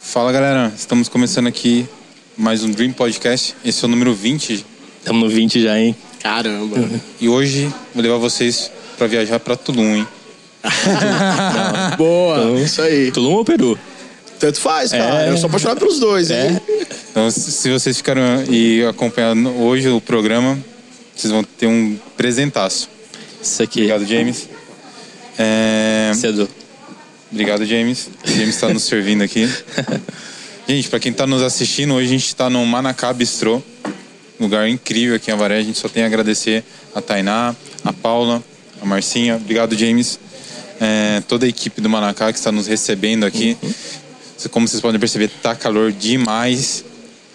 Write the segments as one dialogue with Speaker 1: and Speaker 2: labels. Speaker 1: Fala galera, estamos começando aqui mais um Dream Podcast. Esse é o número 20
Speaker 2: Estamos no 20 já, hein?
Speaker 3: Caramba.
Speaker 1: e hoje vou levar vocês para viajar para Tulum, hein?
Speaker 3: Boa. Então, Isso aí.
Speaker 2: Tulum ou Peru?
Speaker 3: Tanto faz, cara.
Speaker 2: É.
Speaker 3: Eu sou apaixonado pelos dois, hein?
Speaker 1: Então, se se vocês ficaram e acompanharam hoje o programa, vocês vão ter um presentaço.
Speaker 2: Isso aqui.
Speaker 1: Obrigado, James. É,
Speaker 2: Cedo.
Speaker 1: Obrigado, James. O James está nos servindo aqui. Gente, para quem está nos assistindo, hoje a gente está no Manacá Bistrô. Lugar incrível aqui em Avaré. A gente só tem a agradecer a Tainá, a Paula, a Marcinha. Obrigado, James. É, toda a equipe do Manacá que está nos recebendo aqui. Como vocês podem perceber, tá calor demais.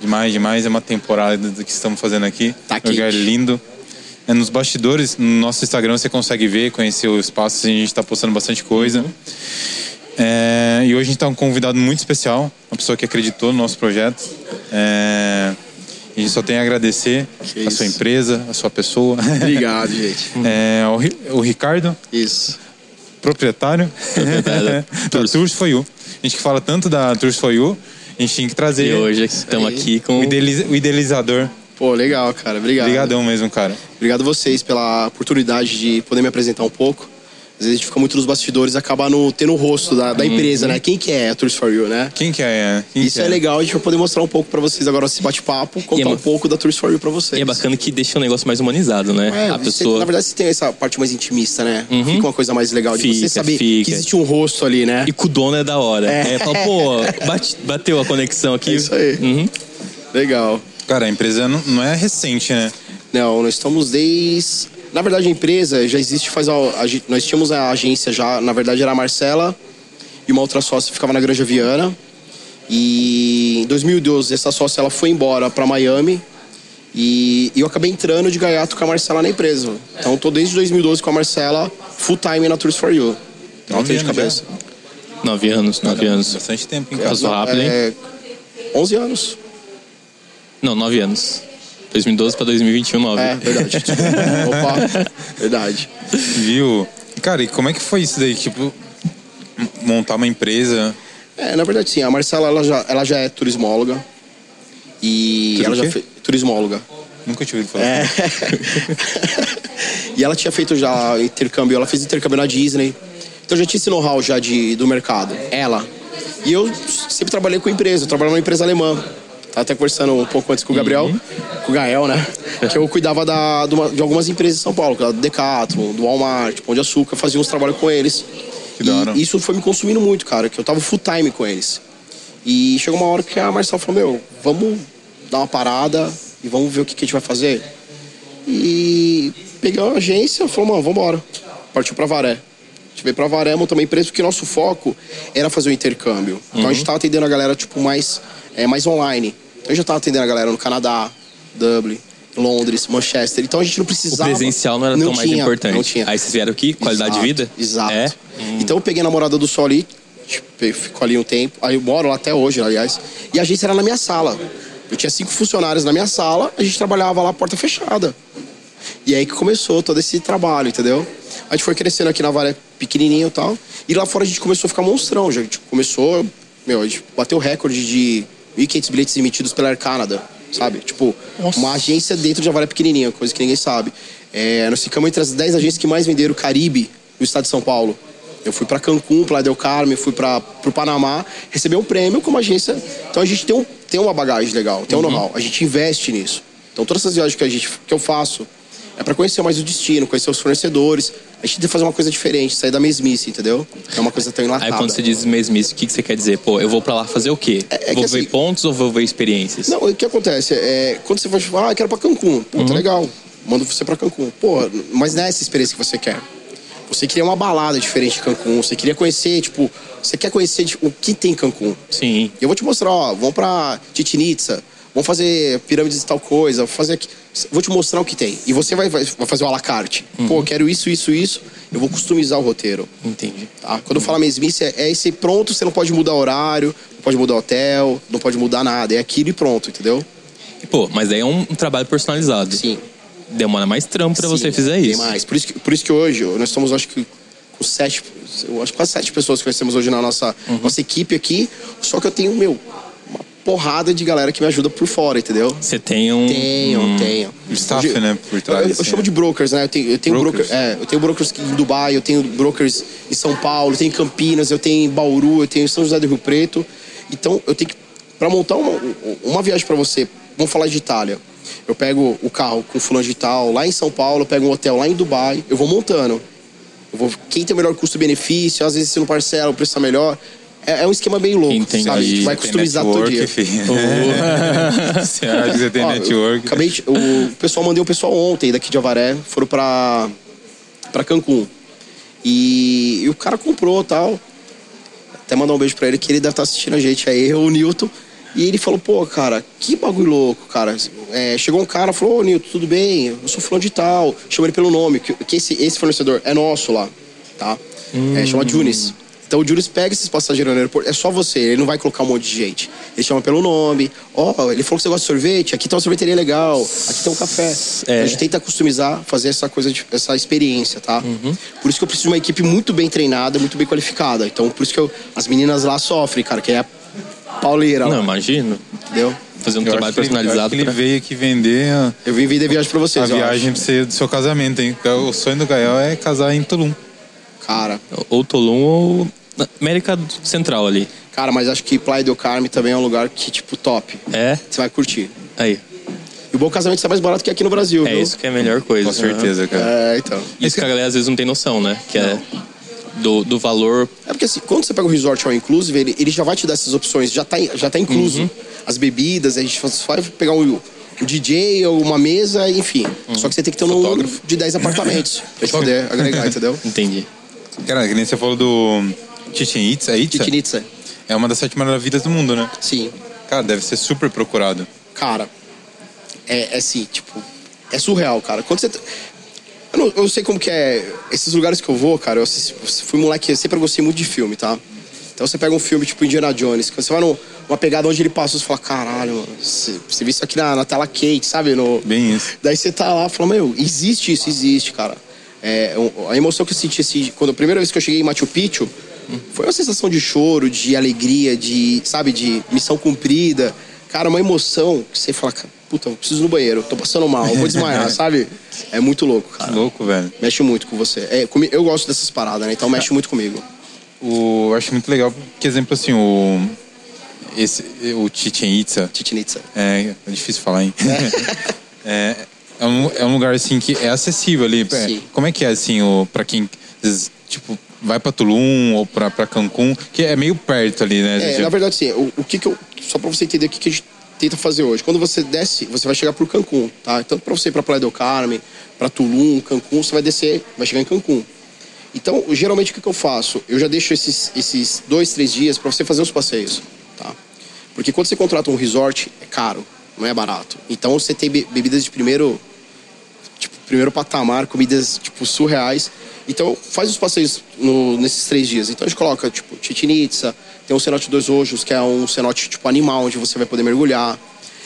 Speaker 1: Demais, demais. É uma temporada do que estamos fazendo aqui. Um
Speaker 3: Tá
Speaker 1: Lugar
Speaker 3: quente.
Speaker 1: lindo. É, nos bastidores, no nosso Instagram, você consegue ver, conhecer o espaço. A gente está postando bastante coisa.
Speaker 3: Uhum.
Speaker 1: É, e hoje a gente está com um convidado muito especial, uma pessoa que acreditou no nosso projeto. É, e a gente só tem a agradecer
Speaker 3: Que
Speaker 1: a sua
Speaker 3: isso.
Speaker 1: empresa, a sua pessoa.
Speaker 3: Obrigado, gente.
Speaker 1: É, o, Ri- o Ricardo,
Speaker 3: Isso.
Speaker 1: proprietário,
Speaker 3: É
Speaker 2: Proprietário.
Speaker 1: da Tours for You. A gente que fala tanto da Tours for You, a gente tinha que trazer
Speaker 2: E hoje estamos
Speaker 3: aí.
Speaker 2: aqui com.
Speaker 1: o, idealiza- o idealizador.
Speaker 3: Pô, legal, cara. Obrigado.
Speaker 1: Obrigadão mesmo, cara.
Speaker 3: Obrigado a vocês pela oportunidade de poder me apresentar um pouco. Às vezes a gente fica muito nos bastidores e acaba no, tendo o rosto da,
Speaker 2: Uhum.
Speaker 3: da empresa, né? Quem que é a Tours for You, né?
Speaker 1: Quem que é? Quem
Speaker 3: Isso
Speaker 1: que
Speaker 3: é legal, a gente vai poder mostrar um pouco pra vocês agora esse bate-papo, contar
Speaker 2: ba-
Speaker 3: um pouco da Tours for You pra vocês.
Speaker 2: E é bacana que deixa o negócio mais humanizado, né?
Speaker 3: É,
Speaker 2: a
Speaker 3: você-
Speaker 2: pessoa. Uhum.
Speaker 3: na verdade, você tem essa parte mais intimista, né? Fica uma coisa mais legal de
Speaker 2: Fica,
Speaker 3: você saber
Speaker 2: fica.
Speaker 3: que existe um rosto ali, né?
Speaker 2: E com o dono é da hora. É, fala, pô, bate- bateu a conexão aqui.
Speaker 3: É isso aí.
Speaker 2: Uhum.
Speaker 3: Legal.
Speaker 1: Cara, a empresa não, não é recente, né?
Speaker 3: Não, nós estamos desde. Na verdade, a empresa já existe faz. al- a gen- Nós tínhamos a agência já, na verdade era a Marcela e uma outra sócia ficava na Granja Viana. E em 2012, essa sócia ela foi embora para Miami e e eu acabei entrando de gaiato com a Marcela na empresa. Então, tô desde 2012 com a Marcela full time na Tours for You.
Speaker 2: Tá
Speaker 3: Não
Speaker 1: Nove
Speaker 3: tem de
Speaker 1: anos
Speaker 3: cabeça.
Speaker 2: Nove anos, nove anos.
Speaker 1: Bastante tempo, hein, cara?
Speaker 2: Passou rápido, hein?
Speaker 3: É, 11 anos.
Speaker 2: Não, nove anos. 2012 pra 2021, nove.
Speaker 3: É, verdade. Opa, verdade.
Speaker 1: Viu? Cara, e como é que foi isso daí? Tipo, m- montar uma empresa.
Speaker 3: É, na verdade sim, a Marcela ela já, ela já é turismóloga. E
Speaker 1: Tudo
Speaker 3: ela
Speaker 1: o quê?
Speaker 3: já fez. Turismóloga.
Speaker 1: Nunca tive ouvido falar.
Speaker 3: É.
Speaker 1: É.
Speaker 3: e ela tinha feito já intercâmbio, ela fez intercâmbio na Disney. Então já tinha esse know-how já de, do mercado. Ela. E eu sempre trabalhei com empresa, eu trabalhava numa empresa alemã. Tava até conversando um pouco antes com o
Speaker 1: Uhum.
Speaker 3: Gabriel, com o Gael, né? Que eu cuidava da, de, uma- de algumas empresas em São Paulo, da Decathlon, do Walmart, Pão de Açúcar, fazia uns trabalhos com eles.
Speaker 1: Que da hora.
Speaker 3: E isso foi me consumindo muito, cara, que eu tava full time com eles. E chegou uma hora que a Marcela falou, meu, vamos dar uma parada e vamos ver o que, que a gente vai fazer. E peguei uma agência e falou, mano, vambora. Partiu pra Varé. A gente veio pra Varé, montamos uma empresa, porque nosso foco era fazer o intercâmbio.
Speaker 2: Uhum.
Speaker 3: Então a gente tava atendendo a galera, tipo, mais, é, mais online. Então a gente já tava atendendo a galera no Canadá, Dublin, Londres, Manchester. Então a gente não
Speaker 2: O
Speaker 3: precisava.
Speaker 2: presencial não era tão mais
Speaker 3: tinha,
Speaker 2: importante.
Speaker 3: Não tinha.
Speaker 2: Aí vocês vieram aqui, qualidade
Speaker 3: Exato,
Speaker 2: de vida?
Speaker 3: Exato.
Speaker 2: É.
Speaker 3: Então eu peguei a namorada do Sol ali, tipo, eu fico ali um tempo, aí eu moro lá até hoje, aliás. E a agência era na minha sala. Eu tinha cinco funcionários na minha sala, a gente trabalhava lá porta fechada. E aí que começou todo esse trabalho, entendeu? A gente foi crescendo aqui na Varé pequenininho e tal. E lá fora a gente começou a ficar monstrão. Já tipo, começou, meu, a gente bateu o recorde de 1.500 bilhetes emitidos pela Air Canada, sabe? Tipo, uma agência dentro de Avaré pequenininha, coisa que ninguém sabe. É, nós ficamos entre as 10 agências que mais venderam o Caribe no estado de São Paulo. Eu fui pra Cancún, pra Del Carmen, fui para pro Panamá, recebi um prêmio como agência. Então a gente tem, um, tem uma bagagem legal, tem um
Speaker 2: Uhum.
Speaker 3: know-how. A gente investe nisso. Então todas essas viagens que, a gente, que eu faço, é pra conhecer mais o destino, conhecer os fornecedores. A gente tem que fazer uma coisa diferente, sair da mesmice, entendeu? É uma coisa tão
Speaker 2: Aí
Speaker 3: enlatada.
Speaker 2: quando você diz mesmice, o que, que você quer dizer? Pô, eu vou pra lá fazer o quê?
Speaker 3: É- é
Speaker 2: vou
Speaker 3: que
Speaker 2: ver
Speaker 3: assim-
Speaker 2: pontos ou vou ver experiências?
Speaker 3: Não, o que acontece? É, quando você vai falar, ah, quero pra Cancún. Pô, tá legal. Mando você pra Cancún. Pô, mas não é essa experiência que você quer. Você queria uma balada diferente de Cancún. Você queria conhecer, tipo... Você quer conhecer tipo, o que tem em Cancún.
Speaker 2: Sim.
Speaker 3: E eu vou te mostrar, ó, vamos pra Titinitsa, vamos fazer pirâmides e tal coisa, vou fazer aqui. Vou te mostrar o que tem. E você vai, vai, vai fazer o à la carte. Pô, eu quero isso, isso, isso. Eu vou customizar o roteiro.
Speaker 2: Entendi.
Speaker 3: Tá? Quando eu falo mesmice, é- é esse pronto, você não pode mudar horário, não pode mudar hotel, não pode mudar nada. É aquilo e pronto, entendeu?
Speaker 2: E, Pô, mas daí é um, um trabalho personalizado.
Speaker 3: Sim.
Speaker 2: Demora mais trampo pra
Speaker 3: Sim,
Speaker 2: você fizer
Speaker 3: tem
Speaker 2: isso.
Speaker 3: mais. Por isso que, por isso que hoje, nós estamos, acho que, com sete, eu acho que quase sete pessoas que nós temos hoje na nossa,
Speaker 2: Uhum.
Speaker 3: nossa equipe aqui. Só que eu tenho, meu, uma porrada de galera que me ajuda por fora, entendeu?
Speaker 2: Você tem um.
Speaker 3: Tenho,
Speaker 2: um-
Speaker 3: tenho.
Speaker 1: Hum. Staff,
Speaker 3: Hoje-
Speaker 1: né, por trás,
Speaker 3: Eu, eu
Speaker 1: assim,
Speaker 3: chamo
Speaker 1: né?
Speaker 3: de brokers, né? Eu tenho, eu tenho
Speaker 1: Brokers.
Speaker 3: brokers. eu tenho brokers em Dubai, eu tenho brokers em São Paulo, eu tenho em Campinas, eu tenho em Bauru, eu tenho em São José do Rio Preto. Então, eu tenho que. Pra montar uma, um, uma viagem pra você, vamos falar de Itália. Eu pego o carro com fulano de tal lá em São Paulo, eu pego um hotel lá em Dubai, eu vou montando. Eu vou, quem tem o melhor custo-benefício, às vezes se não parcela, o preço tá melhor. É, é um esquema bem louco,
Speaker 1: Aí
Speaker 2: Entendi.
Speaker 3: sabe? A gente vai
Speaker 1: tem
Speaker 3: customizar todo
Speaker 1: network,
Speaker 3: dia.
Speaker 1: filho.
Speaker 2: Oh.
Speaker 1: Você acha que você tem
Speaker 3: Ó, eu
Speaker 1: network? né?
Speaker 3: Acabei de- o pessoal mandei o pessoal ontem daqui de Avaré, foram pra, pra Cancún. E, e o cara comprou tal. Até mandar um beijo pra ele, que ele deve estar assistindo a gente aí, o Newton. E ele falou, pô, cara, que bagulho louco, cara. É, chegou um cara, falou, ô Newton, tudo bem? Eu sou fulano de tal. Chama ele pelo nome, que, que esse, esse fornecedor é nosso lá, tá? É, chama Junis. Então o Junis pega esses passageiros no aeroporto, é só você, ele não vai colocar um monte de gente. Ele chama pelo nome, ó, ele falou que você gosta de sorvete, aqui tem uma sorveteria legal, aqui tem um café.
Speaker 2: É.
Speaker 3: A gente tenta customizar, fazer essa coisa, de- essa experiência, tá?
Speaker 2: Uhum.
Speaker 3: Por isso que eu preciso de uma equipe muito bem treinada, muito bem qualificada. Então, por isso que eu- as meninas lá sofrem, cara, que é a pauleira,
Speaker 2: Não,
Speaker 3: lá,
Speaker 2: imagino.
Speaker 3: entendeu?
Speaker 2: Fazer um
Speaker 1: Eu
Speaker 2: trabalho
Speaker 1: acho que ele- eu acho
Speaker 2: personalizado.
Speaker 1: que Ele
Speaker 2: pra-
Speaker 1: veio aqui vender a,
Speaker 3: Eu vim vender viagem pra vocês,
Speaker 1: a
Speaker 3: ó.
Speaker 1: viagem pra você, do seu casamento, hein? Porque O sonho do Gael é casar em Tulum.
Speaker 3: Cara,
Speaker 2: Ou Tolum ou. na América Central ali.
Speaker 3: cara, mas acho que Playa del Carmen também é um lugar que, tipo, top.
Speaker 2: É?
Speaker 3: Você vai curtir.
Speaker 2: Aí.
Speaker 3: E o bom casamento sai mais barato que aqui no Brasil,
Speaker 2: É
Speaker 3: viu?
Speaker 2: isso que é a melhor coisa.
Speaker 1: Com certeza, cara.
Speaker 3: É, então.
Speaker 2: Isso que a galera às vezes não tem noção, né? Que é do, do valor.
Speaker 3: É porque assim, quando você pega o resort all inclusive, ele, ele já vai te dar essas opções, já tá, já tá incluso. As bebidas, a gente só vai pegar um, um DJ ou uma mesa, enfim. Só que você tem que ter um número de 10 apartamentos pra gente poder agregar, entendeu?
Speaker 2: Entendi.
Speaker 1: Cara, que nem você falou do Chichen Itza, é Itza?
Speaker 3: É. Chichen Itza,
Speaker 1: É uma das sete maravilhas do mundo, né?
Speaker 3: sim.
Speaker 1: Cara, deve ser super procurado.
Speaker 3: Cara, é, é assim, tipo, é surreal, cara. Quando você. t- Eu não, eu não sei como que é. Esses lugares que eu vou, cara, eu assisti- eu fui moleque, eu sempre gostei muito de filme, tá? Então você pega um filme tipo Indiana Jones, quando você vai num- numa pegada onde ele passou, você fala, caralho, mano, você, você viu isso aqui na, na tela quente, sabe? No,
Speaker 1: Bem isso.
Speaker 3: Daí você tá lá falando, meu, existe isso, existe, cara. É, um- a emoção que eu senti assim, quando a primeira vez que eu cheguei em Machu Picchu foi uma sensação de choro, de alegria, de, sabe, de missão cumprida. Cara, uma emoção que você fala, "Ca- puta, eu preciso ir no banheiro, tô passando mal, eu vou desmaiar, sabe? É muito louco, cara.
Speaker 1: Louco, velho.
Speaker 3: Mexe muito com você. É, comi- eu gosto dessas paradas, né? Então mexe muito comigo.
Speaker 1: O, eu acho muito legal, porque exemplo assim, o. Esse, o Chichen Itza.
Speaker 3: Chichen Itza.
Speaker 1: É, é difícil falar, hein? é, é, um, é um lugar assim que é acessível ali. É,
Speaker 3: Sim.
Speaker 1: como é que é assim, o, pra quem. às vezes, Tipo, vai pra Tulum ou pra, pra Cancún, que é meio perto ali, né?
Speaker 3: É,
Speaker 1: Já-
Speaker 3: na verdade, sim. O, o que que eu, só pra você entender o que, que a gente tenta fazer hoje. Quando você desce, você vai chegar pro Cancún, tá? Tanto pra você ir pra Praia do Carmen, pra Tulum, Cancún, você vai descer, vai chegar em Cancún. Então, geralmente, o que, que eu faço? Eu já deixo esses, esses dois, três dias pra você fazer os passeios, tá? Porque quando você contrata um resort, é caro, não é barato. Então, você tem be- bebidas de primeiro tipo, primeiro patamar, comidas, tipo, surreais. Então, faz os passeios no- nesses três dias. Então, a gente coloca, tipo, Chichen Itza, tem um cenote dos ojos, que é um cenote, tipo, animal, onde você vai poder mergulhar.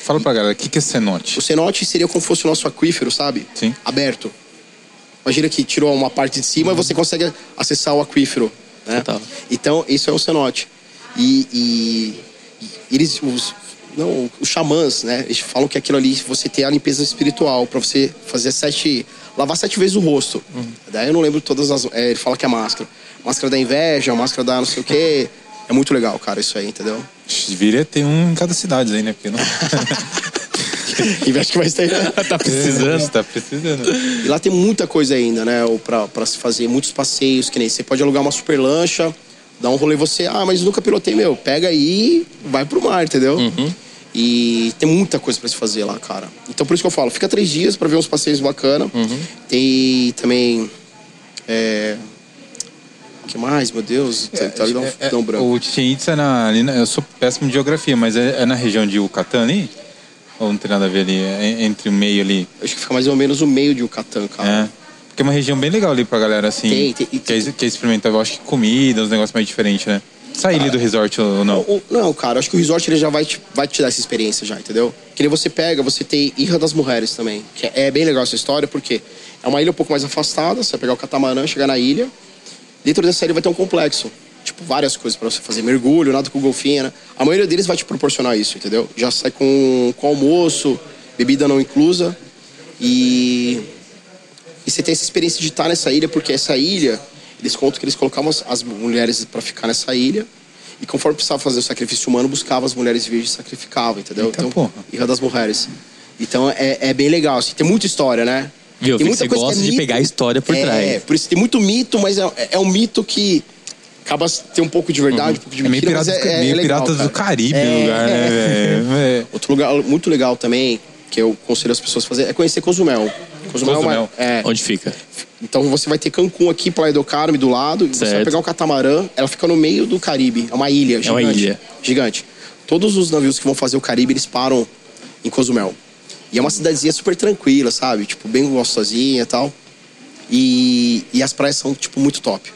Speaker 1: Fala pra galera, o que, que é
Speaker 3: O
Speaker 1: cenote?
Speaker 3: cenote seria como fosse o nosso aquífero, sabe?
Speaker 1: Sim.
Speaker 3: Aberto. Imagina que tirou uma parte de cima e você consegue acessar o aquífero. Né?
Speaker 2: Total.
Speaker 3: Então, isso é um cenote. E, e- e eles, os, não, os xamãs, né? Eles falam que aquilo ali você tem a limpeza espiritual para você fazer sete. lavar sete vezes o rosto.
Speaker 2: Uhum.
Speaker 3: Daí eu não lembro todas as. é, ele fala que é máscara. Máscara da inveja, máscara da não sei o quê. É muito legal, cara, isso aí, entendeu?
Speaker 1: Deveria ter um em cada cidade aí, né? Porque não
Speaker 3: Inveja que vai estar aí, né?
Speaker 2: tá
Speaker 1: Você tá precisando.
Speaker 3: E lá tem muita coisa ainda, né? Ou pra, pra se fazer muitos passeios, que nem você pode alugar uma super lancha, dar um rolê você, ah, mas nunca pilotei, meu, pega aí e vai pro mar, entendeu? E tem muita coisa pra se fazer lá, cara. Então por isso que eu falo, fica três dias pra ver uns passeios bacana. Tem também. É. O que mais, meu Deus? Tá- tá ali dá um,
Speaker 1: É, é,
Speaker 3: dá um branco.
Speaker 1: O Chichen Itza é na, ali na- Eu sou péssimo de geografia, mas é, é na região de Yucatán ali? Ou não tem nada a ver ali? É en- entre o meio ali.
Speaker 3: Acho que fica mais ou menos o meio de Yucatán, cara.
Speaker 1: É. Porque é uma região bem legal ali pra galera, assim.
Speaker 3: Ah. Tem, tem- e
Speaker 1: quer,
Speaker 3: tem-
Speaker 1: quer experimentar, eu acho que comida, uns negócios mais diferentes, né? Sair ali do resort ou ou não?
Speaker 3: O- o- Não, cara, acho que o resort ele já vai te, vai te dar essa experiência já, entendeu? Que nem você pega, você tem Irra das Mulheres também, que é, é bem legal essa história, porque é uma ilha um pouco mais afastada, você vai pegar o catamarã, chegar na ilha, Dentro dessa ilha vai ter um complexo. Tipo, várias coisas para você fazer. Mergulho, nada com golfinha. né? A maioria deles vai te proporcionar isso, entendeu? Já sai com, com almoço, bebida não inclusa. E, e você tem essa experiência de estar nessa ilha, porque essa ilha, eles contam que eles colocavam as, as mulheres para ficar nessa ilha. E conforme precisava fazer o sacrifício humano, buscava as mulheres virgens e sacrificava, entendeu?
Speaker 1: Eita porra.
Speaker 3: Ilha das Mulheres. Então é, é bem legal, assim, tem muita história, né?
Speaker 2: Viu,
Speaker 3: tem
Speaker 2: vi que você
Speaker 3: que
Speaker 2: gosta de pegar a história por
Speaker 3: é, É,
Speaker 2: trás.
Speaker 3: por isso tem muito mito, mas é, é um mito que acaba tem um pouco de verdade, um pouco de
Speaker 1: É meio
Speaker 3: mentira, mas
Speaker 1: pirata, do,
Speaker 3: é, é
Speaker 1: meio
Speaker 3: legal,
Speaker 1: pirata
Speaker 3: cara.
Speaker 1: do Caribe
Speaker 3: É.
Speaker 1: o lugar, né, velho? É.
Speaker 3: Outro lugar muito legal também, que eu aconselho as pessoas a fazer, é conhecer Cozumel. Cozumel,
Speaker 1: Cozumel.
Speaker 3: É, uma- é.
Speaker 2: Onde fica?
Speaker 3: Então você vai ter Cancún aqui, Praia do Carme do lado, e você vai
Speaker 2: Certo.
Speaker 3: pegar um catamarã, ela fica no meio do Caribe, é uma ilha gigante.
Speaker 2: É uma ilha.
Speaker 3: Gigante. Todos os navios que vão fazer o Caribe, eles param em Cozumel. E é uma cidadezinha super tranquila, sabe? Tipo, bem gostosinha e tal. E, e as praias são, tipo, muito top.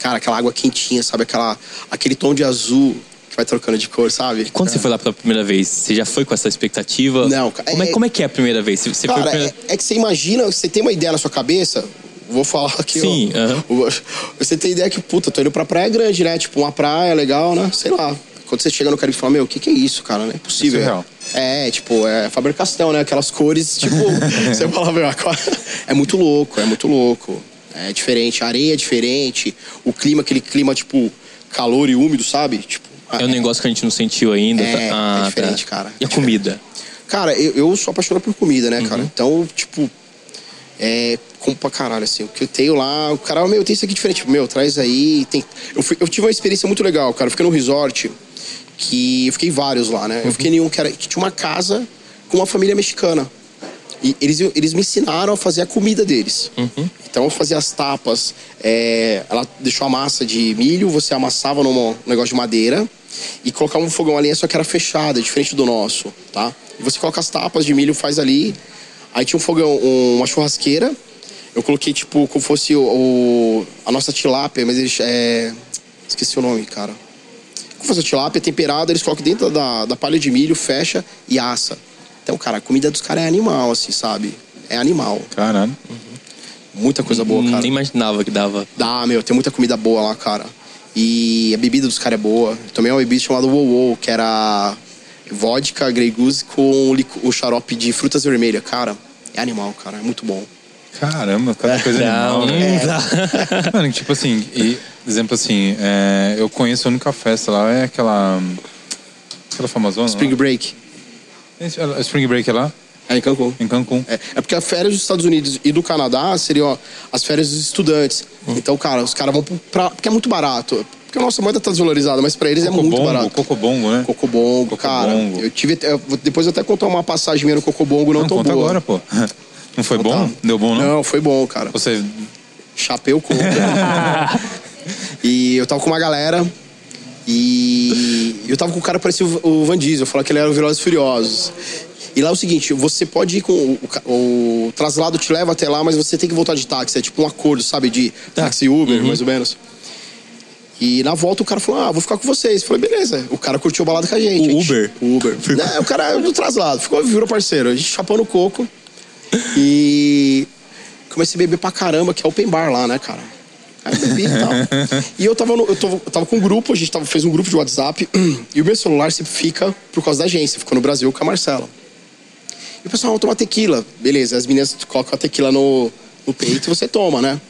Speaker 3: Cara, aquela água quentinha, sabe? Aquela, aquele tom de azul que vai trocando de cor, sabe?
Speaker 2: Quando você foi lá pela primeira vez, você já foi com essa expectativa?
Speaker 3: É. Não, cara,
Speaker 2: Como é,
Speaker 3: é-
Speaker 2: como é que é a primeira vez? Você- Você foi a
Speaker 3: Cara,
Speaker 2: primeira...
Speaker 3: é, é que você imagina, você tem uma ideia na sua cabeça. Vou falar aqui. ó.
Speaker 2: Sim, aham.
Speaker 3: O- Você tem ideia que, puta, tô indo pra praia grande, né? Tipo, uma praia legal, né? Sei lá. Quando você chega no Caribe e fala, meu, o que, que é isso, cara? Não é possível.
Speaker 1: Isso é real.
Speaker 3: É, tipo, é Faber Castell, né? Aquelas cores, tipo, você fala, meu, agora. É muito louco, é muito louco. É diferente, a areia é diferente, o clima, aquele clima, tipo, calor e úmido, sabe? Tipo,
Speaker 2: É um negócio que a gente não sentiu ainda.
Speaker 3: É,
Speaker 2: tá?
Speaker 3: é
Speaker 2: Ah, tá.
Speaker 3: diferente, cara.
Speaker 2: E
Speaker 3: É
Speaker 2: a comida?
Speaker 3: Cara, eu, eu sou apaixonado por comida, né, cara? Então, tipo, é. Como pra caralho, assim. O que eu tenho lá, o cara, meu, tem isso aqui diferente. tipo, Meu, traz aí. Tem... Eu, fui- eu tive uma experiência muito legal, cara. Eu fiquei num resort que. Eu fiquei vários lá, né? Eu fiquei em um que, era... que tinha uma casa com uma família mexicana. E eles, eles me ensinaram a fazer a comida deles. Então eu fazia as tapas. é, ela deixou a massa de milho, você amassava num negócio de madeira e colocava um fogão a lenha, só que era fechada, diferente do nosso, tá? E você coloca as tapas de milho, faz ali. Aí tinha um fogão, um- uma churrasqueira. Eu coloquei, tipo, como fosse o, o- a nossa tilápia, mas eles. é, esqueci o nome, cara. Como fosse a tilápia temperada, eles colocam dentro da, da palha de milho, fecha e assa. Então, cara, a comida dos caras é animal, assim, sabe? É animal.
Speaker 1: Caralho.
Speaker 3: Muita coisa boa, cara.
Speaker 2: Nem imaginava que dava.
Speaker 3: Dá, meu, tem muita comida boa lá, cara. E a bebida dos caras é boa. Eu tomei uma bebida chamada Wow Wow, que era vodka, Grey Goose com lico- o xarope de frutas vermelhas. Cara, é animal, cara. É muito bom.
Speaker 1: Caramba, cada coisa animal.
Speaker 2: não
Speaker 3: é,
Speaker 1: né?
Speaker 2: dá.
Speaker 1: Mano, tipo assim, e, exemplo assim, é, eu conheço a única festa lá, é aquela. Aquela famosona.
Speaker 3: Spring Break.
Speaker 1: Break. Spring Break é lá,
Speaker 3: É em Cancún.
Speaker 1: em Cancún.
Speaker 3: É, é porque as férias dos Estados Unidos e do Canadá seriam as férias dos estudantes.
Speaker 1: Hum.
Speaker 3: Então, cara, os caras vão pro- pra. Porque é muito barato. Porque a nossa moeda tá desvalorizada, mas pra eles é muito
Speaker 1: Cocobongo,
Speaker 3: barato.
Speaker 1: Cocobongo, né?
Speaker 3: Cocobongo, cara.
Speaker 1: Cocobongo.
Speaker 3: Eu tive. eu vou- depois eu até contar uma passagem minha no Cocobongo, não,
Speaker 1: Não,
Speaker 3: tão
Speaker 1: conta
Speaker 3: boa.
Speaker 1: agora, pô. Não foi bom?
Speaker 3: Tá.
Speaker 1: Deu bom, não?
Speaker 3: Não, foi bom, cara.
Speaker 1: Você.
Speaker 3: Chapeu contra. e eu tava com uma galera. E eu tava com um cara que parecia o o Van Diesel, falava que ele era o Velozes e Furiosos. E lá é o seguinte, você pode ir com. O, o ca- o traslado te leva até lá, mas você tem que voltar de táxi. É tipo um acordo, sabe? De
Speaker 2: Tá.
Speaker 3: táxi e Uber,
Speaker 2: Uhum.
Speaker 3: mais ou menos. E na volta o cara falou: Ah, vou ficar com vocês. Eu falei, beleza. O cara curtiu a balada com a gente.
Speaker 2: O
Speaker 3: A gente-
Speaker 2: Uber?
Speaker 3: O Uber. Não, o cara é do traslado. Ficou, virou parceiro. A gente chapou no coco. E comecei a beber pra caramba, que é open bar lá, né, cara? Aí eu bebi e tal. E eu tava, no- eu, tô- eu tava com um grupo, a gente tava, fez um grupo de WhatsApp, e o meu celular sempre fica por causa da agência, ficou no Brasil com a Marcela. E o pessoal, vamos tomar tequila. Beleza, as meninas colocam a tequila no, no peito e você toma, né?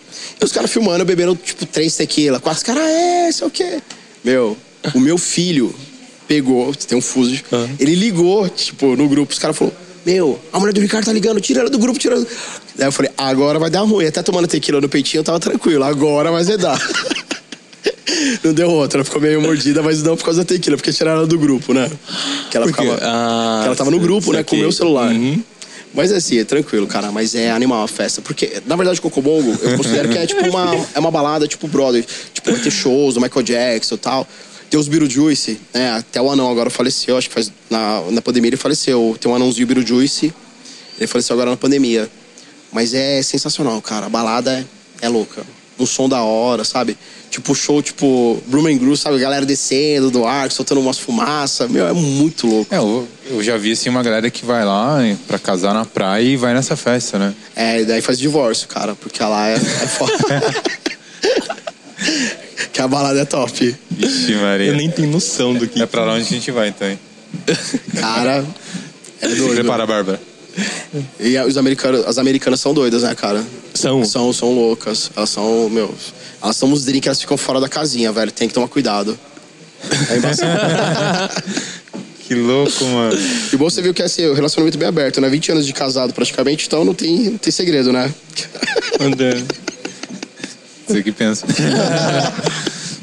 Speaker 3: E os caras filmando, bebendo, tipo, três tequila, quatro, os caras, é, sei o quê. Meu, o meu filho pegou, tem um fuso, de- ele ligou, tipo, no grupo, os caras falaram, meu, a mulher do Ricardo tá ligando, tira ela do grupo, tira ela do... Daí eu falei, agora vai dar ruim. Até tomando tequila no peitinho, eu tava tranquilo, agora vai zedar. Não deu outra, ela ficou meio mordida, mas não por causa da tequila, porque tiraram ela do grupo, né? Que ela,
Speaker 2: Por quê?
Speaker 3: ficava,
Speaker 2: Ah,
Speaker 3: que ela tava no grupo, né? Com o
Speaker 2: saquei.
Speaker 3: meu celular.
Speaker 2: Uhum.
Speaker 3: Mas assim, é tranquilo, cara. Mas é animal a festa. Porque, na verdade, o Cocobongo, eu considero que é tipo uma, é uma balada tipo brother. Tipo, vai ter shows do Michael Jackson e tal. Tem os Beetlejuice, né? Até o anão agora faleceu, acho que faz. Na, na pandemia ele faleceu. Tem um anãozinho Beetlejuice. Ele faleceu agora na pandemia. Mas é sensacional, cara. A balada é, é louca. Um som da hora, sabe? Tipo show, tipo Blumen and Groove, sabe? A galera descendo do arco, soltando umas fumaças. Meu, é muito louco.
Speaker 1: É, eu, eu já vi assim uma galera que vai lá pra casar na praia e vai nessa festa, né?
Speaker 3: É, e daí faz divórcio, cara, porque ela é, é foda. a balada é top.
Speaker 1: Ixi,
Speaker 3: É.
Speaker 1: Maria.
Speaker 2: Eu nem tenho noção do que.
Speaker 1: É pra lá onde a gente vai, então, hein?
Speaker 3: Cara, é
Speaker 1: Se
Speaker 3: doido.
Speaker 1: prepara, Bárbara.
Speaker 3: E os americanos, as americanas são doidas, né, cara?
Speaker 1: um. Hum.
Speaker 2: São.
Speaker 3: São, são loucas. Elas são, meu. Elas são os drinks, elas ficam fora da casinha, velho. Tem que tomar cuidado. É embaçado.
Speaker 1: Que louco, mano.
Speaker 3: e bom você viu que é assim, o relacionamento é bem aberto, né? 20 anos de casado praticamente, então não tem, não tem segredo, né?
Speaker 2: Andando.
Speaker 1: Você que pensa.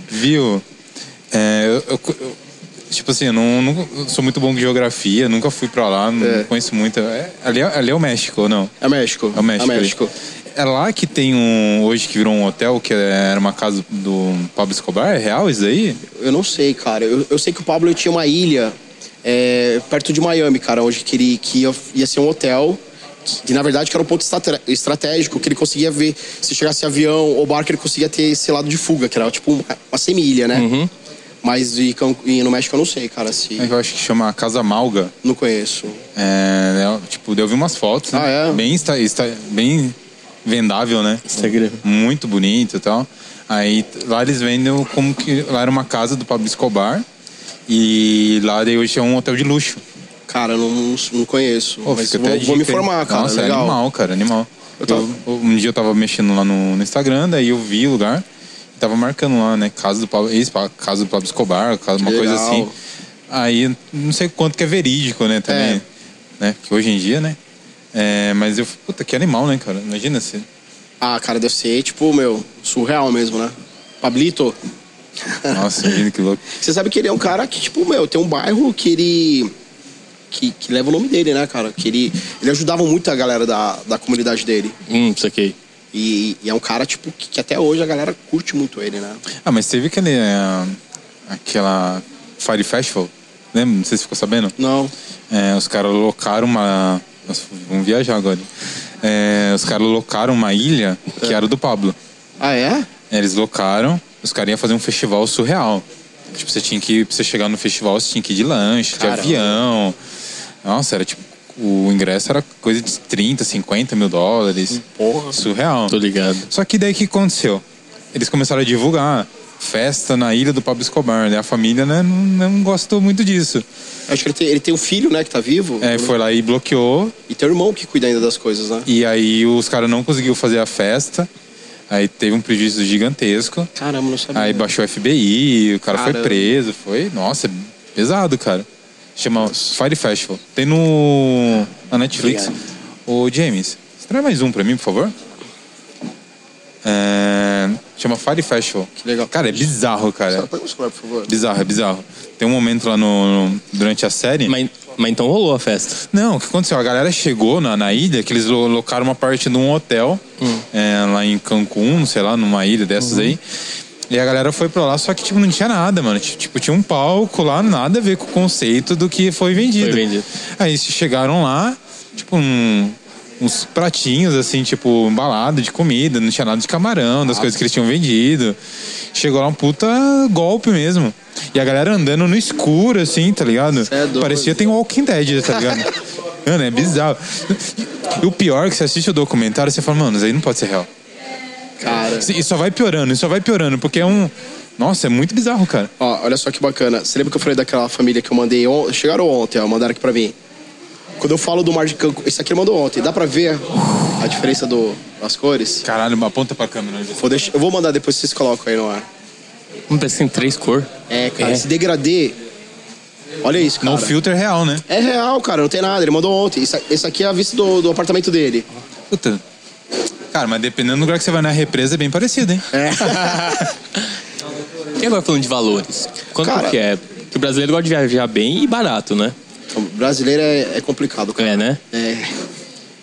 Speaker 1: Viu? É, eu- eu cu- eu- tipo assim, eu não, não eu sou muito bom com geografia, nunca fui pra lá, não
Speaker 3: É.
Speaker 1: conheço muito. É, ali, é- ali é o México, ou não?
Speaker 3: É México.
Speaker 1: É o México.
Speaker 3: É
Speaker 1: ali.
Speaker 3: México.
Speaker 1: É lá que tem um. Hoje que virou um hotel, que era uma casa do Pablo Escobar? É real isso aí?
Speaker 3: Eu não sei, cara. Eu, eu sei que o Pablo tinha uma ilha é, perto de Miami, cara, onde que, ele, que ia, ia ser um hotel. Que, que, na verdade que era um ponto estrate- estratégico, que ele conseguia ver se chegasse avião ou barco, ele conseguia ter esse lado de fuga, que era tipo uma, uma semi-ilha, né? Mas e, Can- e no México eu não sei, cara, se.
Speaker 1: Uhum. É que Eu acho que chama Casa Malga.
Speaker 3: Não conheço.
Speaker 1: É, né, tipo, eu vi umas fotos, né?
Speaker 3: Ah, é?
Speaker 1: Bem, esta, esta, bem vendável, né?
Speaker 2: Instagram.
Speaker 1: Muito bonito e tal. Aí t- lá eles vendem o- como que. Lá era uma casa do Pablo Escobar. E lá daí hoje é um hotel de luxo.
Speaker 3: Cara, eu não, não, não conheço.
Speaker 1: Pô,
Speaker 3: mas
Speaker 1: fica
Speaker 3: eu vou,
Speaker 1: até a
Speaker 3: vou me
Speaker 1: dica aí.
Speaker 3: informar, cara.
Speaker 1: Nossa,
Speaker 3: legal.
Speaker 1: é animal, cara, animal.
Speaker 3: Eu tava-
Speaker 1: Eu- um dia eu tava mexendo lá no, no Instagram, daí eu vi o lugar. Tava marcando lá, né? Casa do Pablo, ex, casa do Pablo Escobar, casa- uma coisa
Speaker 3: legal.
Speaker 1: assim. Aí não sei quanto que é verídico, né?
Speaker 3: É.
Speaker 1: Também. Né? Que hoje em dia, né? É, mas eu, puta, que animal, né, cara? Imagina se.
Speaker 3: Ah, cara, deve ser, tipo, meu, surreal mesmo, né? Pablito.
Speaker 1: Nossa, imagina que louco.
Speaker 3: Você sabe que ele é um cara que, tipo, meu, tem um bairro que ele. Que, que leva o nome dele, né, cara? Que ele, ele ajudava muito a galera da, da comunidade dele.
Speaker 2: Hum, saquei.
Speaker 3: E, e é um cara, tipo, que, que até hoje a galera curte muito ele, né?
Speaker 1: Ah, mas teve aquele. ah, aquela. Fire Festival. Lembra? Não sei se ficou sabendo.
Speaker 3: Não.
Speaker 1: É, os caras locaram uma. Nossa, vamos viajar agora. É, os caras locaram uma ilha que era do Pablo.
Speaker 3: Ah, é?
Speaker 1: Eles locaram, os caras iam fazer um festival surreal. Tipo, você tinha que. Pra você chegar no festival, você tinha que ir de lanche, de
Speaker 3: Caramba.
Speaker 1: avião. Nossa, era tipo. O ingresso era coisa de 30, 50 mil dólares.
Speaker 3: Porra.
Speaker 1: Surreal.
Speaker 2: Tô ligado.
Speaker 1: Só que daí o que aconteceu? Eles começaram a divulgar festa na ilha do Pablo Escobar. Né? A família né, não, não gostou muito disso.
Speaker 3: Acho que ele tem, ele tem um filho, né, que tá vivo.
Speaker 1: É, foi lá e bloqueou.
Speaker 3: E tem um irmão que cuida ainda das coisas, né?
Speaker 1: E aí os caras não conseguiu fazer a festa. Aí teve um prejuízo gigantesco.
Speaker 3: Caramba, não sabia.
Speaker 1: Aí baixou o FBI, o cara foi
Speaker 3: Caramba.
Speaker 1: preso. Foi, nossa, é pesado, cara. Chama Fire Festival. Tem no na Netflix.
Speaker 3: Obrigado.
Speaker 1: Ô, James, você traz mais um pra mim, por favor? É, chama Fire Festival.
Speaker 3: Que legal.
Speaker 1: Cara, é bizarro, cara.
Speaker 3: Sara, pega o celular, por favor.
Speaker 1: Bizarro, é bizarro. Tem um momento lá no, no- durante a série.
Speaker 2: Mas, mas então rolou a festa.
Speaker 1: Não, o que aconteceu? A galera chegou na, na ilha, que eles lo- locaram uma parte de um hotel
Speaker 2: Hum.
Speaker 1: é, lá em Cancún, sei lá, numa ilha dessas
Speaker 2: Uhum.
Speaker 1: aí. E a galera foi pra lá, só que tipo, não tinha nada, mano. Ti- Tipo, tinha um palco lá, nada a ver com o conceito do que foi vendido.
Speaker 2: Foi vendido.
Speaker 1: Aí eles chegaram lá, tipo, um- uns pratinhos, assim, tipo, embalado de comida, não tinha nada de camarão,
Speaker 2: Ah.
Speaker 1: das coisas que eles tinham vendido. Chegou lá um puta golpe mesmo. E a galera andando no escuro, assim, tá ligado?
Speaker 3: Cê é doido.
Speaker 1: Parecia tem Walking Dead, tá ligado? mano, é bizarro. E o pior é que você assiste o documentário e você fala, mano, isso aí não pode ser real. Assim,
Speaker 3: Cara.
Speaker 1: E só vai piorando, e só vai piorando, porque é um. Nossa, é muito bizarro, cara.
Speaker 3: Ó, olha só que bacana. Você lembra que eu falei daquela família que eu mandei ontem? Chegaram ontem, ó, mandaram aqui pra mim. Quando eu falo do mar de Cancún, esse aqui ele mandou ontem. Dá pra ver a diferença do, das cores?
Speaker 1: Caralho, aponta pra câmera.
Speaker 3: Vou deixar- eu vou mandar depois, vocês colocam aí no ar.
Speaker 2: Vamos pensar em três cores.
Speaker 3: É, cara,
Speaker 2: É.
Speaker 3: esse degradê... Olha isso, cara.
Speaker 1: No filter É real, né?
Speaker 3: É real, cara, não tem nada. Ele mandou ontem. Isso- Esse aqui é a vista do, do apartamento dele.
Speaker 1: Puta. Cara, mas dependendo do lugar que você vai na represa, é bem parecido, hein?
Speaker 3: É.
Speaker 2: E agora falando de valores. Quanto
Speaker 3: Cara-
Speaker 2: que é? Porque o brasileiro gosta de viajar bem e barato, né?
Speaker 3: O brasileiro é, é complicado, cara.
Speaker 2: É, né?
Speaker 3: É.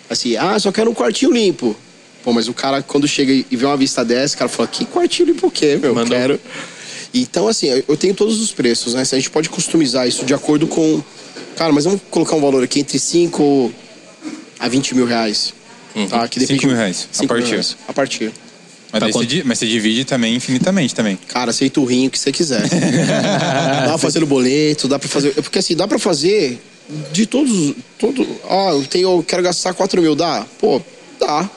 Speaker 3: Assim, ah, só quero um quartinho limpo. Pô, mas o cara, quando chega e vê uma vista dessa, o cara fala, que quartinho limpo o quê, meu? Eu
Speaker 2: Mandou.
Speaker 3: Quero. Então, assim, eu- eu tenho todos os preços, né? A gente pode customizar isso de acordo com. Cara, mas vamos colocar um valor aqui entre 5 a 20 mil reais. Tá? Que depende-
Speaker 1: 5 Uhum. mil reais, a
Speaker 3: 5 mil
Speaker 1: partir.
Speaker 3: reais, a partir.
Speaker 1: Mas,
Speaker 2: Tá
Speaker 1: daí você,
Speaker 2: quanto?
Speaker 1: di- mas você divide também infinitamente também.
Speaker 3: Cara, aceita o rim o que você quiser. dá pra fazer no boleto, dá pra fazer. Porque assim, dá pra fazer de todos. Todo, ah, eu, tenho, eu quero gastar 4 mil, dá? Pô, dá.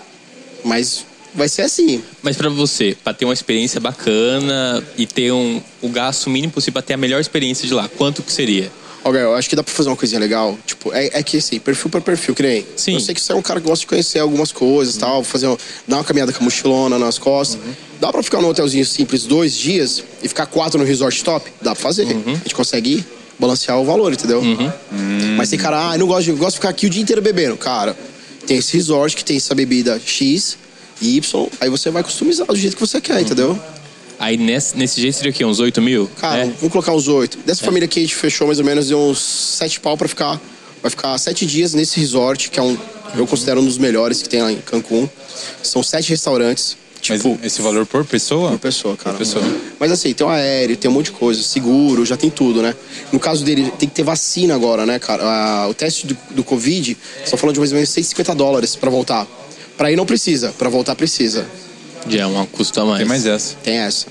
Speaker 3: Mas vai ser assim.
Speaker 2: Mas pra você, pra ter uma experiência bacana e ter um, o gasto mínimo possível pra ter a melhor experiência de lá, quanto que seria?
Speaker 3: Ó, Gael, eu acho que dá pra fazer uma coisinha legal. Tipo, é, é que assim, perfil pra perfil, que nem.
Speaker 2: Sim.
Speaker 3: Eu sei que você é um cara que gosta de conhecer algumas coisas e tal, fazer um- dar uma caminhada com a mochilona nas costas. Dá pra ficar num hotelzinho simples dois dias e ficar quatro no resort top? Dá pra fazer. A gente consegue balancear o valor, entendeu? Mas tem cara, ah, eu não gosto de, eu gosto de ficar aqui o dia inteiro bebendo. Cara, tem esse resort que tem essa bebida X, Y, aí você vai customizar do jeito que você quer, entendeu?
Speaker 2: Aí nesse, nesse jeito seria o quê? Uns 8 mil?
Speaker 3: Cara,
Speaker 2: É?
Speaker 3: vamos colocar uns oito.
Speaker 1: É.
Speaker 3: Dessa família que a gente fechou, mais ou menos, deu uns sete pau pra ficar. Vai ficar sete dias nesse resort, que é um.
Speaker 1: Uhum.
Speaker 3: Eu considero um dos melhores que tem lá em Cancún. São sete restaurantes.
Speaker 1: Mas
Speaker 3: Tipo,
Speaker 1: esse é valor por pessoa?
Speaker 3: por pessoa, cara.
Speaker 1: pessoa.
Speaker 3: Mas assim, tem o aéreo, tem um monte de coisa, seguro, já tem tudo, né? No caso dele, tem que ter vacina agora, né, cara? Ah, o teste do, do Covid, estão falando de mais ou menos 150 dólares pra voltar. Pra ir não precisa, pra voltar precisa.
Speaker 2: Já é um custo a mais.
Speaker 1: Tem mais essa.
Speaker 3: Tem essa.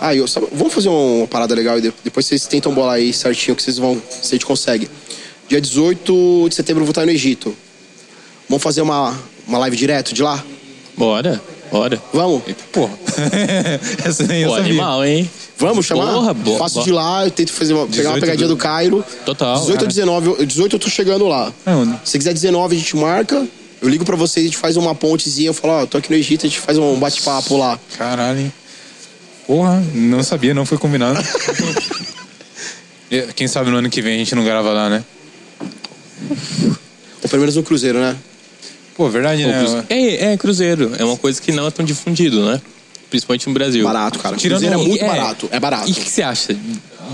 Speaker 3: Ah, eu, sabe, vamos fazer um, uma parada legal e de- depois vocês tentam bolar aí certinho que vocês vão, se a gente consegue. Dia 18 de setembro eu vou estar no Egito. Vamos fazer uma, uma live direto de lá?
Speaker 2: Bora, bora.
Speaker 3: Vamos?
Speaker 1: Eita, porra. essa nem eu
Speaker 2: Pô,
Speaker 1: sabia.
Speaker 2: animal, hein?
Speaker 3: Vamos chamar?
Speaker 2: Porra, boa.
Speaker 3: Faço
Speaker 2: boa.
Speaker 3: de lá, eu tento fazer uma, pegar
Speaker 1: 18
Speaker 3: uma pegadinha
Speaker 1: do-
Speaker 3: do Cairo.
Speaker 2: Total,
Speaker 3: 18 ou
Speaker 1: cara.
Speaker 3: 19, eu- 18 eu tô chegando lá.
Speaker 1: É, mano.
Speaker 3: Se quiser 19 a gente marca, eu ligo pra vocês, a gente faz uma pontezinha, eu falo, ó, tô aqui no Egito, a gente faz um bate-papo lá.
Speaker 1: Caralho, hein? Porra, não sabia, não foi combinado. E, Quem sabe no ano que vem a gente não grava lá, né?
Speaker 3: Ou pelo menos no cruzeiro, né?
Speaker 1: Pô, verdade,
Speaker 2: Pô,
Speaker 1: né?
Speaker 2: cruze- É, é, cruzeiro. É uma coisa que não é tão difundido, né? Principalmente no Brasil. um-
Speaker 3: Barato, cara.
Speaker 1: Tirando-
Speaker 3: Cruzeiro é muito barato, é barato.
Speaker 2: E o que, que você acha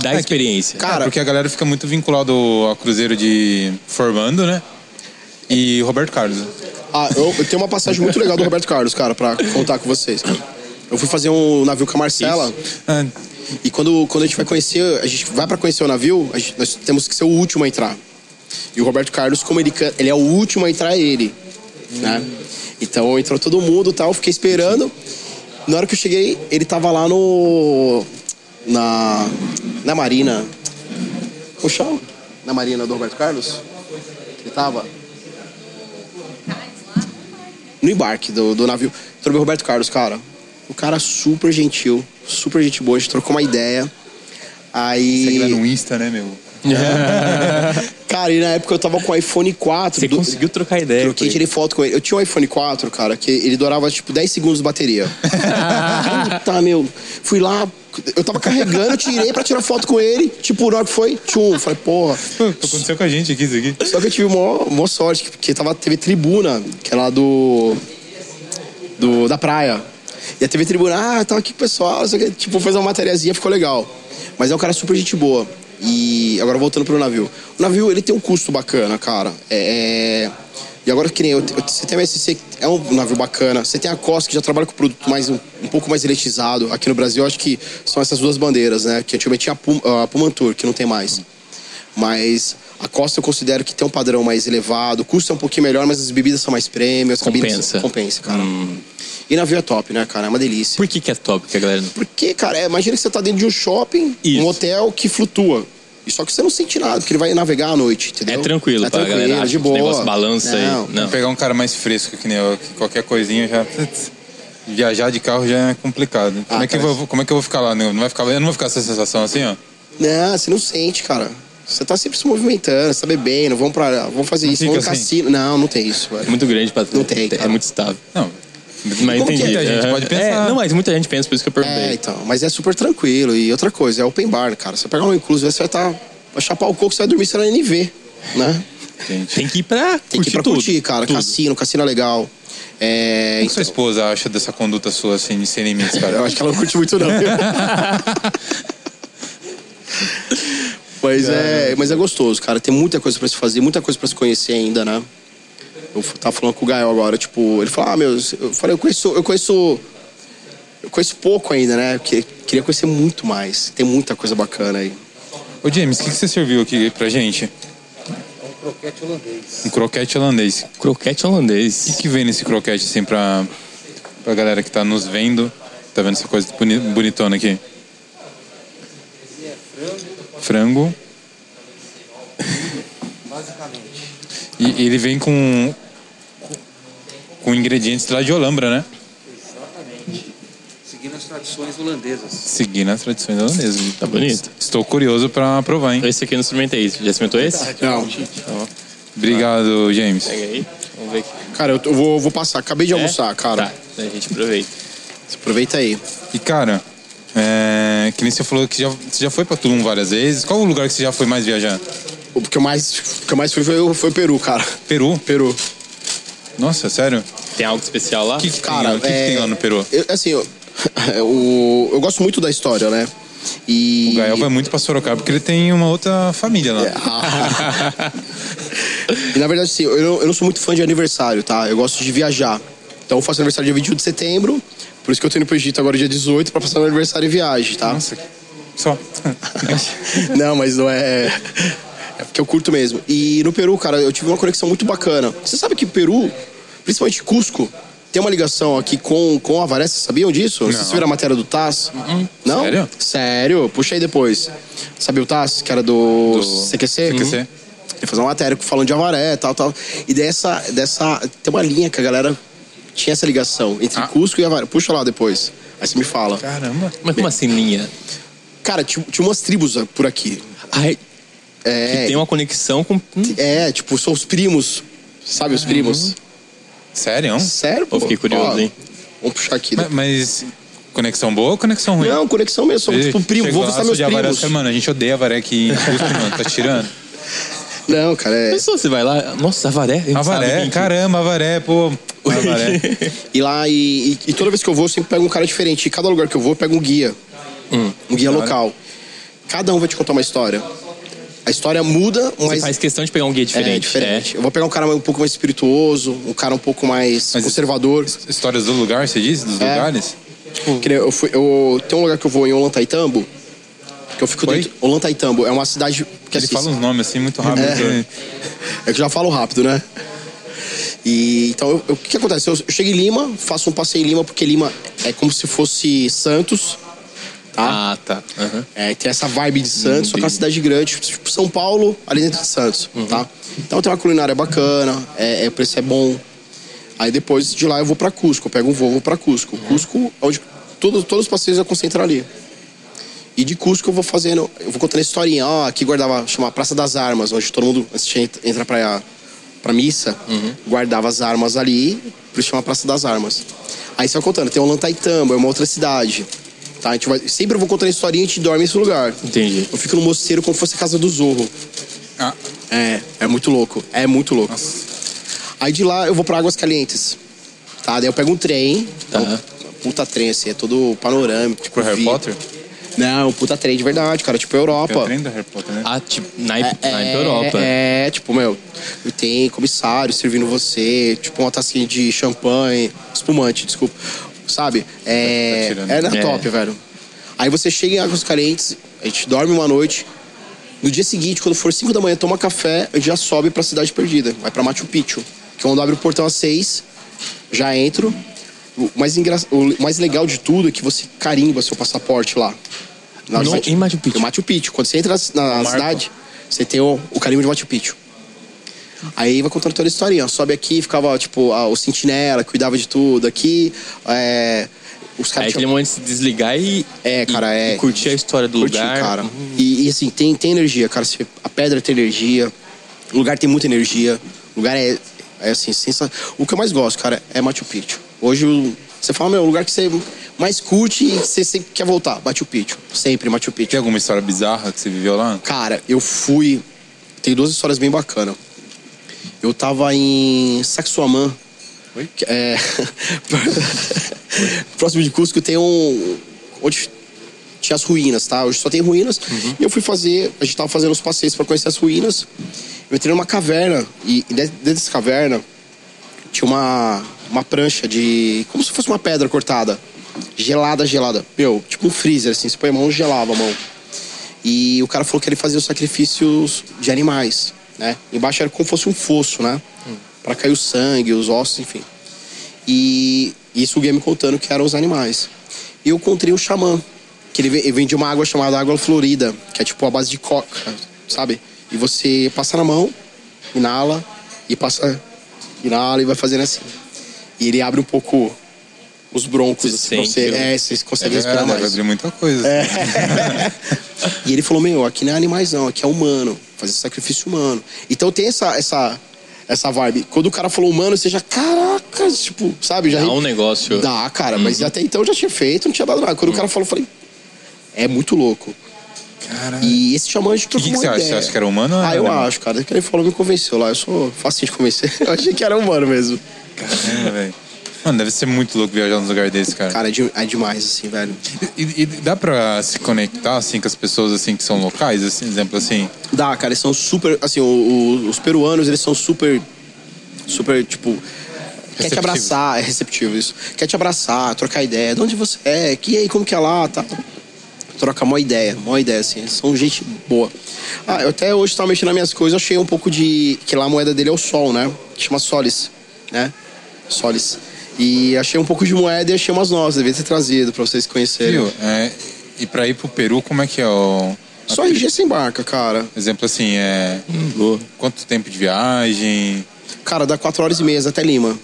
Speaker 2: da experiência?
Speaker 1: É,
Speaker 3: Cara,
Speaker 1: porque a galera fica muito vinculada ao ao Cruzeiro de Formando, né? E Roberto Carlos.
Speaker 3: Ah, eu, eu tenho uma passagem muito legal do Roberto Carlos, cara, pra contar com vocês. Eu fui fazer um navio com a Marcela.
Speaker 1: Ah,
Speaker 3: E quando, quando a gente vai conhecer, a gente vai pra conhecer o navio, a gente- nós temos que ser o último a entrar. E o Roberto Carlos, como ele, can- ele é o último a entrar, é ele. Né? Então entrou todo mundo e tal, eu fiquei esperando. Na hora que eu cheguei, ele tava lá no. Na. Na Marina. Como chama? Na Marina do Roberto Carlos? Ele tava. no embarque do, do navio. Trobei o Roberto Carlos, cara. O cara super gentil, super gente boa, a gente trocou uma ideia.
Speaker 1: Segue lá
Speaker 3: Aí.
Speaker 1: no Insta, né, meu?
Speaker 3: Cara, e na época eu tava com o iPhone 4.
Speaker 2: Você
Speaker 3: do-
Speaker 2: conseguiu trocar ideia.
Speaker 3: Troquei,
Speaker 2: com ele.
Speaker 3: tirei foto com ele. Eu tinha um iPhone 4, cara, que ele durava tipo 10 segundos de bateria. Puta, meu. Fui lá, eu tava carregando, tirei pra tirar foto com ele. Tipo, na hora que foi, tchum. Falei, porra.
Speaker 1: Pô, aconteceu com a gente aqui, isso aqui.
Speaker 3: Só que eu tive mó, mó sorte, que- porque tava a TV Tribuna, que é lá do. do da praia. E a TV Tribuna, ah, tava aqui com o pessoal, não sei o que, tipo, fez uma matériazinha, ficou legal. Mas é um cara super gente boa. E agora voltando pro navio. O navio, ele tem um custo bacana, cara. É. é- E agora que nem eu, eu- você tem a MSC, que é um navio bacana. Você tem a COS, que já trabalha com produto mais, um, um pouco mais elitizado. Aqui no Brasil, eu acho que são essas duas bandeiras, né? Que antigamente tinha a, Pum, a Pumantur, que não tem mais. Mas a Costa eu considero que tem um padrão mais elevado, o custo é um pouquinho melhor, mas as bebidas são mais premium, as cabines
Speaker 2: Compensa.
Speaker 3: compensa, cara. E navio é top, né, cara? É uma delícia.
Speaker 2: Por que, que é top que a galera não.
Speaker 3: Porque, cara, é, imagina que você tá dentro de um shopping,
Speaker 2: Isso.
Speaker 3: um hotel que flutua. E só que você não sente nada, porque ele vai navegar à noite,
Speaker 2: É
Speaker 3: entendeu?
Speaker 2: tranquilo pra galera. acha
Speaker 3: de
Speaker 2: que esse
Speaker 3: boa.
Speaker 2: negócio balança aí.
Speaker 3: Não.
Speaker 2: Não.
Speaker 1: Pegar um cara mais fresco que nem eu, que qualquer coisinha já. Viajar de carro já é complicado. como, é que eu
Speaker 3: Ah, cara.
Speaker 1: vou, como é que eu vou ficar lá? Não vai ficar, eu não vou ficar com essa sensação assim, ó.
Speaker 3: Não, você não sente, cara. Você tá sempre se movimentando, você tá bebendo, vamos, pra, vamos fazer isso,
Speaker 1: fica
Speaker 3: vamos no
Speaker 1: assim?
Speaker 3: cassino. Não, não tem isso,
Speaker 2: É
Speaker 3: velho.
Speaker 2: muito grande pra.
Speaker 3: Não tem, cara.
Speaker 2: É muito estável.
Speaker 1: Não.
Speaker 2: Mas
Speaker 1: Como que
Speaker 2: entendi.
Speaker 1: muita gente
Speaker 2: Aham.
Speaker 1: pode
Speaker 2: É,
Speaker 1: pensar.
Speaker 2: não, mas muita gente pensa, por isso que eu perguntei.
Speaker 3: É, então, mas é super tranquilo. E outra coisa, é open bar, cara. Você pegar um inclusive, você vai estar. vai chapar o coco, você vai dormir, você vai na NV, né?
Speaker 1: Gente.
Speaker 2: Tem que ir pra
Speaker 3: Tem que ir pra
Speaker 2: tudo,
Speaker 3: curtir, cara.
Speaker 2: tudo.
Speaker 3: Cassino, cassino é legal. É.
Speaker 2: Então.
Speaker 1: O que sua esposa acha dessa conduta sua, assim, de sem limites, cara?
Speaker 3: Eu acho que ela não curte muito, não. mas, é, mas é gostoso, cara. Tem muita coisa pra se fazer, muita coisa pra se conhecer ainda, né? Eu f- tava falando com o Gael agora, tipo, ele falou, ah, meu, eu falei, eu conheço, eu conheço. Eu conheço pouco ainda, né? Porque queria conhecer muito mais. Tem muita coisa bacana aí.
Speaker 1: Ô, James, o que, que você serviu aqui pra gente? Um croquete holandês. Um croquete holandês.
Speaker 2: Croquete
Speaker 1: O
Speaker 2: holandês.
Speaker 1: que, que vem nesse croquete, assim, pra, pra galera que tá nos vendo? Tá vendo essa coisa boni- bonitona aqui? Frango. Basicamente. E, e ele vem com... com ingredientes lá de Olambra, né?
Speaker 4: Exatamente. Seguindo as tradições holandesas.
Speaker 1: Seguindo as tradições holandesas.
Speaker 2: Tá bonito.
Speaker 1: Estou curioso pra provar, hein?
Speaker 2: Esse aqui eu não experimentei. Já experimentou esse?
Speaker 3: Não.
Speaker 1: Obrigado, James.
Speaker 2: Pega aí. Vamos ver aqui.
Speaker 3: Cara, eu, tô- eu vou, vou passar. Acabei de almoçar, cara.
Speaker 2: Tá, daí a gente aproveita.
Speaker 3: Você aproveita aí.
Speaker 1: E, cara, é, que nem você falou que já, você já foi pra Tulum várias vezes. Qual o lugar que você já foi mais viajar?
Speaker 3: O que eu mais, o que eu mais fui foi, foi Peru, cara.
Speaker 1: Peru?
Speaker 3: Peru.
Speaker 1: Nossa, sério?
Speaker 2: Tem algo especial lá?
Speaker 1: O que, que, tem
Speaker 3: Cara,
Speaker 1: lá? O que que
Speaker 3: é-
Speaker 1: tem lá no Peru?
Speaker 3: Eu, assim, eu, o- eu gosto muito da história, né? E. é,
Speaker 1: O Gael vai muito pra Sorocaba porque ele tem uma outra família lá.
Speaker 3: ah. E, na verdade, assim, eu, não- eu não sou muito fã de aniversário, tá? Eu gosto de viajar. Então eu faço aniversário dia 21 de setembro, por isso que eu tô indo pro Egito agora dia 18 pra passar meu aniversário em viagem, tá?
Speaker 1: Nossa, só.
Speaker 3: Não, mas não é. É porque eu curto mesmo. E no Peru, cara, eu tive uma conexão muito bacana. Você sabe que Peru, principalmente Cusco, tem uma ligação aqui com, com a Varese, sabiam disso? Vocês viram a matéria do Taz? Não?
Speaker 1: Sério?
Speaker 3: Sério, puxa aí depois. Sabia o Taz, que era do, CQC?
Speaker 1: CQC.
Speaker 3: Uhum. Ele fazia uma matéria falando de Avaré e tal, tal. E dessa, dessa. Tem uma linha que a galera tinha essa ligação entre
Speaker 1: Ah.
Speaker 3: Cusco e Avaré. Puxa lá depois. Aí você me fala.
Speaker 1: Caramba.
Speaker 3: é?
Speaker 2: Mas como assim linha?
Speaker 3: Cara, tinha, tinha umas tribos por aqui.
Speaker 2: Ai,
Speaker 3: É,
Speaker 2: tem uma conexão com... Hum,
Speaker 3: É, tipo, são os primos. Sabe os primos?
Speaker 1: Uhum. Sério?
Speaker 3: Sério, pô?
Speaker 2: eu fiquei curioso,
Speaker 3: Ó,
Speaker 2: hein?
Speaker 3: Vamos puxar aqui.
Speaker 1: Ma-
Speaker 3: né?
Speaker 1: Mas conexão boa ou conexão ruim?
Speaker 3: Não, conexão mesmo. São,
Speaker 1: Ele
Speaker 3: tipo, primo.
Speaker 1: chegou
Speaker 3: Vou
Speaker 1: lá,
Speaker 3: visitar meus
Speaker 1: sou de Avaré,
Speaker 3: primos.
Speaker 1: falei, Mano, a gente odeia Avaré aqui em Cusco, mano. Tá tirando.
Speaker 3: Não, cara, é...
Speaker 2: Hum, Pessoa, você vai lá... Nossa, Avaré. eu não sabe
Speaker 1: Avaré,
Speaker 2: quem que-
Speaker 1: caramba, Avaré, pô. Avaré.
Speaker 3: E lá, e, e- e toda vez que eu vou, eu sempre pego um cara diferente. E cada lugar que eu vou, eu pego um guia.
Speaker 2: Hum,
Speaker 3: um guia
Speaker 1: da hora.
Speaker 3: local. Cada um vai te contar uma história. A história muda,
Speaker 2: Você
Speaker 3: mas...
Speaker 2: faz questão de pegar um guia diferente.
Speaker 3: É, diferente. Eu vou pegar um cara um pouco mais espirituoso, um cara um pouco mais
Speaker 1: Mas-
Speaker 3: conservador.
Speaker 1: Histórias do lugar, você disse? Dos
Speaker 3: É.
Speaker 1: lugares?
Speaker 3: Uhum. Que nem eu fui, eu, tem um lugar que eu vou em Olantaytambo, que eu fico
Speaker 1: Oi?
Speaker 3: dentro... Olantaytambo é uma cidade... Que
Speaker 1: Ele
Speaker 3: assim,
Speaker 1: fala uns nomes assim muito rápido.
Speaker 3: É. É que eu já falo rápido, né? E, então, eu- eu- o que, que acontece? Eu, eu chego em Lima, faço um passeio em Lima, porque Lima é como se fosse Santos. Tá?
Speaker 2: Ah, tá. Aham.
Speaker 3: É, tem essa vibe de Santos, só que é uma cidade grande, tipo São Paulo, ali dentro de Santos, tá? Então tem uma culinária bacana, é, é, o preço é bom. Aí depois de lá eu vou pra Cusco, eu pego um voo, vou pra Cusco. Cusco é onde todo, todos os passeios eu concentro ali. E de Cusco eu vou fazendo, eu vou contando a historinha, ó, aqui guardava, chama Praça das Armas, onde todo mundo antes de ent- entrar pra, pra missa, guardava as armas ali, por isso chama Praça das Armas. Aí você vai contando, tem Ollantaytambo, é uma outra cidade. Tá, a gente vai, sempre eu vou contando a historinha e a gente dorme nesse lugar.
Speaker 2: Entendi.
Speaker 3: Eu fico no mosteiro como se fosse a casa do Zorro.
Speaker 1: Ah,
Speaker 3: É, é muito louco, é muito louco. Aí de lá eu vou pra Águas Calientes. Tá, daí eu pego um trem,
Speaker 2: Tá.
Speaker 3: um puta trem assim, é todo panorâmico. Tipo
Speaker 1: pro
Speaker 2: É.
Speaker 1: Harry
Speaker 3: vidro.
Speaker 1: Potter?
Speaker 3: Não, puta trem de verdade, cara. Tipo
Speaker 1: Tem o
Speaker 3: Europa.
Speaker 1: trem do Harry Potter, né?
Speaker 2: Ah, tipo, na,
Speaker 3: É,
Speaker 2: na Europa.
Speaker 3: É, é, tipo, meu, tem comissário servindo você, tipo uma tacinha de champanhe, espumante, desculpa. Sabe?
Speaker 1: Tá
Speaker 3: É,
Speaker 1: tirando.
Speaker 3: é na
Speaker 2: É.
Speaker 3: top, velho. Aí você chega em Águas Carentes, a gente dorme uma noite. No dia seguinte, quando for 5 da manhã, toma café, a gente já sobe pra Cidade Perdida. Vai pra Machu Picchu. Que é onde abre o portão às 6, já entro. O mais, engra... o mais legal de tudo é que você carimba seu passaporte lá. Na
Speaker 2: No-
Speaker 3: cidade-
Speaker 2: em Machu Picchu?
Speaker 3: Em Machu Picchu. Quando você entra na, na
Speaker 1: Marco.
Speaker 3: cidade, você tem o, o carimbo de Machu Picchu. Aí vai contando toda a historinha. ó. Sobe aqui, ficava, tipo, a- o sentinela, que cuidava de tudo. Aqui, é, os
Speaker 2: Aí
Speaker 3: caras...
Speaker 2: aquele
Speaker 3: tinham-
Speaker 2: momento de se desligar e,
Speaker 3: É, cara,
Speaker 2: e-
Speaker 3: é.
Speaker 2: e curtir a história do
Speaker 3: Curtiu,
Speaker 2: lugar. Uhum.
Speaker 3: cara. E, e, assim, tem, tem energia, cara. Você- A pedra tem energia. O lugar tem muita energia. O lugar é, é assim, sensacional. O que eu mais gosto, cara, é Machu Picchu. Hoje, o- você fala, meu, é o lugar que você mais curte e que você sempre quer voltar. Machu Picchu. Sempre Machu Picchu.
Speaker 1: Tem alguma história bizarra que você viveu lá?
Speaker 3: Cara, eu fui. Tem duas histórias bem bacanas. Eu tava em Saxuamã. Oi? É... Próximo de Cusco tem um. Onde tinha as ruínas, tá? Hoje só tem ruínas. E eu fui fazer. A gente tava fazendo uns passeios pra conhecer as ruínas. Eu entrei numa caverna. E e dentro dentro dessa caverna tinha uma, uma prancha de. Como se fosse uma pedra cortada. Gelada, gelada. Meu, tipo um freezer, assim. Você põe a mão, gelava a mão. E o cara falou que ele fazia os sacrifícios de animais, né? Embaixo era como fosse um fosso, né?
Speaker 2: Hum.
Speaker 3: Pra cair o sangue, os ossos, enfim. E isso o game contando que eram os animais. E eu encontrei um xamã, que ele ve- ele vendia uma água chamada água florida, que é tipo a base de coca, sabe? E você passa na mão, inala, e passa, inala e vai fazendo assim. E E ele abre um pouco os broncos.
Speaker 2: Você
Speaker 3: assim, pra
Speaker 2: sente,
Speaker 3: você,
Speaker 2: né?
Speaker 3: é, vocês conseguem
Speaker 1: É,
Speaker 3: respirar
Speaker 1: deve
Speaker 3: mais.
Speaker 1: abrir muita coisa.
Speaker 2: É.
Speaker 1: assim,
Speaker 3: E ele falou, meu, aqui não é animais não, aqui é humano. Fazer sacrifício humano. Então tem essa, essa, essa vibe. Quando o cara falou humano, você já, caraca, tipo, sabe? Já
Speaker 2: Dá um negócio.
Speaker 3: Dá, cara, mas
Speaker 1: Uhum.
Speaker 3: até então eu já tinha feito, não tinha dado nada. Quando o cara falou, eu falei, é muito louco.
Speaker 1: Caralho.
Speaker 3: E esse xamã a gente
Speaker 1: O que,
Speaker 3: trocou
Speaker 1: que
Speaker 3: uma
Speaker 1: você acha?
Speaker 3: ideia.
Speaker 1: Você acha que era humano? ou
Speaker 3: Ah,
Speaker 1: era
Speaker 3: eu
Speaker 1: animal?
Speaker 3: acho, cara. Que ele falou me convenceu lá. Eu sou facinho de convencer. Eu achei que era humano mesmo.
Speaker 1: Caramba, né? É, velho. Mano, deve ser muito louco viajar num lugar desse, cara.
Speaker 3: Cara, é, de- é demais, assim, velho.
Speaker 1: E, e dá pra se conectar, assim, com as pessoas, assim, que são locais, assim, exemplo, assim?
Speaker 3: Dá, cara, eles são super. Assim, o- o- os peruanos, eles são super. Super, tipo. Quer te
Speaker 1: Receptivos.
Speaker 3: abraçar, é receptivo isso. Quer te abraçar, trocar ideia. De onde você é? Que e aí, como que é lá? Tá. Troca mó ideia, mó ideia, assim. Eles são gente boa. Ah, eu até hoje tava mexendo nas minhas coisas, achei um pouco de. Que lá a moeda dele é o sol, né? Que chama soles, né? Soles. E achei um pouco de moeda e achei umas nossas, devia ter trazido pra vocês conhecerem.
Speaker 1: Viu? É, e pra ir pro Peru, como é que é o...
Speaker 3: Só RG sem barca, cara.
Speaker 1: Exemplo, assim, é...
Speaker 2: Hum,
Speaker 1: Quanto tempo de viagem?
Speaker 3: Cara, dá 4 horas e meia até Lima,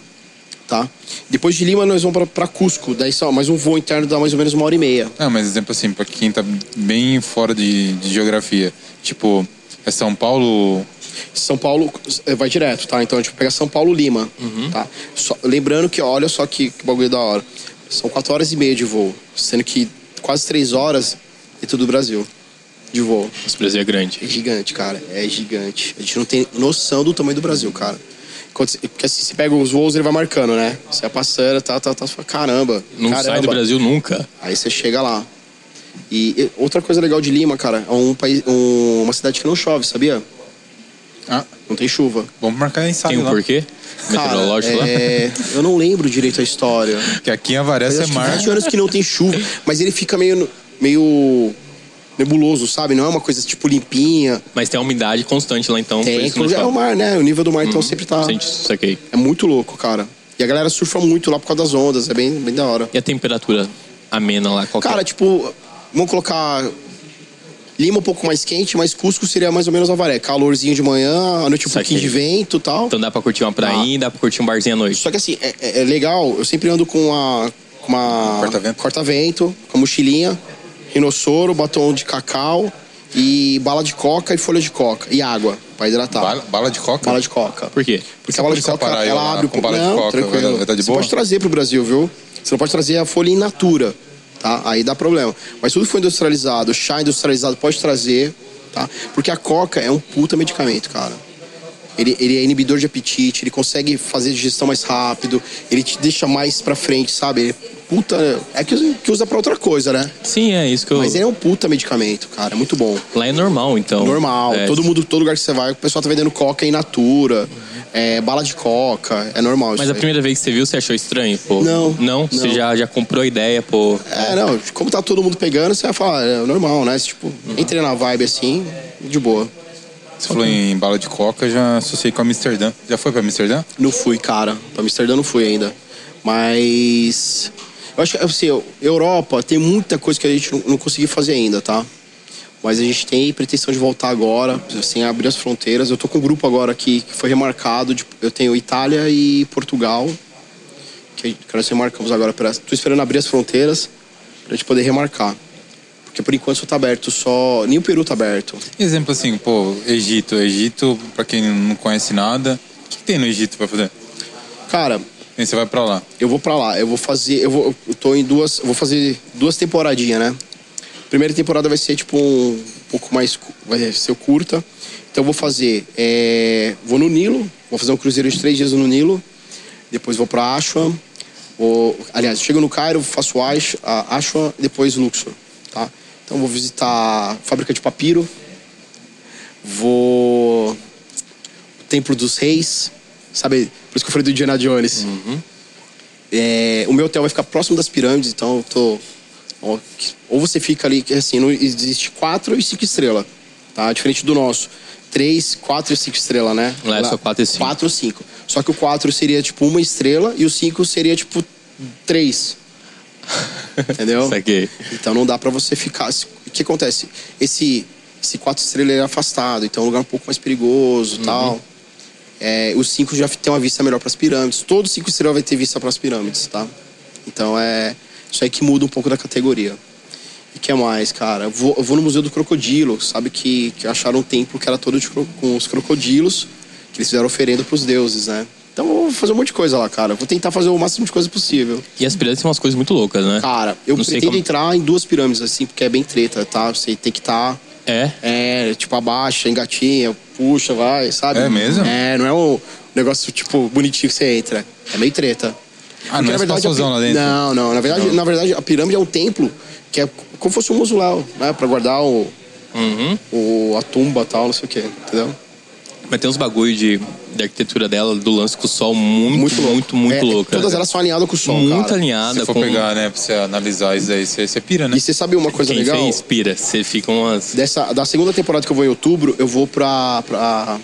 Speaker 3: tá? Depois de Lima, nós vamos pra, pra Cusco. Daí só mais um voo interno dá mais ou menos uma hora e meia.
Speaker 1: Não, mas exemplo, assim, pra quem tá bem fora de, de geografia. Tipo, é São Paulo...
Speaker 3: São Paulo eh, vai direto, tá? Então a gente pega São Paulo Lima,
Speaker 2: Uhum.
Speaker 3: tá? Só- lembrando que, olha só que, que bagulho da hora. São 4 horas e meia de voo, sendo que quase 3 horas dentro do Brasil de voo.
Speaker 2: Esse Brasil é
Speaker 3: É
Speaker 2: grande.
Speaker 3: gigante, cara. É gigante. A gente não tem noção do tamanho do Brasil, cara. Quando você- Porque assim, você pega os voos, ele vai marcando, né? Você vai passando, tá, tá, tá. você fala, Caramba.
Speaker 2: Não
Speaker 3: caramba.
Speaker 2: sai do Brasil nunca.
Speaker 3: Aí você chega lá. E e outra coisa legal de Lima, cara, é um país, um- uma cidade que não chove, sabia?
Speaker 1: Ah,
Speaker 3: Não tem chuva.
Speaker 1: vamos marcar ensaio
Speaker 2: Tem um
Speaker 1: lá.
Speaker 2: porquê? Meteorológico
Speaker 3: cara,
Speaker 2: lá?
Speaker 3: é, eu não lembro direito a história.
Speaker 1: Porque aqui em Avaré
Speaker 3: Mas
Speaker 1: você
Speaker 3: acho que
Speaker 1: marca...
Speaker 3: 20 anos que não tem chuva, mas ele fica meio, meio nebuloso, sabe? Não é uma coisa tipo limpinha.
Speaker 2: Mas tem a umidade constante lá, então. por
Speaker 3: Tem,
Speaker 2: isso que não
Speaker 3: é o
Speaker 2: chove.
Speaker 3: mar, né? O nível do mar então sempre tá.
Speaker 2: Uhum. Sente isso, saquei.
Speaker 3: É muito louco, cara. E a galera surfa muito lá por causa das ondas, é bem, bem da hora.
Speaker 2: E a temperatura amena lá? Qual que é?
Speaker 3: Cara, tipo, vamos colocar Lima um pouco mais quente, mas Cusco seria mais ou menos Avaré. Calorzinho de manhã, à noite um
Speaker 2: Saquei.
Speaker 3: pouquinho de vento e tal.
Speaker 2: Então dá pra curtir uma prainha, dá pra curtir um barzinho à noite.
Speaker 3: Só que assim, é, é- é legal, eu sempre ando com uma... com uma
Speaker 1: Corta-vento.
Speaker 3: corta-vento, com a mochilinha, rinossoro, batom de cacau e bala de coca e folha de coca. E água, pra hidratar.
Speaker 1: Bala, bala de coca?
Speaker 3: Bala de coca.
Speaker 2: Por quê?
Speaker 3: Porque a bala de
Speaker 1: polícia
Speaker 3: coca,
Speaker 1: parar eu lá
Speaker 3: ela abre o
Speaker 1: com bala de
Speaker 3: não,
Speaker 1: coca,
Speaker 3: tranquilo.
Speaker 1: vai dar- vai dar de
Speaker 3: Você
Speaker 1: boa?
Speaker 3: pode trazer pro Brasil, viu? Você não pode trazer a folha in natura, tá? Aí dá problema. Mas tudo que foi industrializado, chá industrializado pode trazer, tá? Porque a coca é um puta medicamento, cara. Ele, ele é inibidor de apetite, ele consegue fazer digestão mais rápido, ele te deixa mais pra frente, sabe? Ele é puta. É que, que usa pra outra coisa, né?
Speaker 2: Sim, é isso que eu.
Speaker 3: Mas ele é um puta medicamento, cara. É muito bom.
Speaker 2: Lá é normal, então.
Speaker 3: Normal.
Speaker 2: É,
Speaker 3: Todo mundo, todo lugar que você vai, o pessoal tá vendendo coca in natura, é, bala de coca, é normal.
Speaker 2: Mas
Speaker 3: isso
Speaker 2: a
Speaker 3: aí.
Speaker 2: primeira vez que você viu, você achou estranho, pô?
Speaker 3: Não,
Speaker 2: Não? Você
Speaker 3: não.
Speaker 2: já, já comprou a ideia, pô?
Speaker 3: É, não, como tá todo mundo pegando, você vai falar, é normal, né? Tipo,
Speaker 2: Uhum.
Speaker 3: entrei na vibe assim, de boa.
Speaker 1: Você falou em bala de coca, já associei com Amsterdã. Já foi pra Amsterdã?
Speaker 3: Não fui, cara. Pra Amsterdã não fui ainda. Mas. Eu acho que, assim, eu- Europa tem muita coisa que a gente não, não conseguiu fazer ainda, tá? Mas a gente tem pretensão de voltar agora, assim, abrir as fronteiras. Eu tô com um grupo agora aqui que foi remarcado. de- eu tenho Itália e Portugal, que, que nós remarcamos agora. Pra, tô esperando abrir as fronteiras pra gente poder remarcar. Porque por enquanto só tá aberto, só. Nem o Peru tá aberto.
Speaker 1: Exemplo assim, pô, Egito. Egito, pra quem não conhece nada, o que, que tem no Egito pra fazer?
Speaker 3: Cara,
Speaker 1: Aí você vai pra lá. Ah,
Speaker 3: Eu vou pra lá, eu vou fazer, eu vou, eu tô em duas, eu vou fazer duas temporadinhas, né? Primeira temporada vai ser tipo um, pouco mais, cu- vai ser curta. Então eu vou fazer, é, vou no Nilo, vou fazer um cruzeiro de três dias no Nilo, depois vou pra Ashwa, vou, aliás, chego no Cairo, faço Ash- a Ashwa, depois Luxor, tá? Então eu vou visitar a fábrica de papiro, vou Templo dos Reis, sabe? Por isso que eu falei do Indiana Jones.
Speaker 2: Uhum.
Speaker 3: É, o meu hotel vai ficar próximo das pirâmides, então eu tô. ó, que- Ou você fica ali, que assim, não existe quatro e cinco estrelas, tá? Diferente do nosso. Três, quatro e cinco estrelas, né?
Speaker 2: Lá é só quatro e cinco.
Speaker 3: Quatro ou cinco. Só que o quatro seria tipo uma estrela e o cinco seria tipo três. Entendeu?
Speaker 2: Saquei.
Speaker 3: Então não dá pra você ficar. O que acontece? Esse, esse quatro estrelas ele é afastado, então é um lugar um pouco mais perigoso e tal. É, os cinco já tem uma vista melhor para as pirâmides. Todo cinco estrela vai ter vista para as pirâmides, tá? Então é isso aí que muda um pouco da categoria. E que mais, cara? Eu vou, eu vou no Museu do Crocodilo, sabe que, que acharam um templo que era todo de cro- com os crocodilos, que eles fizeram oferenda pros deuses, né? Então eu vou fazer um monte de coisa lá, cara. Eu Vou tentar fazer o máximo de coisa possível.
Speaker 2: E as pirâmides são umas coisas muito loucas, né?
Speaker 3: Cara, eu
Speaker 2: Não sei
Speaker 3: pretendo
Speaker 2: como-
Speaker 3: entrar em duas pirâmides, assim, porque é bem treta, tá? Você tem que estar.
Speaker 2: É?
Speaker 3: É, tipo, abaixa, engatinha, puxa, vai, sabe?
Speaker 1: É mesmo?
Speaker 3: É, não é um negócio, tipo, bonitinho que você entra. É meio treta.
Speaker 1: Ah, não é espaçosão
Speaker 3: a pi-
Speaker 1: lá dentro?
Speaker 3: Não, não. Na verdade, na verdade, a pirâmide é um templo que é como se fosse um mausoléu, né? Pra guardar o,
Speaker 2: Uhum.
Speaker 3: o, a tumba e tal, não sei o quê, entendeu?
Speaker 2: Mas tem uns bagulho de, da arquitetura dela, do lance com o sol, muito, muito,
Speaker 3: louco.
Speaker 2: muito,
Speaker 3: É,
Speaker 2: louca.
Speaker 3: Todas elas são alinhadas com o sol,
Speaker 2: muito
Speaker 3: cara.
Speaker 2: alinhada
Speaker 1: Se for
Speaker 2: com
Speaker 1: pegar, né, pra você analisar isso daí, você, você pira, né?
Speaker 3: E você sabe uma coisa
Speaker 2: quem
Speaker 3: legal?
Speaker 2: fez, pira. Você fica umas...
Speaker 3: Dessa, da segunda temporada que eu vou em outubro, eu vou pra. pra.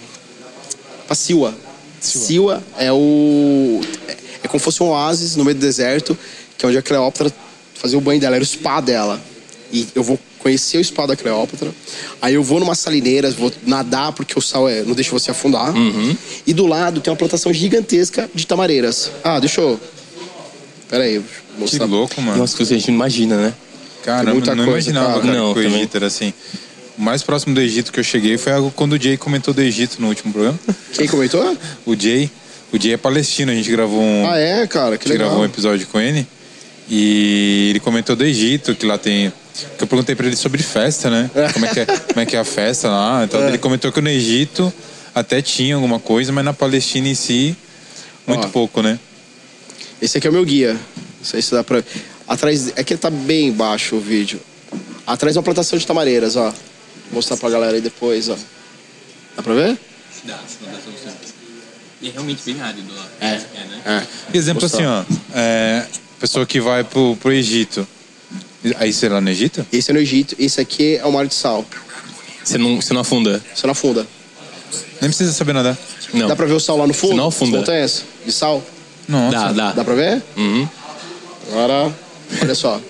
Speaker 3: pra Siwa. Siwa é o. é- É como se fosse um oásis no meio do deserto, que é onde a Cleópatra fazia o banho dela, era o spa dela. E eu vou conhecer o spa da Cleópatra. Aí eu vou numa salineira, vou nadar, porque o sal é, não deixa você afundar.
Speaker 1: Uhum.
Speaker 3: E do lado tem uma plantação gigantesca de tamareiras. Ah, deixa eu. Pera aí, vou
Speaker 1: Que
Speaker 3: mostrar.
Speaker 1: louco, mano.
Speaker 2: Umas coisas que a gente não imagina, né?
Speaker 1: Caramba,
Speaker 3: muita
Speaker 1: não
Speaker 3: coisa,
Speaker 1: imaginava,
Speaker 3: cara.
Speaker 1: cara,
Speaker 2: Não,
Speaker 1: que o
Speaker 2: também.
Speaker 1: Egito era assim. O mais próximo do Egito que eu cheguei foi algo quando o Jay comentou do Egito no último programa.
Speaker 3: Quem comentou?
Speaker 1: O Jay, o Jay é palestino, a gente gravou um,
Speaker 3: Ah, é, cara, que
Speaker 1: gente gravou um
Speaker 3: legal.
Speaker 1: episódio com ele e ele comentou do Egito, que lá tem. Que eu perguntei pra ele sobre festa, né? Como é que é, como é, que é a festa lá. Então
Speaker 3: É.
Speaker 1: ele comentou que no Egito até tinha alguma coisa, mas na Palestina em si, muito
Speaker 3: Ó.
Speaker 1: pouco, né?
Speaker 3: Esse aqui é o meu guia. Não sei se dá pra. Atrás. É que ele tá bem baixo o vídeo. Atrás é uma plantação de tamareiras, ó. Vou mostrar pra galera aí depois, ó. Dá pra ver?
Speaker 2: E é realmente bem árido lá. É, né?
Speaker 3: É.
Speaker 1: Exemplo
Speaker 3: Gostou.
Speaker 1: assim, ó. É, pessoa que vai pro, pro Egito. Aí será no Egito?
Speaker 3: Esse é no Egito, esse aqui é o mar de sal.
Speaker 2: Você não, você não afunda?
Speaker 3: Você não afunda.
Speaker 1: Nem precisa saber nadar.
Speaker 2: Não.
Speaker 3: Dá pra ver o sal lá no fundo?
Speaker 2: Você não é afunda.
Speaker 3: As montanhas de sal?
Speaker 1: Nossa.
Speaker 2: Dá, dá.
Speaker 3: Dá pra ver?
Speaker 2: Uhum.
Speaker 3: Agora, olha só.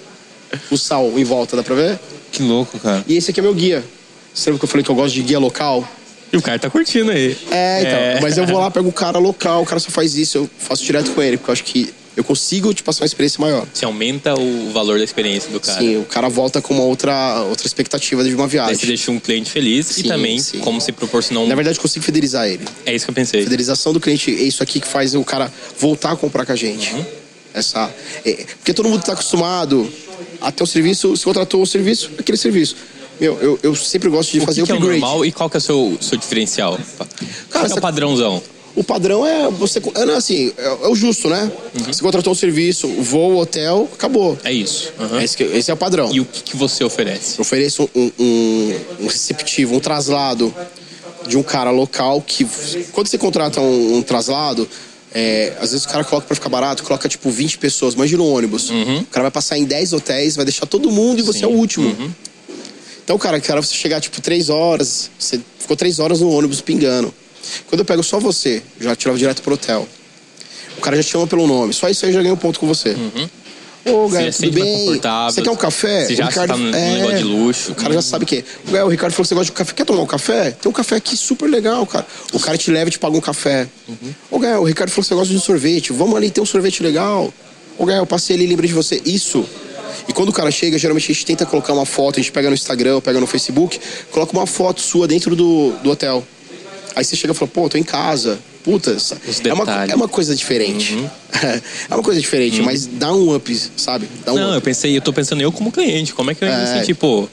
Speaker 3: O sal em volta, dá pra ver?
Speaker 1: Que louco, cara.
Speaker 3: E esse aqui é meu guia. Você lembra que eu falei que eu gosto de guia local?
Speaker 2: E o cara tá curtindo aí.
Speaker 3: É, então. Mas eu vou lá, pego o cara local, o cara só faz isso, eu faço direto com ele, porque eu acho que eu consigo te passar uma experiência maior.
Speaker 2: Você aumenta o valor da experiência do cara.
Speaker 3: Sim, o cara volta com uma outra, outra expectativa de uma
Speaker 2: Aí você
Speaker 3: viagem.
Speaker 2: deixa um cliente feliz e
Speaker 3: Sim,
Speaker 2: também
Speaker 3: sim.
Speaker 2: como se proporcionou um...
Speaker 3: Na verdade, eu consigo fidelizar ele.
Speaker 2: É isso que eu pensei.
Speaker 3: Fidelização do cliente é isso aqui que faz o cara voltar a comprar com a gente.
Speaker 2: Uhum.
Speaker 3: Essa, é, porque todo mundo está acostumado a ter o serviço, se contratou o serviço, aquele serviço. Meu, eu, eu sempre gosto de
Speaker 2: O
Speaker 3: fazer
Speaker 2: que, que é o
Speaker 3: upgrade.
Speaker 2: normal e qual que é o seu, seu diferencial? qual que é
Speaker 3: essa-
Speaker 2: o padrãozão?
Speaker 3: O padrão é você. É, não, assim, é, é o justo, né?
Speaker 2: Uhum.
Speaker 3: Você contratou o serviço, voo, hotel, acabou.
Speaker 2: É isso. Aham.
Speaker 3: Esse, que- esse é o padrão.
Speaker 2: E o que, que você oferece?
Speaker 3: Eu ofereço um, um- um receptivo, um traslado de um cara local que. Quando você contrata um, um traslado, é, às vezes o cara coloca pra ficar barato, coloca tipo 20 pessoas, imagina um ônibus. O cara vai passar em 10 hotéis, vai deixar todo mundo e você é o último. Então, cara, cara, você chegar tipo 3 horas, você ficou 3 horas no ônibus pingando. Quando eu pego só você, eu já te levo direto pro hotel. O cara já te chama pelo nome, só isso aí eu já ganho um ponto com você. Ô,
Speaker 2: Uhum. Você já
Speaker 3: galera,
Speaker 2: se
Speaker 3: tudo
Speaker 2: sente mais
Speaker 3: bem?
Speaker 2: confortável?
Speaker 3: Você quer um café?
Speaker 2: Você já
Speaker 3: O Ricardo-
Speaker 2: tá num
Speaker 3: É.
Speaker 2: negócio de luxo? hum.
Speaker 3: O cara já sabe o que é. O Ricardo falou que você gosta de café. Quer tomar um café? Tem um café aqui super legal, cara. O cara te leva e te paga um café.
Speaker 2: Uhum.
Speaker 3: Ô, Gael, o Ricardo falou que você gosta de sorvete. Vamos ali, tem um sorvete legal. Ô, Gael, eu passei ali e lembrei de você. Isso. E quando o cara chega, geralmente a gente tenta colocar uma foto, a gente pega no Instagram, pega no Facebook, coloca uma foto sua dentro do, do hotel. Aí você chega e fala, pô, tô em casa. Puta, sa-
Speaker 2: Os
Speaker 3: é, uma,
Speaker 2: detalhes.
Speaker 3: é uma coisa diferente.
Speaker 2: Uhum.
Speaker 3: é uma coisa diferente, mas dá um up, sabe? Dá um
Speaker 2: Não, eu
Speaker 3: up.
Speaker 2: pensei, eu tô pensando eu como cliente, como é que eu ia me
Speaker 3: É.
Speaker 2: sentir, pô...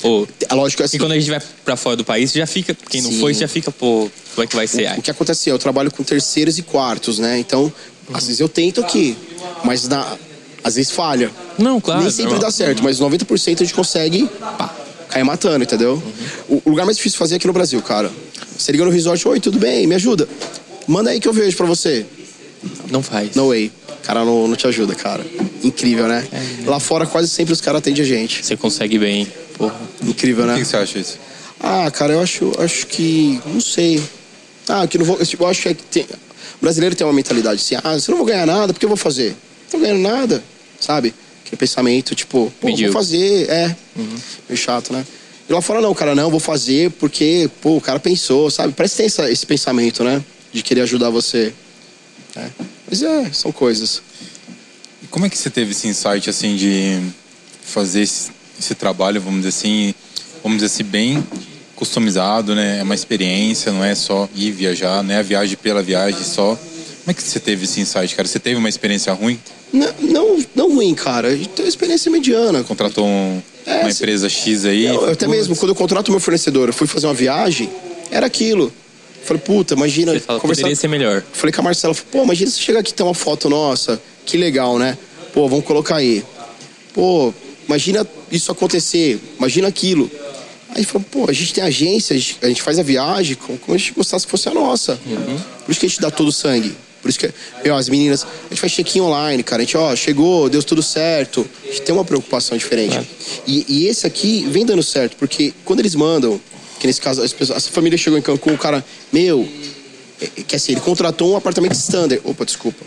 Speaker 2: pô,
Speaker 3: É lógico assim.
Speaker 2: E quando a gente vai pra fora do país, já fica. Quem não
Speaker 3: Sim.
Speaker 2: foi, já fica, pô, como é que vai ser?
Speaker 3: O que acontece é, eu trabalho com terceiros e quartos, né? Então,
Speaker 2: Uhum.
Speaker 3: às vezes eu tento aqui, mas na- às vezes falha.
Speaker 2: Não, claro.
Speaker 3: Nem sempre
Speaker 2: normal.
Speaker 3: dá certo, mas 90% a gente consegue pá, cair matando, entendeu?
Speaker 2: Uhum.
Speaker 3: O, o lugar mais difícil de fazer é aqui no Brasil, cara. Você liga no resort, oi, tudo bem? Me ajuda? Manda aí que eu vejo pra você.
Speaker 2: Não faz.
Speaker 3: No way. O cara não, não te ajuda, cara. Incrível, né?
Speaker 2: É.
Speaker 3: Lá fora quase sempre os caras atendem a gente.
Speaker 2: Você consegue bem. Porra.
Speaker 3: Incrível,
Speaker 1: O
Speaker 3: né?
Speaker 1: que que você acha disso?
Speaker 3: Ah, cara, eu acho, acho que. Não sei. Ah, que não vou. Eu acho que é que tem, o brasileiro tem uma mentalidade assim: ah, se eu não vou ganhar nada, por que eu vou fazer? Não tô ganhando nada, sabe? Aquele pensamento, tipo, pô, vou
Speaker 2: Medíocre.
Speaker 3: fazer, é. Meio chato, né? E lá fora, não, cara, não, vou fazer porque, pô, o cara pensou, sabe? Parece que tem essa- esse pensamento, né? de querer ajudar você. né? Mas é, são coisas.
Speaker 1: E como é que você teve esse insight, assim, de fazer esse, esse trabalho, vamos dizer assim, vamos dizer assim, bem customizado, né? É uma experiência, não é só ir viajar, né? A viagem pela viagem só. Como é que você teve esse insight, cara? Você teve uma experiência ruim?
Speaker 3: Não, não, não ruim, cara. A gente tem uma experiência mediana.
Speaker 1: Contratou um-
Speaker 3: É,
Speaker 1: uma
Speaker 3: se-
Speaker 1: empresa X aí?
Speaker 3: Eu, eu até
Speaker 1: Putz,
Speaker 3: mesmo, quando eu contrato meu fornecedor, eu fui fazer uma viagem, era aquilo. Eu Falei, puta, imagina.
Speaker 2: Você fala,
Speaker 3: conversar-
Speaker 2: poderia ser melhor.
Speaker 3: Falei com a Marcela, falei, pô, imagina se chegar aqui e ter uma foto nossa, que legal, né? Pô, vamos colocar aí. Pô, imagina isso acontecer, imagina aquilo. Aí falou, pô, a gente tem agência, a gente- a gente faz a viagem como, como a gente gostasse que fosse a nossa. Por isso que a gente dá todo o sangue. Por isso que, meu, as meninas, a gente faz check-in online, cara. A gente, ó, chegou, deu tudo certo. A gente tem uma preocupação diferente. E, e esse aqui vem dando certo, porque quando eles mandam, que nesse caso, as pessoas, essa família chegou em Cancún, o cara, meu, é, é que assim, ele contratou um apartamento standard. Opa, desculpa.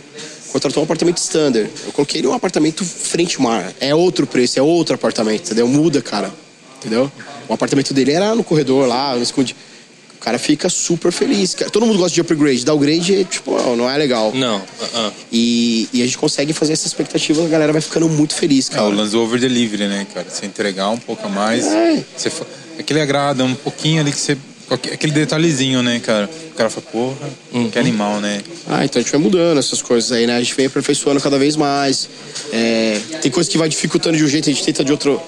Speaker 3: Contratou um apartamento standard. Eu coloquei ele um apartamento frente ao mar. É outro preço, é outro apartamento, entendeu? Muda, cara. Entendeu? O apartamento dele era no corredor lá, no esconde. O cara fica super feliz. cara. Todo mundo gosta de upgrade. Downgrade, é, tipo, não é legal.
Speaker 2: Não, ah, ah.
Speaker 3: E, e a gente consegue fazer essa expectativa, a galera vai ficando muito feliz,
Speaker 1: É, o
Speaker 3: cara.
Speaker 1: lance do over delivery, né, cara? Você entregar um pouco a mais.
Speaker 3: É.
Speaker 1: Você fa... Aquele agrada, um pouquinho ali que você. qualquer- Aquele detalhezinho, né, cara? O cara fala, porra, que animal, né?
Speaker 3: Ah, então a gente vai mudando essas coisas aí, né? A gente vem aperfeiçoando cada vez mais. É, tem coisa que vai dificultando de um jeito, a gente tenta de outro,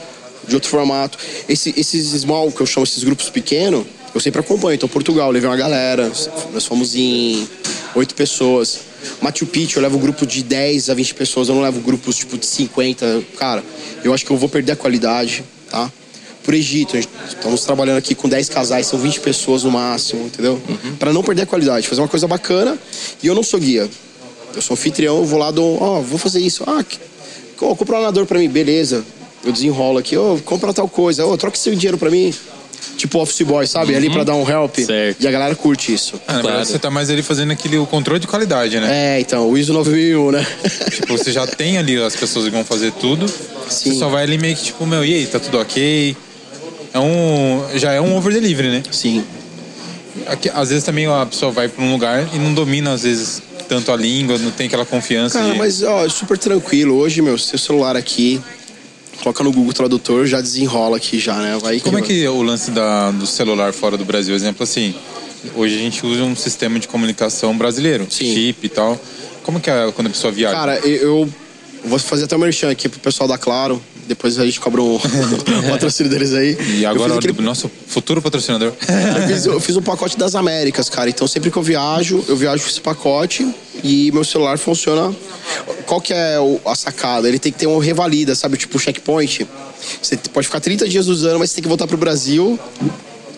Speaker 3: de outro formato. Esse- esses small, que eu chamo esses grupos pequenos, eu sempre acompanho. Então, Portugal, eu levei uma galera, nós fomos em oito pessoas. Machu Picchu, eu levo um grupo de 10 a 20 pessoas, eu não levo grupos tipo de 50. Cara, eu acho que eu vou perder a qualidade, tá? Por Egito, a gente- estamos trabalhando aqui com 10 casais, são 20 pessoas no máximo, entendeu?
Speaker 1: Uhum.
Speaker 3: Pra não perder a qualidade, fazer uma coisa bacana. E eu não sou guia. Eu sou anfitrião, eu vou lá, dou, ó, vou fazer isso. Ah, que- ó, compra um nadador pra mim, beleza. Eu desenrolo aqui, ó, compra tal coisa, ó, troca seu dinheiro pra mim. Tipo office boy, sabe? Ali pra dar um help.
Speaker 2: Certo.
Speaker 3: E a galera curte isso.
Speaker 1: Uhum. Ah, na verdade,
Speaker 2: Claro.
Speaker 1: você tá mais ali fazendo aquele o controle de qualidade, né?
Speaker 3: É, então, o ISO 9001, né?
Speaker 1: Tipo, você já tem ali as pessoas que vão fazer tudo.
Speaker 3: Sim.
Speaker 1: Você só vai ali meio que tipo, meu, e aí, tá tudo ok? É um. Já é um over delivery, né?
Speaker 3: Sim.
Speaker 1: Aqui, às vezes também a pessoa vai pra um lugar e não domina, às vezes, tanto a língua, não tem aquela confiança
Speaker 3: Cara,
Speaker 1: de.
Speaker 3: mas ó, é super tranquilo. Hoje, meu, seu celular aqui, coloca no Google Tradutor, já desenrola aqui já, né? Vai
Speaker 1: Como é que é o lance da- do celular fora do Brasil? Exemplo assim, hoje a gente usa um sistema de comunicação brasileiro,
Speaker 3: Sim.
Speaker 1: chip e tal. Como que é quando a pessoa viaja?
Speaker 3: Cara, eu eu vou fazer até um merchan aqui pro pessoal da Claro. Depois a gente cobra o o patrocínio deles aí.
Speaker 1: e agora,
Speaker 3: eu
Speaker 1: o
Speaker 3: fiz, aquele-
Speaker 1: nosso futuro patrocinador.
Speaker 3: eu fiz- eu fiz um pacote das Américas, cara. Então sempre que eu viajo, eu viajo com esse pacote e meu celular funciona. Qual que é o- a sacada? Ele tem que ter um revalida, sabe? Tipo checkpoint. Você t- pode ficar 30 dias usando, mas você tem que voltar pro Brasil.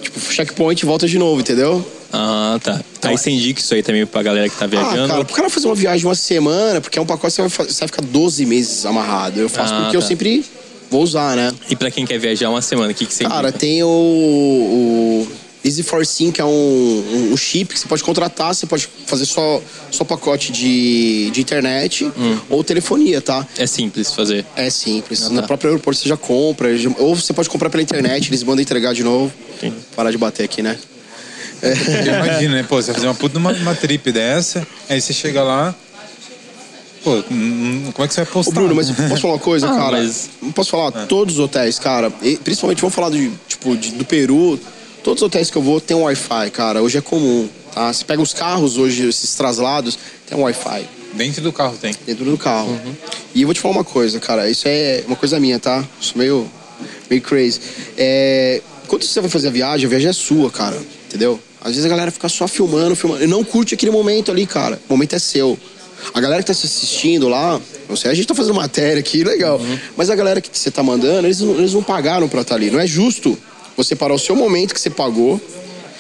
Speaker 3: Tipo, checkpoint, volta de novo, entendeu?
Speaker 2: Ah, tá. Aí você indica isso aí também pra galera que tá
Speaker 3: Ah,
Speaker 2: viajando.
Speaker 3: cara, pro cara fazer uma viagem de uma semana, porque é um pacote, você vai, fa- você vai ficar 12 meses amarrado. Eu faço
Speaker 2: Ah,
Speaker 3: porque eu
Speaker 2: tá.
Speaker 3: sempre vou usar, né?
Speaker 2: e pra quem quer viajar uma semana, o que, que você
Speaker 3: Cara,
Speaker 2: indica?
Speaker 3: tem o, o Easy for Sim, que é um, um- um chip que você pode contratar, você pode fazer só, só pacote de, de internet ou telefonia, tá?
Speaker 2: É simples fazer.
Speaker 3: É simples.
Speaker 2: Hum. Ah,
Speaker 3: Na
Speaker 2: tá.
Speaker 3: própria aeroporto você já compra, já- ou você pode comprar pela internet, eles mandam entregar de novo.
Speaker 2: Entendi.
Speaker 3: Parar de bater aqui, né?
Speaker 1: Porque Imagina, né? Pô, você vai fazer uma puta numa uma trip dessa, aí você chega lá. Pô, hum, como é que você vai postar?
Speaker 3: Ô, Bruno, mas posso falar uma coisa,
Speaker 2: Tá. Ah,
Speaker 3: cara?
Speaker 2: mas- Ah.
Speaker 3: Posso falar? Todos os hotéis, cara, e principalmente, vamos falar de, tipo, de- do Peru, todos os hotéis que eu vou tem um Wi-Fi, cara. Hoje é comum, tá? Você pega os carros hoje, esses traslados, tem um Wi-Fi
Speaker 1: Dentro do carro tem.
Speaker 3: dentro do carro. E eu vou te falar uma coisa, cara. Isso é uma coisa minha, tá? Isso meio, meio crazy. É, quando você vai fazer a viagem, a viagem é sua, cara. Entendeu? Às vezes a galera fica só filmando, filmando. E não curte aquele momento ali, cara. O momento é seu. A galera que tá se assistindo lá, não sei, a gente tá fazendo matéria aqui, legal. Mas a galera que você tá mandando, eles, não- eles não pagaram pra estar ali. Não é justo você parar o seu momento que você pagou.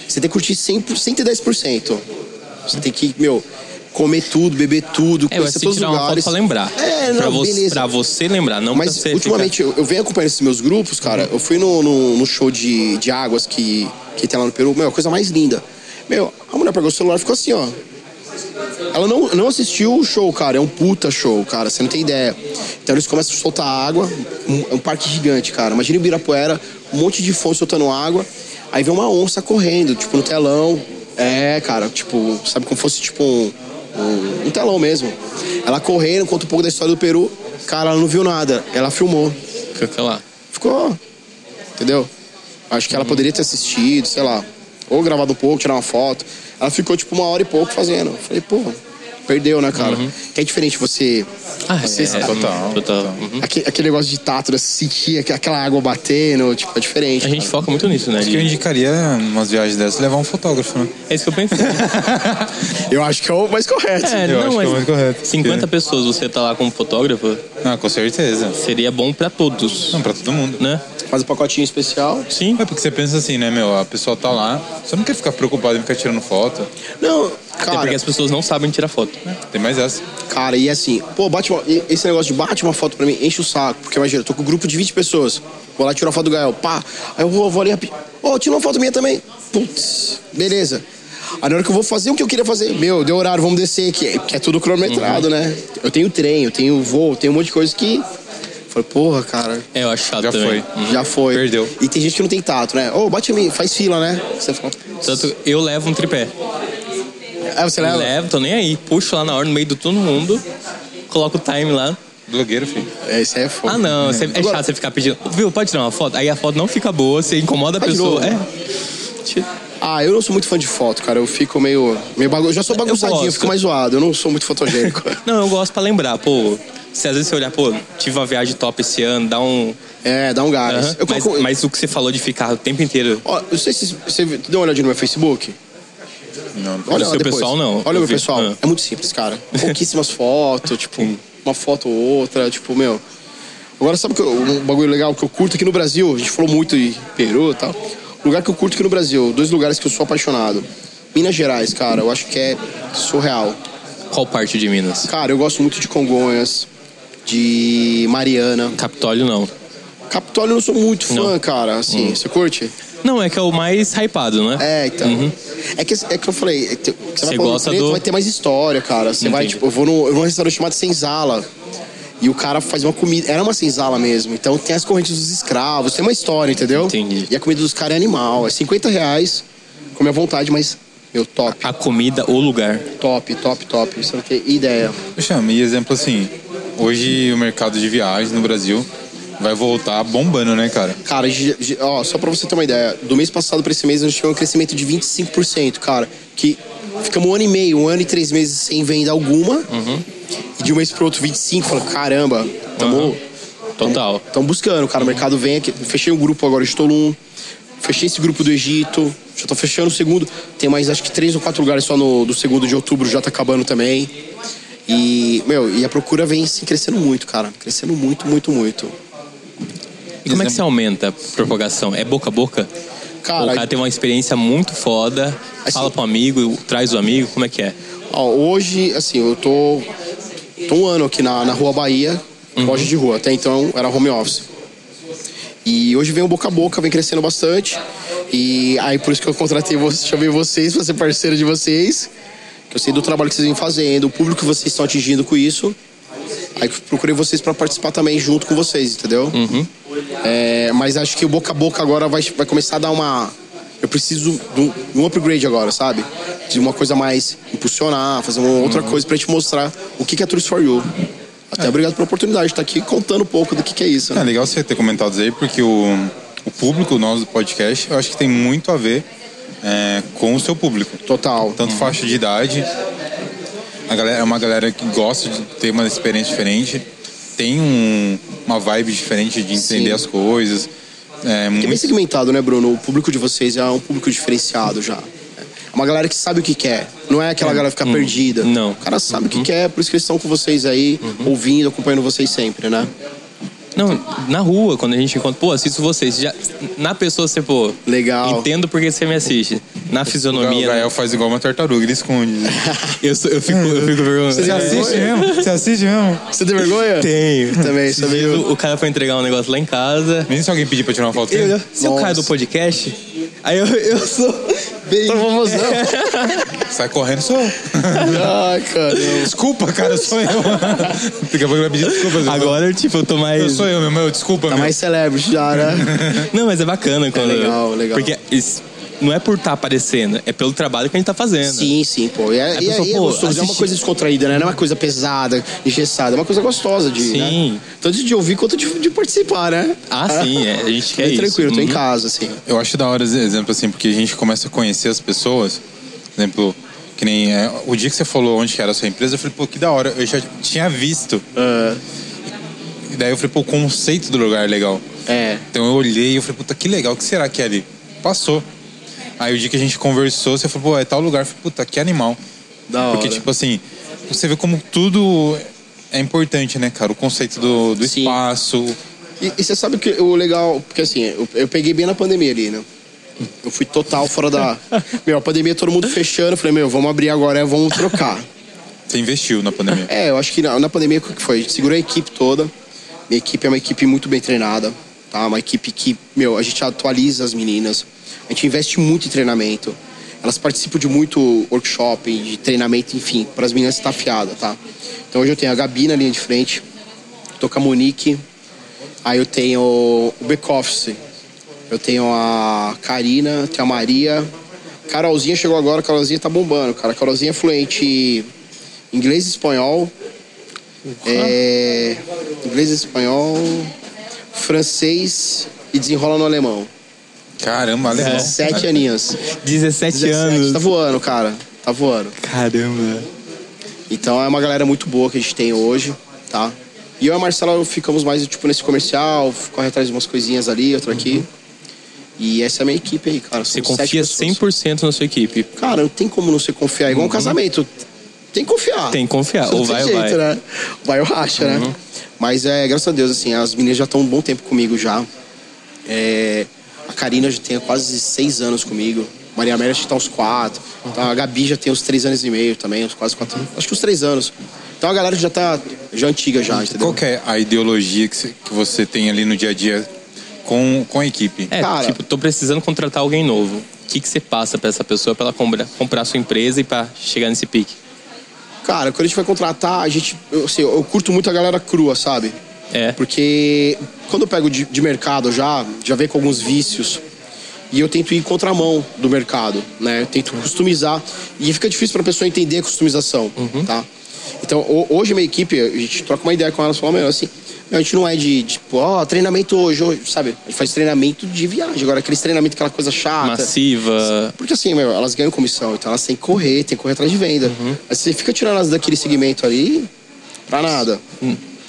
Speaker 3: Você tem que curtir 100, 110%. Você tem que, meu, comer tudo, beber tudo,
Speaker 2: É, vai
Speaker 3: conhecer
Speaker 2: se
Speaker 3: todos os
Speaker 2: tirar uma foto
Speaker 3: lugares.
Speaker 2: pra lembrar.
Speaker 3: É, não,
Speaker 2: pra, você,
Speaker 3: beleza.
Speaker 2: pra você lembrar, não pra
Speaker 3: Mas
Speaker 2: você
Speaker 3: ultimamente eu, eu venho acompanhando esses meus grupos, cara. Eu fui no, no, no show de, de águas que, que tem lá no Peru. Meu, a coisa mais linda. Meu, a mulher pegou o celular e ficou assim, ó. Ela não, não assistiu o show, cara. É um puta show, cara. Você não tem ideia. Então eles começam a soltar água. Um- É um parque gigante, cara. Imagina o Ibirapuera, um monte de fonte soltando água. Aí vem uma onça correndo, tipo, no telão. É, cara, tipo, sabe como fosse tipo um, um- um telão mesmo. Ela correndo, conta um pouco da história do Peru. Cara, ela não viu nada. Ela filmou.
Speaker 2: Fica lá.
Speaker 3: Ficou. Entendeu? Acho que ela poderia ter assistido, sei lá. Ou gravado um pouco, tirar uma foto. Ela ficou tipo uma hora e pouco fazendo. Eu Falei, pô, perdeu, né, cara?
Speaker 2: Uhum.
Speaker 3: Que é diferente você.
Speaker 2: Ah,
Speaker 3: você
Speaker 2: é,
Speaker 1: total,
Speaker 2: total.
Speaker 1: total.
Speaker 2: Uhum.
Speaker 3: Aque- Aquele negócio de tato, né? sentir aqu- aquela água batendo, tipo, é diferente.
Speaker 2: A gente
Speaker 3: cara.
Speaker 2: foca muito nisso, né?
Speaker 1: Acho que eu indicaria umas viagens dessas levar um fotógrafo, né?
Speaker 2: É isso que eu pensei.
Speaker 3: Eu acho que é o mais correto.
Speaker 2: É,
Speaker 1: Eu
Speaker 2: não,
Speaker 1: acho que é
Speaker 2: mas
Speaker 1: o mais correto.
Speaker 2: 50 pessoas você tá lá como fotógrafo,
Speaker 1: Não, com certeza.
Speaker 2: seria bom pra todos,
Speaker 1: Não, pra todo mundo.
Speaker 2: né?
Speaker 3: Faz um pacotinho especial.
Speaker 2: Sim.
Speaker 1: É porque você pensa assim, né, meu? A pessoa tá lá, você não quer ficar preocupado em ficar tirando foto.
Speaker 3: Não,
Speaker 2: Até
Speaker 3: cara.
Speaker 2: é porque as pessoas não sabem tirar foto.
Speaker 1: Tem mais essa.
Speaker 3: Cara, e assim, pô, bate uma, e- esse negócio de bate uma foto pra mim, enche o saco. Porque imagina, eu tô com um grupo de 20 pessoas. Vou lá tirar uma foto do Gael, pá. Aí eu vou, vou ali rapidinho. Ô, tira uma foto minha também. Putz, beleza. Aí na hora que eu vou fazer o que eu queria fazer, meu, deu horário, vamos descer, que, que é tudo cronometrado,
Speaker 2: Uhum.
Speaker 3: né? Eu tenho trem, eu tenho voo, eu tenho um monte de coisa que. Falei, porra, cara,
Speaker 2: É, eu acho chato
Speaker 1: Já
Speaker 2: também.
Speaker 1: foi.
Speaker 2: Uhum.
Speaker 3: já foi.
Speaker 1: Perdeu.
Speaker 3: E tem gente que não tem tato, né? Ô, bate em mim, faz fila, né? Você fala.
Speaker 2: Tanto eu levo um tripé.
Speaker 3: Aí você leva.
Speaker 2: Levo, tô nem aí. Puxo lá na hora, no meio do todo mundo, coloco o time lá.
Speaker 1: Blogueiro, filho.
Speaker 3: É, isso aí é foda.
Speaker 2: Ah, não, você- é
Speaker 3: Agora-
Speaker 2: chato você ficar pedindo. Viu, pode tirar uma foto? Aí a foto não fica boa, você incomoda a
Speaker 3: Vai Tá de
Speaker 2: pessoa.
Speaker 3: novo.
Speaker 2: É,
Speaker 3: Ah, eu não sou muito fã de foto, cara. Eu fico meio. meio bagun... Eu já sou bagunçadinho, eu
Speaker 2: gosto.
Speaker 3: fico mais zoado. Eu não sou muito fotogênico.
Speaker 2: Não, eu gosto pra lembrar, pô. Se às vezes você olhar, pô, tive uma viagem top esse ano, dá um.
Speaker 3: é, dá um gás.
Speaker 2: Aham.
Speaker 3: Eu
Speaker 2: mas,
Speaker 3: coloco-
Speaker 2: mas o que você falou de ficar o tempo inteiro.
Speaker 3: Ó, eu sei se você deu uma olhadinha no meu Facebook.
Speaker 1: Não,
Speaker 3: Olha lá
Speaker 2: seu
Speaker 3: depois.
Speaker 2: pessoal, não.
Speaker 3: Olha
Speaker 2: Eu
Speaker 3: o meu
Speaker 2: vi.
Speaker 3: pessoal.
Speaker 2: Ah.
Speaker 3: É muito simples, cara. Pouquíssimas fotos, tipo, uma foto ou outra, tipo, meu. Agora, sabe que eu- um bagulho legal que eu curto aqui no Brasil? A gente falou muito de Peru e tal. Lugar que eu curto aqui no Brasil, dois lugares que eu sou apaixonado. Minas Gerais, cara, eu acho que é surreal.
Speaker 2: Qual parte de Minas?
Speaker 3: Cara, eu gosto muito de Congonhas, de Mariana.
Speaker 2: Capitólio, não.
Speaker 3: Capitólio eu não sou muito fã,
Speaker 2: Não. Hum.
Speaker 3: cara. Assim, você curte?
Speaker 2: Não, é que é o mais hypado, né?
Speaker 3: É, então. É, que, é que eu falei, é que você vai pra Ouro
Speaker 2: gosta
Speaker 3: Preto,
Speaker 2: do-
Speaker 3: vai ter mais história, cara. Você vai,
Speaker 2: Entendi.
Speaker 3: tipo, eu vou, num, eu vou num restaurante chamado Senzala. E o cara faz uma comida. Era uma senzala mesmo. Então tem as correntes dos escravos, tem uma história, entendeu?
Speaker 2: Entendi.
Speaker 3: E a comida dos caras é animal. É 50 reais, come à vontade, mas, meu, top,
Speaker 2: A comida, o lugar.
Speaker 3: top, top, top. Você não tem ideia.
Speaker 1: Chama, e exemplo assim, hoje o mercado de viagens no Brasil vai voltar bombando, né, cara?
Speaker 3: Cara, gi- gi- ó, só pra você ter uma ideia, do mês passado pra esse mês a gente teve um crescimento de 25%, cara. Que ficamos um ano e meio, um ano e três meses sem venda alguma. E de um mês pro outro, 25%. Fala, caramba, tamo,
Speaker 2: Uhum. Total.
Speaker 3: tamo buscando, cara. O mercado vem aqui. Fechei um grupo agora de Tolum. Fechei esse grupo do Egito. Já tô fechando o segundo. Tem mais acho que três ou quatro lugares só no, do segundo de outubro, já tá acabando também. E, meu, e a procura vem se crescendo muito, cara. Crescendo muito, muito, muito.
Speaker 2: E como é que você aumenta a propagação? É boca a boca?
Speaker 3: Cara,
Speaker 2: Ou o cara tem uma experiência muito foda,
Speaker 3: Assim-
Speaker 2: fala pro amigo, traz o amigo, como é que é?
Speaker 3: Ó, hoje, assim, eu tô, tô um ano aqui na, na Rua Bahia, loja de rua. Até então era home office. E hoje vem o boca a boca, vem crescendo bastante. E aí por isso que eu contratei vocês, chamei vocês pra ser parceiro de vocês. Que eu sei do trabalho que vocês vêm fazendo, o público que vocês estão atingindo com isso. Aí que eu procurei vocês pra participar também junto com vocês, entendeu? É, mas acho que o boca a boca agora vai, vai começar a dar uma. Eu preciso de um, de um upgrade agora, sabe? De uma coisa mais impulsionar, fazer uma outra coisa pra te mostrar o que que é Tourist for You. Até obrigado pela oportunidade de estar aqui contando um pouco do que, que é isso.
Speaker 1: É
Speaker 3: Né?
Speaker 1: legal você ter comentado isso aí, porque o, o público nosso do podcast, eu acho que tem muito a ver é, com o seu público.
Speaker 3: Total.
Speaker 1: Tanto faixa de idade, a galera, é uma galera que gosta de ter uma experiência diferente, tem um- uma vibe diferente de entender
Speaker 3: Sim.
Speaker 1: as coisas. É,
Speaker 3: Que é bem
Speaker 1: muito,
Speaker 3: segmentado, né, Bruno? O público de vocês é um público diferenciado já. É uma galera que sabe o que quer. Não é aquela galera que fica perdida.
Speaker 2: Uhum. Não. Uhum.
Speaker 3: O cara sabe o que quer, é por isso que eles estão com vocês aí, ouvindo, acompanhando vocês sempre, né?
Speaker 2: Não, na rua, quando a gente encontra, pô, assisto vocês. Já, na pessoa você, pô,
Speaker 3: Legal.
Speaker 2: entendo porque você me assiste. Na
Speaker 1: o
Speaker 2: fisionomia, né?
Speaker 1: Gael faz igual uma tartaruga, ele esconde.
Speaker 2: eu, sou- eu fico, eu fico
Speaker 1: Você
Speaker 2: vergonhoso.
Speaker 1: assiste mesmo? Você assiste mesmo?
Speaker 3: Você tem vergonha?
Speaker 2: Tenho.
Speaker 3: Também,
Speaker 2: Esses
Speaker 3: sabia.
Speaker 2: dias O, o cara foi entregar um negócio lá em casa.
Speaker 1: Nem se alguém pedir pra tirar uma foto.
Speaker 2: Eu,
Speaker 1: dele.
Speaker 2: se o cara é do
Speaker 3: Nossa.
Speaker 2: podcast, aí eu, eu sou bem.
Speaker 3: Tá famosão.
Speaker 1: Sai correndo, sou eu.
Speaker 3: Ai, cara.
Speaker 1: Desculpa, cara, sou eu. Daqui a pouco ele vai pedir desculpas. eu-
Speaker 2: Agora, tipo, eu tô mais.
Speaker 1: Eu sou eu, meu irmão, desculpa.
Speaker 3: Tá
Speaker 1: meu.
Speaker 3: mais celebre já, né?
Speaker 2: Não, mas é bacana quando.
Speaker 3: legal, legal.
Speaker 2: Porque isso- não é por estar aparecendo, é pelo trabalho que a gente tá fazendo.
Speaker 3: Sim, sim, pô. E é,
Speaker 2: Aí
Speaker 3: e é-
Speaker 2: pensou,
Speaker 3: e é
Speaker 2: pô,
Speaker 3: gostoso, é uma
Speaker 2: assisti-
Speaker 3: coisa descontraída, né? Não é uma coisa pesada, engessada, é uma coisa gostosa de.
Speaker 2: Sim.
Speaker 3: né? Tanto de ouvir quanto de, de participar, né?
Speaker 2: Ah, sim, é, a gente quer
Speaker 3: Bem
Speaker 2: isso.
Speaker 3: tranquilo, tô em
Speaker 2: Uhum.
Speaker 3: casa, assim.
Speaker 1: Eu acho da hora esse exemplo assim, porque a gente começa a conhecer as pessoas. Por exemplo, que nem é, o dia que você falou onde que era a sua empresa, eu falei, pô, que da hora, eu já tinha visto.
Speaker 3: Ah,
Speaker 1: E daí eu falei, pô, o conceito do lugar é legal.
Speaker 3: É.
Speaker 1: Então eu olhei e eu falei, puta, que legal, o que será que é ali? Passou. Aí o dia que a gente conversou, você falou, pô, é tal lugar. Eu falei, puta, que animal.
Speaker 3: Da
Speaker 1: Porque,
Speaker 3: hora.
Speaker 1: tipo assim, você vê como tudo é importante, né, cara? O conceito do, do
Speaker 3: Sim.
Speaker 1: espaço.
Speaker 3: E, e você sabe que o legal, porque assim, eu, eu peguei bem na pandemia ali, né? Eu fui total fora da. Meu, a pandemia todo mundo fechando. Eu falei, meu, vamos abrir agora, é, vamos trocar.
Speaker 1: Você investiu na pandemia.
Speaker 3: É, eu acho que na, na pandemia o que foi? A gente segurou a equipe toda. Minha equipe é uma equipe muito bem treinada, tá? Uma equipe que, meu, a gente atualiza as meninas. A gente investe muito em treinamento. Elas participam de muito workshop, de treinamento, enfim, para as meninas estar afiada, tá? Então hoje eu tenho a Gabi na linha de frente, tô com a Monique, aí eu tenho o back office, eu tenho a Karina, tenho a Maria. Carolzinha chegou agora, Carolzinha tá bombando, cara. Carolzinha é fluente em inglês e espanhol.
Speaker 2: Uhum.
Speaker 3: É, inglês e espanhol, francês e desenrola no alemão.
Speaker 1: Caramba,
Speaker 3: É.
Speaker 1: legal.
Speaker 3: Sete aninhas.
Speaker 2: 17,
Speaker 3: 17.
Speaker 2: É. anos.
Speaker 3: Tá voando, cara. Tá voando.
Speaker 2: Caramba.
Speaker 3: Então é uma galera muito boa que a gente tem hoje, tá? E eu e a Marcela ficamos mais, tipo, nesse comercial, corre atrás de umas coisinhas ali, outra aqui. E essa é a minha equipe aí, cara.
Speaker 2: Uhum. Você
Speaker 3: São sete
Speaker 2: confia
Speaker 3: pessoas.
Speaker 2: 100% na sua equipe.
Speaker 3: Cara, não tem como não se confiar. É Igual um casamento. Tem que confiar.
Speaker 2: Uhum. Tem que confiar.
Speaker 3: Não
Speaker 2: É, Ou
Speaker 3: tem
Speaker 2: vai ou
Speaker 3: jeito,
Speaker 2: vai. Uhum.
Speaker 3: Né? Vai ou racha, né? Mas é, graças a Deus, assim, as meninas já estão um bom tempo comigo já. É, a Karina já tem quase seis anos comigo. Maria Amélia já tá uns quatro. Então, a Gabi já tem uns três anos e meio também, uns quase quatro. Acho que uns três anos. Então a galera já tá já antiga já, entendeu?
Speaker 1: Qual que é a ideologia que você, que você tem ali no dia a dia com, com a equipe?
Speaker 2: É,
Speaker 3: Cara.
Speaker 2: tipo, tô precisando contratar alguém novo. O que, que você passa pra essa pessoa pra ela compra- comprar a sua empresa e pra chegar nesse pique?
Speaker 3: Cara, quando a gente vai contratar, a gente. Eu, assim, eu curto muito a galera crua, sabe?
Speaker 2: É.
Speaker 3: Porque quando eu pego de, de mercado já, já vem com alguns vícios. E eu tento ir contra a mão do mercado, né? Eu tento customizar. E fica difícil pra pessoa entender a customização, tá? Então, ho- hoje minha equipe, a gente troca uma ideia com elas, fala, meu, assim, a gente não é de, tipo, ó, treinamento hoje, hoje", sabe? A gente faz treinamento de viagem. Agora, aqueles treinamentos, aquela coisa chata.
Speaker 2: Massiva.
Speaker 3: Porque assim, meu, elas ganham comissão, então elas têm que correr, têm que correr atrás de venda. Aí você fica tirando elas daquele segmento ali pra nada.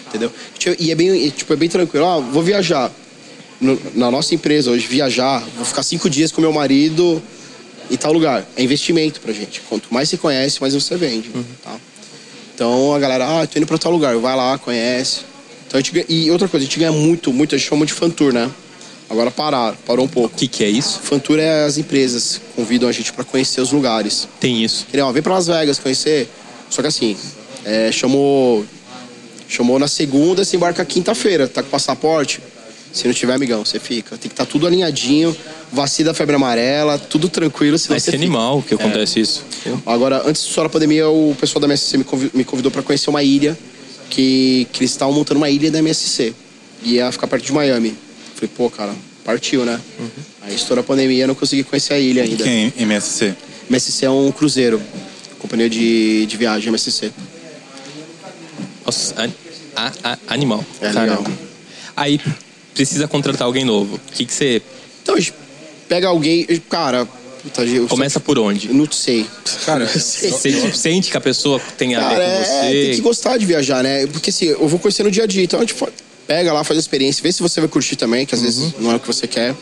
Speaker 3: Entendeu? Tipo, E é bem, e, tipo, é bem tranquilo. Ah, vou viajar. No- na nossa empresa hoje, viajar, vou ficar cinco dias com meu marido em tal lugar. É investimento pra gente. Quanto mais você conhece, mais você vende. tá? Então a galera, ah, tô indo pra tal lugar, vai lá, conhece. Então, a gente ganha- e outra coisa, a gente ganha muito, muito, a gente chama de fantour, né? Agora pararam, parou um pouco.
Speaker 2: O que, que é isso?
Speaker 3: Fantour é as empresas que convidam a gente pra conhecer os lugares.
Speaker 2: Tem isso.
Speaker 3: Queria, ó, vem pra Las Vegas conhecer. Só que assim, é, chamou chamou na segunda, você embarca quinta-feira, tá com passaporte? Se não tiver, amigão, você fica. Tem que estar tudo alinhadinho, vacina da febre amarela, tudo tranquilo, senão
Speaker 2: Mas
Speaker 3: você
Speaker 2: que
Speaker 3: fica. É.
Speaker 2: animal que acontece isso.
Speaker 3: Agora, antes de da pandemia, o pessoal da MSC me convi- me convidou para conhecer uma ilha, que, que eles estavam montando uma ilha da MSC. E ia ficar perto de Miami. Falei, pô, cara, partiu, né? Aí estourou a pandemia, eu não consegui conhecer a ilha ainda.
Speaker 1: Quem é MSC?
Speaker 3: MSC é um cruzeiro, companhia de, de viagem, MSC.
Speaker 2: Nossa, an- a- a- animal.
Speaker 3: É
Speaker 2: Caramba.
Speaker 3: legal.
Speaker 2: Aí precisa contratar alguém novo. O que, que você
Speaker 3: Então, a gente pega alguém, cara, puta, eu
Speaker 2: começa por onde?
Speaker 3: eu não sei.
Speaker 1: Cara,
Speaker 2: Você tipo, sente que a pessoa tem a ver
Speaker 3: Cara,
Speaker 2: com
Speaker 3: é, tem que
Speaker 2: você?
Speaker 3: gostar de viajar, né? Porque assim, eu vou conhecer no dia a dia, então a gente fa- pega lá, faz a experiência, vê se você vai curtir também, que às vezes não é o que você quer.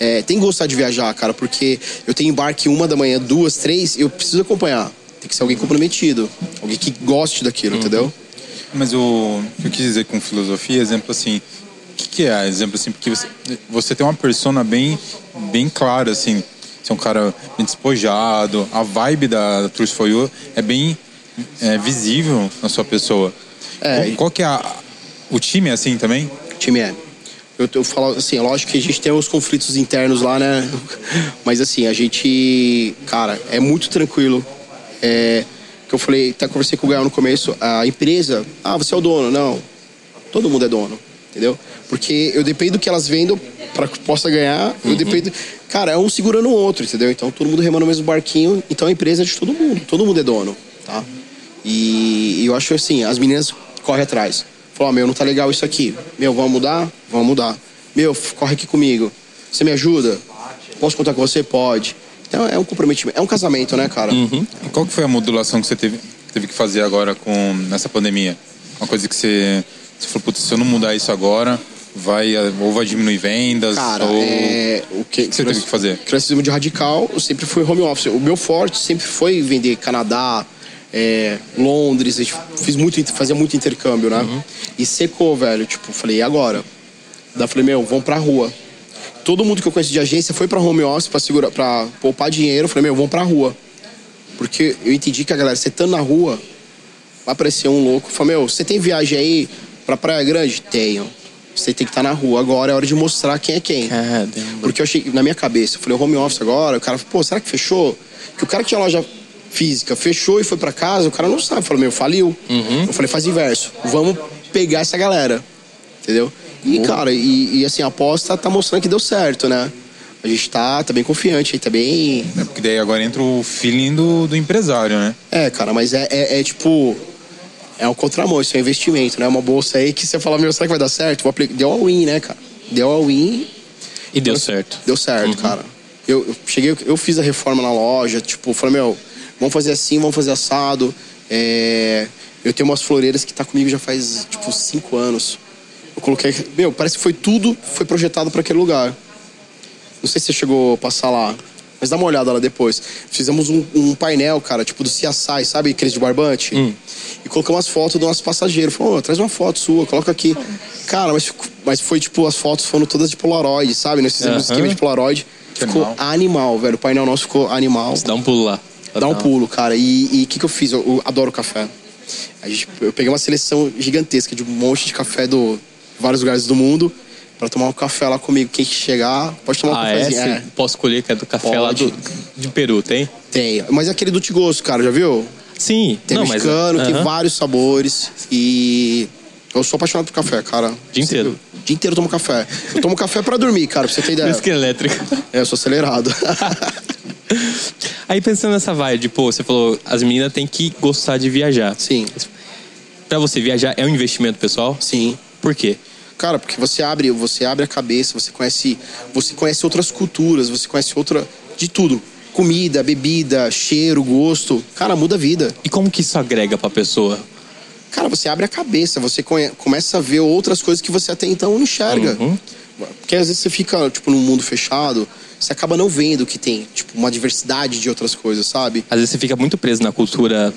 Speaker 3: É, tem que gostar de viajar, cara, porque eu tenho embarque uma da manhã, duas, três, eu preciso acompanhar. Tem que ser alguém comprometido, alguém que goste daquilo, entendeu?
Speaker 1: Mas o o que eu quis dizer com filosofia, exemplo assim, o que, que é exemplo assim? Porque você, você tem uma persona bem, bem clara, assim, você é um cara bem despojado, a vibe da Tours for You é bem é, visível na sua pessoa.
Speaker 3: É,
Speaker 1: Qual-
Speaker 3: e-
Speaker 1: Qual que é a, o time é assim também?
Speaker 3: Time é. Eu, eu falo assim, lógico que a gente tem uns conflitos internos lá, né? Mas assim, a gente, cara, é muito tranquilo. É, que eu falei, até conversei com o Gael no começo, a empresa, ah, você é o dono. Não, todo mundo é dono, entendeu? Porque eu dependo que elas vendam para que eu possa ganhar, eu dependo. Cara, é um segurando o outro, entendeu? Então todo mundo remando no mesmo barquinho, então a empresa é de todo mundo, todo mundo é dono, tá? E, e eu acho assim, as meninas correm atrás. Falam, ó, meu, não tá legal isso aqui. Meu, vamos mudar? Vamos mudar. Meu, f- corre aqui comigo. Você me ajuda? Posso contar com você? Pode. Então é um comprometimento, é um casamento, né, cara?
Speaker 1: E Qual que foi a modulação que você teve, teve que fazer agora com nessa pandemia? Uma coisa que você, você falou, putz, se eu não mudar isso agora, vai ou vai diminuir vendas
Speaker 3: Cara,
Speaker 1: ou
Speaker 3: é, o que,
Speaker 1: Então, que você teve que fazer?
Speaker 3: Crescismo de radical, eu sempre fui home office. O meu forte sempre foi vender Canadá, é, Londres. a gente Fiz muito, inter- fazia muito intercâmbio, né? E secou, velho. Tipo, falei, e agora? Daí eu falei, meu, vamos pra rua. Todo mundo que eu conheço de agência foi pra home office pra, segurar, pra poupar dinheiro. Eu falei, meu, vamos pra rua. Porque eu entendi que a galera, você estando na rua, vai aparecer um louco. Fala, meu, você tem viagem aí pra Praia Grande? Tenho. Você tem que estar na rua. Agora é hora de mostrar quem é quem.
Speaker 2: Caramba.
Speaker 3: Porque eu achei, na minha cabeça, eu falei, home office agora, o cara falou, pô, será que fechou? Que o cara que tinha loja física fechou e foi pra casa, o cara não sabe. Falou, meu, faliu. Eu falei, faz inverso, vamos pegar essa galera. Entendeu? E, cara, e, e, assim, a aposta tá mostrando que deu certo, né? A gente tá, tá bem confiante, tá bem.
Speaker 1: É porque daí agora entra o feeling do, do empresário, né?
Speaker 3: É, cara, mas é, é- é tipo. É um contramão, isso é um investimento, né? Uma bolsa aí que você fala, meu, será que vai dar certo? Vou aplicar. Deu all-in, né, cara? Deu all-in
Speaker 2: E deu certo.
Speaker 3: Deu certo, cara. Eu, eu cheguei, eu fiz a reforma na loja, tipo, falei, meu, vamos fazer assim, vamos fazer assado. É, eu tenho umas floreiras que tá comigo já faz, tipo, cinco anos. Eu coloquei, meu, parece que foi tudo, foi projetado para aquele lugar. Não sei se você chegou a passar lá, mas dá uma olhada lá depois. Fizemos um, um painel, cara, tipo do CSI, sabe, aqueles de barbante? E colocamos umas fotos do nosso passageiro. Falou, "Ô, traz uma foto sua, coloca aqui. Cara, mas, ficou- mas foi tipo, as fotos foram todas de Polaroid, sabe? Nós fizemos um
Speaker 2: Aham.
Speaker 3: esquema de Polaroid.
Speaker 1: Que
Speaker 3: ficou
Speaker 1: animal.
Speaker 3: animal, velho. O painel nosso ficou animal.
Speaker 2: Dá um pulo lá.
Speaker 3: Dá um pulo, cara. E o que, que eu fiz? Eu, eu adoro café. A gente, eu peguei uma seleção gigantesca de um monte de café do vários lugares do mundo pra tomar um café lá comigo. Quem chegar, pode tomar um
Speaker 2: Ah, é?
Speaker 3: cafezinho.
Speaker 2: Você
Speaker 3: É.
Speaker 2: Posso escolher que é do café lá do, de Peru, tem?
Speaker 3: Tem. Mas é aquele do Tigoso, cara, já viu?
Speaker 2: Sim.
Speaker 3: Tem
Speaker 2: não, mas, é-
Speaker 3: mexicano, tem
Speaker 2: aham.
Speaker 3: vários sabores. E eu sou apaixonado por café, cara.
Speaker 2: Dia inteiro.
Speaker 3: Você- O dia inteiro eu tomo café. Eu tomo café pra dormir, cara, pra você ter
Speaker 2: Por
Speaker 3: ideia.
Speaker 2: isso que é elétrico.
Speaker 3: É, eu sou acelerado.
Speaker 2: Aí pensando nessa vibe, pô, você falou, as meninas têm que gostar de viajar.
Speaker 3: Sim.
Speaker 2: Pra você viajar é um investimento pessoal?
Speaker 3: Sim.
Speaker 2: Por quê?
Speaker 3: Cara, porque você abre, você abre a cabeça, você conhece, você conhece outras culturas, você conhece outra de tudo. Comida, bebida, cheiro, gosto. Cara, muda a vida.
Speaker 2: E como que isso agrega pra pessoa?
Speaker 3: Cara, você abre a cabeça, você conhe- começa a ver outras coisas que você até então não enxerga.
Speaker 2: Uhum.
Speaker 3: Porque às vezes você fica, tipo, num mundo fechado, você acaba não vendo que tem, tipo, uma diversidade de outras coisas, sabe?
Speaker 2: Às vezes você fica muito preso na cultura.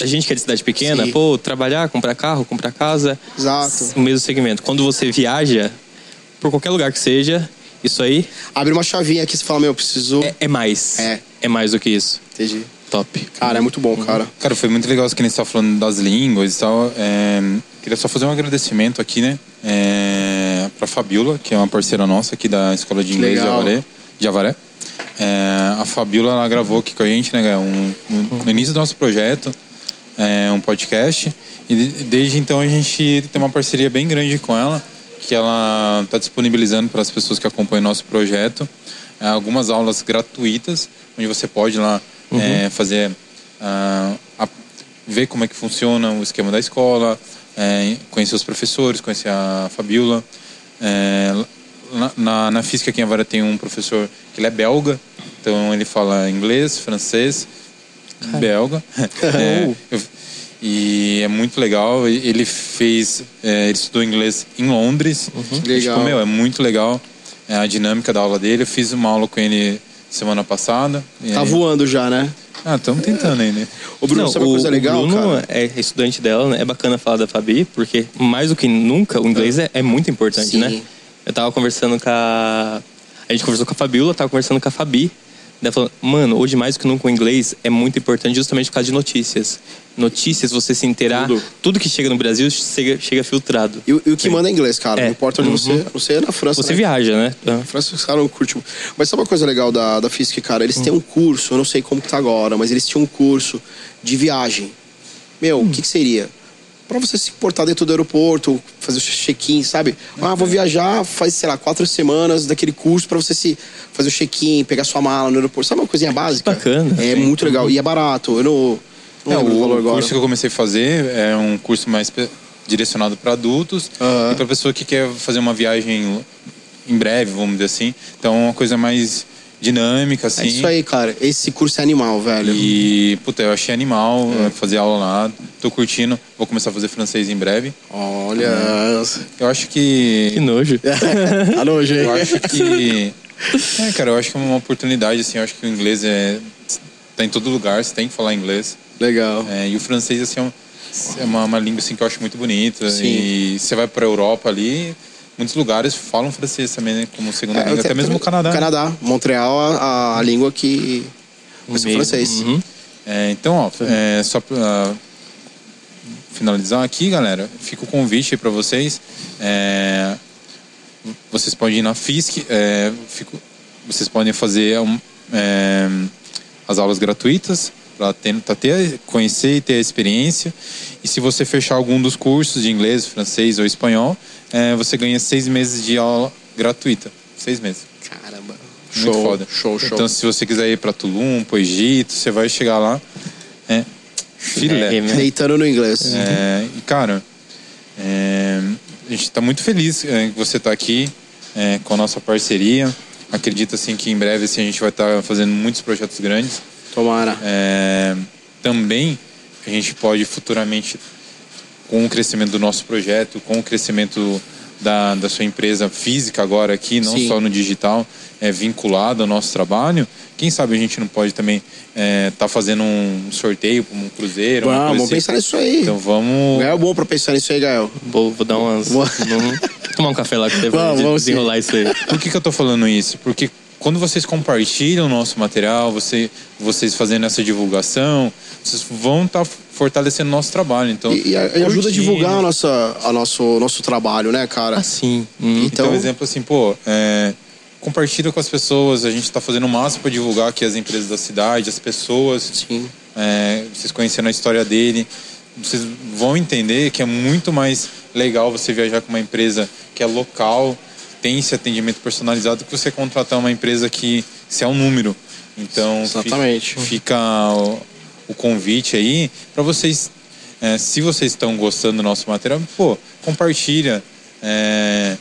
Speaker 2: A gente que é de cidade pequena,
Speaker 3: Sim.
Speaker 2: pô, trabalhar, comprar carro, comprar casa.
Speaker 3: Exato.
Speaker 2: O mesmo segmento. Quando você viaja, por qualquer lugar que seja, isso aí
Speaker 3: Abre uma chavinha aqui, você fala, meu, eu preciso.
Speaker 2: é, é mais.
Speaker 3: É.
Speaker 2: É mais do que isso.
Speaker 3: Entendi.
Speaker 2: Top.
Speaker 3: Cara, é muito bom,
Speaker 2: Uhum.
Speaker 3: cara.
Speaker 1: Cara, foi muito legal isso que nem você estava falando das línguas e tal. É, queria só fazer um agradecimento aqui, né? É, pra Fabiola, que é uma parceira nossa aqui da Escola de Inglês de
Speaker 3: legal.
Speaker 1: Avaré. De Avaré. É, a Fabiola ela gravou aqui com a gente, né, Gael? Um, um- no início do nosso projeto, é, um podcast. E de- desde então a gente tem uma parceria bem grande com ela, que ela está disponibilizando para as pessoas que acompanham nosso projeto é, algumas aulas gratuitas, onde você pode ir lá é, fazer ah, a- ver como é que funciona o esquema da escola, é, conhecer os professores, conhecer a Fabiola. É, na, na, na física aqui em Avara tem um professor que ele é belga, então ele fala inglês, francês, belga. É,
Speaker 3: Uh.
Speaker 1: eu- e é muito legal. e- Ele fez, é, ele estudou inglês em Londres.
Speaker 3: Uhum.
Speaker 1: E,
Speaker 3: Legal.
Speaker 1: Tipo, meu, é muito legal é, a dinâmica da aula dele. Eu fiz uma aula com ele semana passada. e
Speaker 3: Tá
Speaker 1: aí-
Speaker 3: voando já, né?
Speaker 1: Ah, estamos tentando ainda.
Speaker 3: Ô, Bruno,
Speaker 2: É. Não,
Speaker 3: sabe uma coisa
Speaker 2: o
Speaker 3: legal,
Speaker 2: Bruno
Speaker 3: cara?
Speaker 2: é estudante dela, né? É bacana falar da Fabi, porque mais do que nunca, o inglês é, é muito importante,
Speaker 3: Ah. Sim.
Speaker 2: né? Eu tava conversando com a... A gente conversou com a Fabiola, tava conversando com a Fabi. Ela falou, mano, hoje mais do que nunca o inglês é muito importante justamente por causa de notícias. Notícias, você se inteirar. Tudo,
Speaker 3: Tudo.
Speaker 2: que chega no Brasil chega, chega filtrado.
Speaker 3: E, o- e o que manda é inglês, cara.
Speaker 2: É.
Speaker 3: Não importa onde você. Você é na França.
Speaker 2: Você
Speaker 3: né?
Speaker 2: viaja, né?
Speaker 3: Na França os caras não curtem. muito. Mas sabe uma coisa legal da, da FISC, cara? Eles têm um curso, eu não sei como que tá agora, mas eles tinham um curso de viagem. Meu, o que, que seria? Pra você se portar dentro do aeroporto, fazer o check-in, sabe? Ah, vou viajar, faz, sei lá, quatro semanas daquele curso pra você se fazer o check-in, pegar sua mala no aeroporto. Sabe uma coisinha básica?
Speaker 2: bacana,
Speaker 3: É
Speaker 2: sim.
Speaker 3: muito legal. E é barato. Eu não, não
Speaker 1: É,
Speaker 3: lembro
Speaker 1: o,
Speaker 3: o valor agora.
Speaker 1: curso que eu comecei a fazer é um curso mais pe- direcionado para adultos
Speaker 3: Aham.
Speaker 1: e para pessoa que quer fazer uma viagem em breve, vamos dizer assim. Então, uma coisa mais dinâmica, assim.
Speaker 3: É isso aí, cara. Esse curso é animal, velho.
Speaker 1: E, puta, eu achei animal
Speaker 3: É.
Speaker 1: eh, fazer aula lá. Tô curtindo. Vou começar a fazer francês em breve.
Speaker 3: Olha.
Speaker 1: Eu acho que...
Speaker 2: Que nojo.
Speaker 3: Tá nojo, hein?
Speaker 1: Eu acho que. É, cara, eu acho que é uma oportunidade, assim. Eu acho que o inglês é. Tá em todo lugar, você tem que falar inglês.
Speaker 3: Legal.
Speaker 1: É, e o francês, assim, é, um- é uma, uma língua assim, que eu acho muito bonita.
Speaker 3: Sim.
Speaker 1: E você vai pra Europa ali, muitos lugares falam francês também, né? Como
Speaker 3: É,
Speaker 1: segunda língua. Até mesmo o Canadá. né?
Speaker 3: Canadá. Montreal, a, a língua que. Vai ser o
Speaker 2: Meio.
Speaker 3: francês.
Speaker 2: Uhum.
Speaker 1: É, então, ó, é, só pra ah, finalizar aqui, galera, fica o convite aí pra vocês. É, vocês podem ir na FISC, é, fico- vocês podem fazer um, é, as aulas gratuitas para ter, pra ter- conhecer e ter a experiência. E se você fechar algum dos cursos de inglês, francês ou espanhol, é, você ganha seis meses de aula gratuita. Seis meses.
Speaker 3: Caramba.
Speaker 1: Muito
Speaker 3: Show,
Speaker 1: foda.
Speaker 3: show, show.
Speaker 1: Então, se você quiser ir pra Tulum, pro Egito, você vai chegar lá. É. Filé.
Speaker 2: É, é,
Speaker 3: Deitando no inglês.
Speaker 1: né? É, e, cara, é, a gente tá muito feliz é, que você tá aqui é, com a nossa parceria. Acredito, assim, que em breve assim, a gente vai estar fazendo muitos projetos grandes.
Speaker 3: Tomara.
Speaker 1: É, também a gente pode futuramente, com o crescimento do nosso projeto, com o crescimento da, da sua empresa física agora aqui, não
Speaker 3: Sim.
Speaker 1: só no digital, é vinculado ao nosso trabalho. Quem sabe a gente não pode também estar fazendo um sorteio, um cruzeiro, uma
Speaker 3: Vamos,
Speaker 1: coisa
Speaker 3: vamos
Speaker 1: assim.
Speaker 3: pensar nisso aí.
Speaker 1: Então vamos.
Speaker 3: Gael é bom pra pensar nisso aí, Gael.
Speaker 2: Vou, vou dar umas.
Speaker 3: Vou-
Speaker 2: vamos tomar um café lá com você pra
Speaker 3: Vamos, vamos sim.
Speaker 2: desenrolar isso aí.
Speaker 1: Por que, que eu tô falando isso? Porque quando vocês compartilham o nosso material, você, vocês fazendo essa divulgação, vocês vão estar fortalecendo o nosso trabalho. Então,
Speaker 3: E, e a- e ajuda a
Speaker 1: curtindo.
Speaker 3: divulgar né? a nossa, a nosso, nosso trabalho, né, cara?
Speaker 2: Assim. Hum.
Speaker 1: Então,
Speaker 3: Então-
Speaker 1: exemplo assim, pô, é, compartilha com as pessoas, a gente tá fazendo o máximo para divulgar aqui as empresas da cidade, as pessoas,
Speaker 3: Sim.
Speaker 1: é, vocês conhecendo a história dele, vocês vão entender que é muito mais legal você viajar com uma empresa que é local, tem esse atendimento personalizado, que você contratar uma empresa que se é um número. Então, fi-
Speaker 3: Exatamente.
Speaker 1: fica o, o convite aí para vocês, é, se vocês estão gostando do nosso material, pô, compartilha é,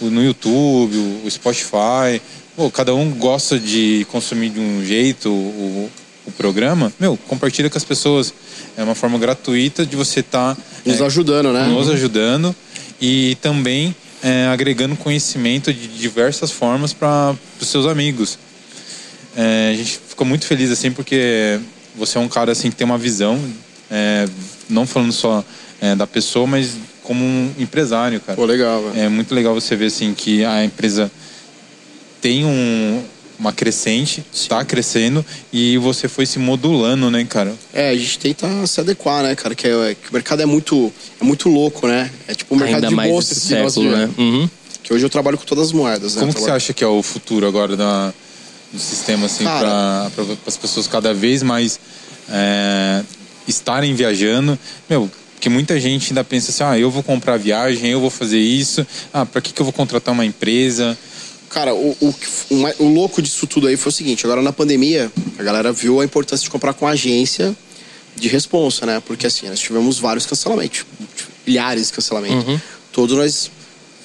Speaker 1: o- no YouTube, o, o Spotify. Pô, cada um gosta de consumir de um jeito o, o programa. Meu, compartilha com as pessoas. É uma forma gratuita de você tá, é, estar
Speaker 3: Nos ajudando, né?
Speaker 1: nos ajudando e também é, agregando conhecimento de diversas formas para os seus amigos. É, a gente ficou muito feliz assim porque você é um cara assim que tem uma visão, é, não falando só é, da pessoa, mas como um empresário, cara.
Speaker 3: Pô, legal, velho.
Speaker 1: É muito legal você ver assim que a empresa tem um- uma crescente, está crescendo e você foi se modulando, né, cara?
Speaker 3: É, a gente tenta se adequar, né, cara? Que, é- que o mercado é muito, é muito louco, né? É tipo o mercado
Speaker 2: Ainda
Speaker 3: de
Speaker 2: mais
Speaker 3: bolsa.
Speaker 2: esse
Speaker 3: assim, nós
Speaker 2: século, né?
Speaker 3: vivemos.
Speaker 2: Uhum.
Speaker 3: Que hoje eu trabalho com todas as moedas, né?
Speaker 1: Como que você
Speaker 3: Trabalho-
Speaker 1: acha que é o futuro agora da, do sistema, assim, para
Speaker 3: Cara.
Speaker 1: as pessoas cada vez mais é, estarem viajando? Meu, porque muita gente ainda pensa assim, ah, eu vou comprar viagem, eu vou fazer isso, ah, para que, que eu vou contratar uma empresa?
Speaker 3: Cara, o, o, que f- o mai- o louco disso tudo aí foi o seguinte: agora na pandemia, a galera viu a importância de comprar com agência de responsa, né? Porque assim, nós tivemos vários cancelamentos, tipo, milhares de cancelamentos. Todos nós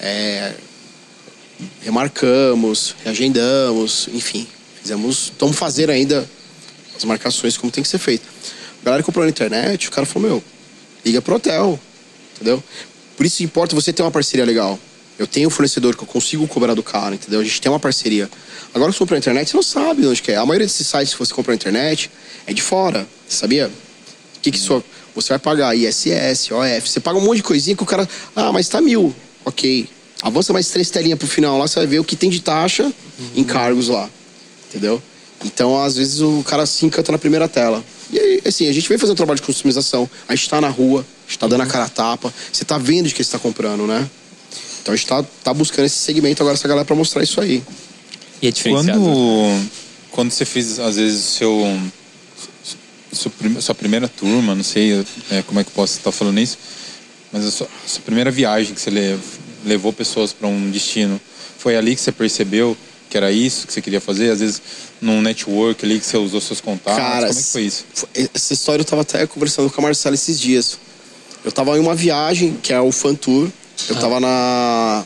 Speaker 3: é, remarcamos, reagendamos, enfim, fizemos. Estamos fazendo ainda as marcações como tem que ser feito. A galera comprou na internet, o cara falou: meu, liga pro hotel, entendeu? Por isso importa você ter uma parceria legal. Eu tenho um fornecedor que eu consigo cobrar do cara, entendeu? A gente tem uma parceria. Agora que você compra na internet, você não sabe onde que é. A maioria desses sites que você compra na internet é de fora, sabia? O que que isso... Você vai pagar ISS, OF, você paga um monte de coisinha que o cara... Ah, mas tá mil. Ok. Avança mais três telinhas pro final lá, você vai ver o que tem de taxa em cargos lá, entendeu? Então, às vezes, o cara se encanta na primeira tela. E aí, assim, a gente vem fazer um trabalho de customização. A gente tá na rua, a gente tá dando a cara a tapa. Você tá vendo de que você tá comprando, né? Então a gente tá, tá buscando esse segmento agora, essa galera, pra mostrar isso aí.
Speaker 2: E é diferenciado.
Speaker 1: Quando, quando você fez, às vezes, o seu, su- su- sua primeira turma, não sei é, como é que eu posso estar falando isso, Mas a sua, a sua primeira viagem que você le- levou pessoas para um destino, foi ali que você percebeu que era isso que você queria fazer? Às vezes num network ali que você usou seus contatos?
Speaker 3: Cara,
Speaker 1: Como é que foi isso?
Speaker 3: f- Essa história eu tava até conversando com a Marcela esses dias. Eu tava em uma viagem, que é o Fan Tour.
Speaker 1: Ah.
Speaker 3: Eu tava na.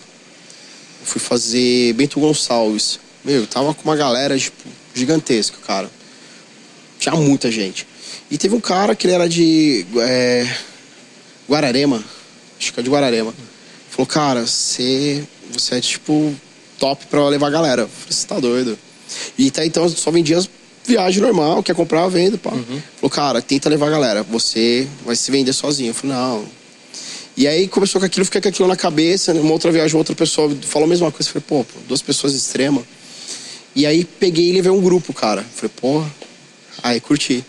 Speaker 3: eu fui fazer Bento Gonçalves. Meu, eu tava com uma galera, tipo, gigantesca, cara. Tinha muita gente. E teve um cara que ele era de. é, Guararema. Acho que é de Guararema. Falou, cara, você, você é tipo top pra levar a galera. Eu Falei, você tá doido. E até então eu só vendia as viagem normal, quer comprar, vendo, pá. Falou, cara, tenta levar a galera. Você vai se vender sozinho. Eu falei, não. E aí começou com aquilo, fiquei com aquilo na cabeça. Numa outra viagem, uma outra pessoa falou a mesma coisa. Eu Falei, pô, pô, duas pessoas extremas. E aí peguei e levei um grupo, cara. Falei, porra. Aí curti.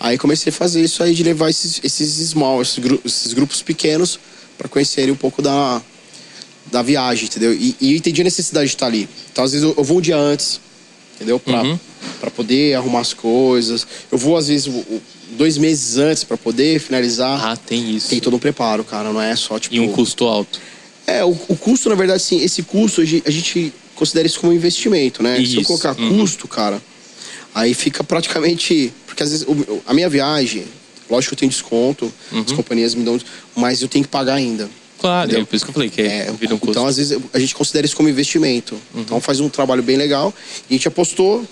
Speaker 3: Aí comecei a fazer isso aí de levar esses, esses small, esses, gru- esses grupos pequenos para conhecerem um pouco da, da viagem, entendeu? E, e eu entendi a necessidade de estar ali. Então, às vezes, eu, eu vou um dia antes, entendeu? Pra, pra poder arrumar as coisas. Eu vou, às vezes, o- o- dois meses antes para poder finalizar.
Speaker 2: Ah, tem isso.
Speaker 3: Tem todo um preparo, cara. Não é só, tipo...
Speaker 2: E um custo alto.
Speaker 3: É, o, o custo, na verdade, sim, esse custo a gente, a gente considera isso como um investimento, né? Se eu
Speaker 2: Isso,
Speaker 3: colocar
Speaker 2: uhum.
Speaker 3: custo, cara, aí fica praticamente. Porque às vezes o- a minha viagem, lógico que eu tenho desconto, as
Speaker 2: Uhum.
Speaker 3: companhias me dão, mas eu tenho que pagar ainda.
Speaker 2: Claro, é
Speaker 3: Entendeu?
Speaker 2: por isso que eu falei que
Speaker 3: É,
Speaker 2: é, vira um custo.
Speaker 3: Então, às vezes, a gente considera isso como investimento.
Speaker 1: Uhum.
Speaker 3: Então, faz um trabalho bem legal. A gente apostou,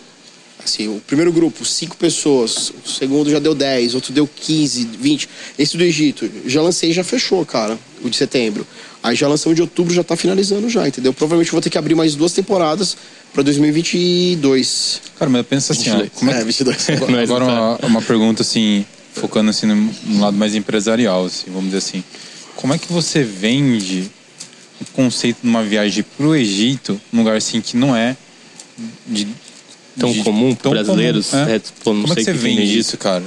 Speaker 3: assim, o primeiro grupo, cinco pessoas. O segundo já deu 10, outro deu 15, 20. Esse do Egito, já lancei e já fechou, cara, o de setembro. Aí já lançamos de outubro, já tá finalizando já, entendeu? Provavelmente eu vou ter que abrir mais duas temporadas pra 2022.
Speaker 1: Cara, mas pensa assim, ó, como é
Speaker 3: É, 22.
Speaker 2: Não é
Speaker 1: Agora uma, uma pergunta assim, focando assim no, no lado mais empresarial, assim, vamos dizer assim. Como é que você vende o conceito de uma viagem pro Egito, num lugar assim que não é de-
Speaker 2: Tão comum pro brasileiros,
Speaker 1: comum,
Speaker 2: é, tipo, não
Speaker 1: Como é que
Speaker 2: sei
Speaker 1: você
Speaker 2: que tem no
Speaker 1: vende
Speaker 2: Egito.
Speaker 1: isso, cara?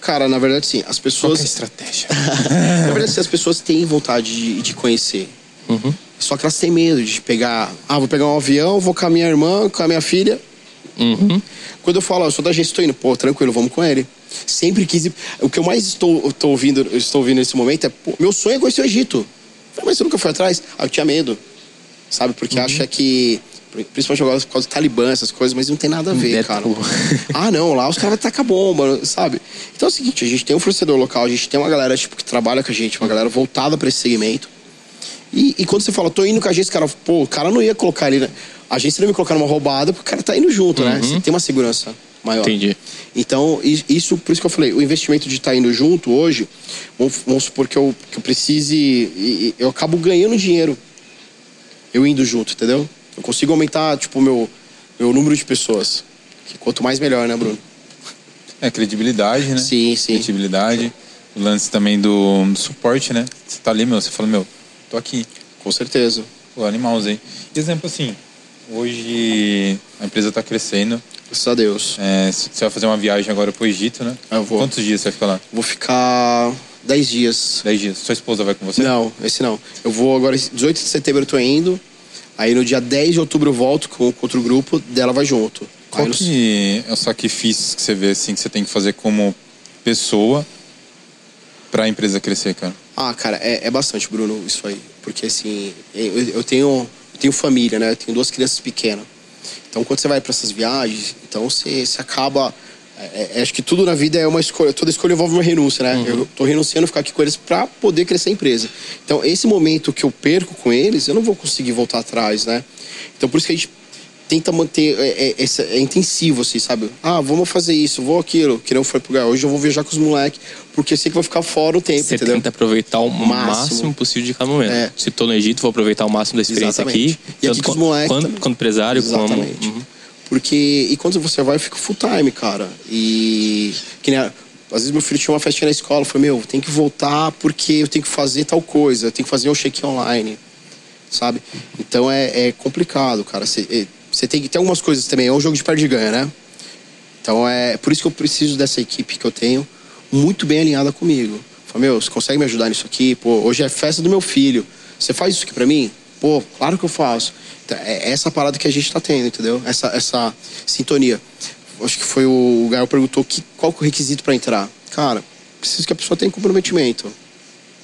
Speaker 3: Cara, na verdade, sim.
Speaker 1: Qual
Speaker 3: As
Speaker 1: que é a
Speaker 3: pessoas...
Speaker 1: estratégia?
Speaker 3: Na verdade, assim, as pessoas têm vontade de, de conhecer. Só que elas têm medo de pegar. Ah, vou pegar um avião, vou com a minha irmã, com a minha filha.
Speaker 2: Uhum.
Speaker 3: Quando eu falo, ó, eu sou da agência, tô indo, pô, tranquilo, vamos com ele. Sempre quis ir. O que eu mais estou, eu tô ouvindo, eu estou ouvindo nesse momento é, pô, meu sonho é conhecer o Egito. Eu falei, Mas você nunca foi atrás? Ah, eu tinha medo. Sabe? Porque acha que. Principalmente agora por causa do Talibã, essas coisas, mas não tem nada a ver,
Speaker 2: Beto.
Speaker 3: cara. ah, não, lá os caras tacam bomba, sabe? Então é o seguinte, a gente tem um fornecedor local, a gente tem uma galera tipo, que trabalha com a gente, uma galera voltada pra esse segmento. E, e quando você fala, tô indo com a agência, cara, pô, o cara não ia colocar ele. na- A agência não ia me colocar numa roubada, porque o cara tá indo junto, né? Você tem uma segurança maior.
Speaker 2: Entendi.
Speaker 3: Então, i- isso, por isso que eu falei, o investimento de estar indo junto hoje, vamos, vamos supor que eu, que eu precise. e- e Eu acabo ganhando dinheiro eu indo junto, entendeu? Eu consigo aumentar, tipo, o meu, meu número de pessoas. Que quanto mais melhor, né, Bruno?
Speaker 1: É credibilidade, né?
Speaker 3: Sim, sim.
Speaker 1: Credibilidade. O lance também do suporte, né? Você tá ali, meu, você fala, meu, tô aqui.
Speaker 3: Com certeza.
Speaker 1: Pô, animal, hein? Exemplo assim, hoje a empresa tá crescendo.
Speaker 3: Graças a Deus.
Speaker 1: É, c- você vai fazer uma viagem agora pro Egito, né?
Speaker 3: Eu vou.
Speaker 1: Quantos dias você vai ficar lá?
Speaker 3: Vou ficar 10 dias.
Speaker 1: Dez dias. Sua esposa vai com você?
Speaker 3: Não, esse não. Eu vou agora, esse 18 de setembro eu tô indo. Aí no dia 10 de outubro eu volto com, com outro grupo, dela vai junto.
Speaker 1: Qual
Speaker 3: Aí no-
Speaker 1: que é o sacrifício que você vê assim que você tem que fazer como pessoa pra empresa crescer, cara?
Speaker 3: Ah, cara, é, é bastante, Bruno, isso aí. Porque assim, eu, eu tenho, eu tenho família, né? Eu tenho duas crianças pequenas. Então quando você vai pra essas viagens, então você, você acaba. é- é- acho que tudo na vida é uma escolha. Toda escolha envolve uma renúncia, né?
Speaker 2: Uhum.
Speaker 3: Eu tô renunciando a ficar aqui com eles pra poder crescer a empresa. Então, esse momento que eu perco com eles, eu não vou conseguir voltar atrás, né? Então por isso que a gente tenta manter é, é, essa- é intensivo, assim, sabe? Ah, vamos fazer isso, vou aquilo, que não foi pro lugar. Hoje eu vou viajar com os moleques, porque eu sei que vai ficar fora o tempo,
Speaker 2: Você
Speaker 3: entendeu?
Speaker 2: tenta aproveitar o máximo,
Speaker 3: Máximo.
Speaker 2: possível de cada momento.
Speaker 3: É.
Speaker 2: Se tô no Egito, vou aproveitar o máximo da experiência
Speaker 3: Exatamente.
Speaker 2: aqui.
Speaker 3: E aqui
Speaker 2: tanto
Speaker 3: com os
Speaker 2: quan-
Speaker 3: moleques
Speaker 2: Quanto,
Speaker 3: também.
Speaker 2: quanto empresário, como. Uhum.
Speaker 3: Porque, e quando você vai, eu fico full time, cara. E, que nem, a- às vezes meu filho tinha uma festinha na escola, eu falei, meu, tem que voltar porque eu tenho que fazer tal coisa, eu tenho que fazer um check online, sabe? Então é, é complicado, cara. Você é, você tem que ter algumas coisas também, é um jogo de perde e ganha, né? Então é por isso que eu preciso dessa equipe que eu tenho muito bem alinhada comigo. Falei, meu, você consegue me ajudar nisso aqui? Pô, hoje é festa do meu filho. Você faz isso aqui pra mim? Pô, claro que eu faço. Então, é essa parada que a gente tá tendo, entendeu? Essa, essa sintonia. Acho que foi o, o Gael perguntou que, qual que é o requisito pra entrar. Cara, preciso que a pessoa tenha comprometimento.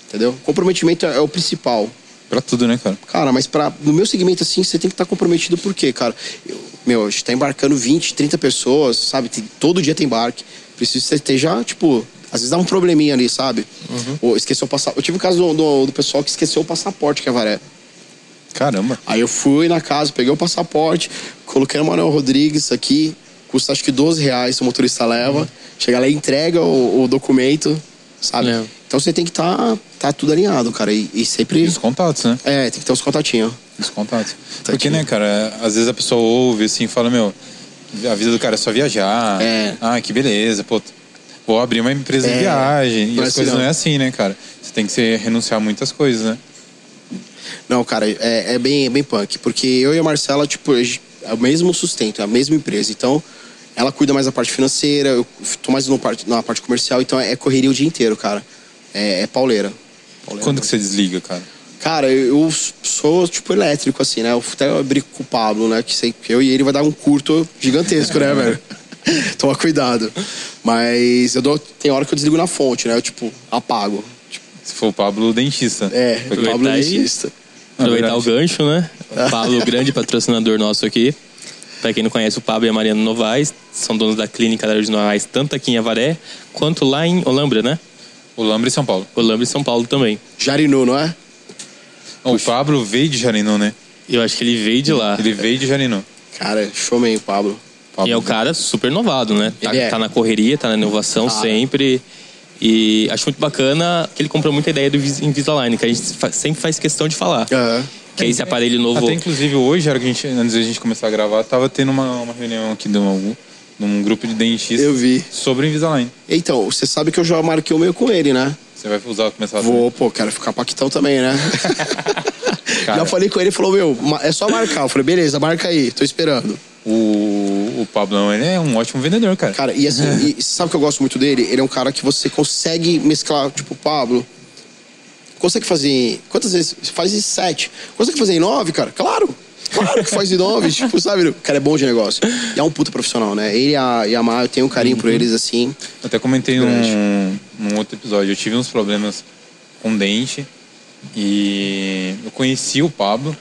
Speaker 3: entendeu? Comprometimento é, é o principal.
Speaker 1: Pra tudo, né, cara?
Speaker 3: Cara, mas pra, no meu segmento, assim, você tem que estar comprometido por quê, cara? Eu- meu, a gente tá embarcando 20, 30 pessoas, sabe? Tem- todo dia tem embarque. Preciso que você esteja, tipo... Às vezes dá um probleminha ali, sabe? Ou esqueceu o passaporte. Eu tive o caso do, do, do pessoal que esqueceu o passaporte, que é varé.
Speaker 1: Caramba.
Speaker 3: Aí eu fui na casa, peguei o passaporte, coloquei no Manuel Rodrigues aqui, custa acho que 12 reais, o motorista leva. Chega lá e entrega o, o documento, sabe?
Speaker 2: Leva.
Speaker 3: Então você tem que estar tá, tá tudo alinhado, cara. E, e
Speaker 1: E
Speaker 3: sempre.
Speaker 1: os contatos, né?
Speaker 3: É, tem que ter uns contatinhos.
Speaker 1: Os contatos.
Speaker 3: Tá
Speaker 1: Porque, né, cara, às vezes a pessoa ouve assim e fala, meu, a vida do cara é só viajar.
Speaker 3: É.
Speaker 1: Ah, que beleza, pô. Vou abrir uma empresa de
Speaker 3: É.
Speaker 1: viagem. E
Speaker 3: Não é
Speaker 1: as
Speaker 3: assim,
Speaker 1: coisas
Speaker 3: não.
Speaker 1: não é assim, né, cara? Você tem que se renunciar a muitas coisas, né?
Speaker 3: Não, cara, é, é bem, é bem punk. Porque eu e a Marcela, tipo, a gente- é o mesmo sustento, é a mesma empresa. Então, ela cuida mais da parte financeira, eu tô mais no parte- na parte comercial. Então, é correria o dia inteiro, cara. É, é pauleira. pauleira.
Speaker 1: Quando que você desliga, cara?
Speaker 3: Cara, eu, eu sou, tipo, elétrico, assim, né? Eu até brinco com o Pablo, né? Que sei que eu e ele vai dar um curto gigantesco, né, velho? Toma cuidado. Mas eu dou, tem hora que eu desligo na fonte, né? Eu, tipo, apago. Tipo,
Speaker 1: Se for o Pablo, o dentista.
Speaker 3: é,
Speaker 2: Aproveitar
Speaker 3: Pablo
Speaker 2: aí.
Speaker 3: Nicista.
Speaker 2: É Aproveitar o gancho, né? O Pablo, grande patrocinador nosso aqui. Pra quem não conhece, o Pablo e a Mariana Novaes são donos da clínica da Aero de Novaes, tanto aqui em Avaré, quanto lá em Olambra, né?
Speaker 1: O Lambre e São Paulo.
Speaker 2: Olambra e São Paulo também.
Speaker 3: Jarinu, não é?
Speaker 1: O Pablo veio de Jarinu, né?
Speaker 2: Eu acho que ele veio de lá.
Speaker 1: Ele veio de Jarinu.
Speaker 3: Cara, showman, Pablo.
Speaker 1: Pablo.
Speaker 2: E é um cara super inovado, né? Tá,
Speaker 3: Ele é.
Speaker 2: tá na correria, tá na inovação
Speaker 3: Tá.
Speaker 2: sempre. E acho muito bacana que ele comprou muita ideia do Invis- Invisalign, que a gente fa- sempre faz questão de falar.
Speaker 3: Aham.
Speaker 2: Que é esse aparelho novo.
Speaker 1: Até inclusive hoje, era que a gente, antes da gente começar a gravar, tava tendo uma, uma reunião aqui de um, de um grupo de dentistas
Speaker 3: Eu vi.
Speaker 1: sobre Invisalign.
Speaker 3: Então, você sabe que eu já marquei o meio com ele, né?
Speaker 1: Você vai usar começar a
Speaker 3: Vou, pô, quero ficar paquitão também, né?
Speaker 1: Cara.
Speaker 3: Já falei com ele, ele falou, meu, ma- é só marcar. Eu falei, beleza, marca aí, tô esperando.
Speaker 1: O, o Pablão, ele é um ótimo vendedor, cara.
Speaker 3: Cara, e assim, e sabe o que eu gosto muito dele? Ele é um cara que você consegue mesclar, tipo, Pablo. Consegue fazer. em- Quantas vezes? Você faz em sete. Consegue fazer em nove, cara? Claro! Claro que faz em nove, tipo, sabe? O cara é bom de negócio. E é um puta profissional, né? Ele e a, e a Mar, eu tenho um carinho por eles, assim.
Speaker 1: Eu até comentei num, num outro episódio. Eu tive uns problemas com dente e eu conheci o Pablo,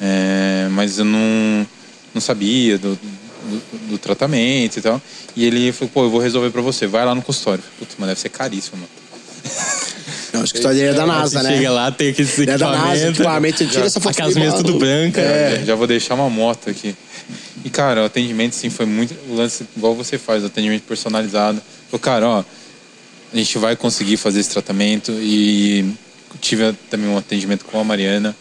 Speaker 1: é, mas eu não, não sabia do, do, do tratamento e tal. E ele falou, pô, eu vou resolver pra você. Vai lá no consultório. Putz, mas deve ser caríssimo, mano.
Speaker 3: Não, o escritório dele é da
Speaker 2: Você
Speaker 3: NASA, né?
Speaker 2: Chega lá, tem aqueles
Speaker 3: Ele é da NASA,
Speaker 2: equipamentos.
Speaker 3: equipamento, tira essa É. foto
Speaker 2: Aquelas
Speaker 3: dele,
Speaker 2: mesas
Speaker 3: mano.
Speaker 2: tudo branca.
Speaker 1: É, Já- Já vou deixar uma moto aqui. E, cara, o atendimento, sim, foi muito. O lance, igual você faz, o atendimento personalizado. Falou, cara, ó, a gente vai conseguir fazer esse tratamento. E tive também um atendimento com a Mariana.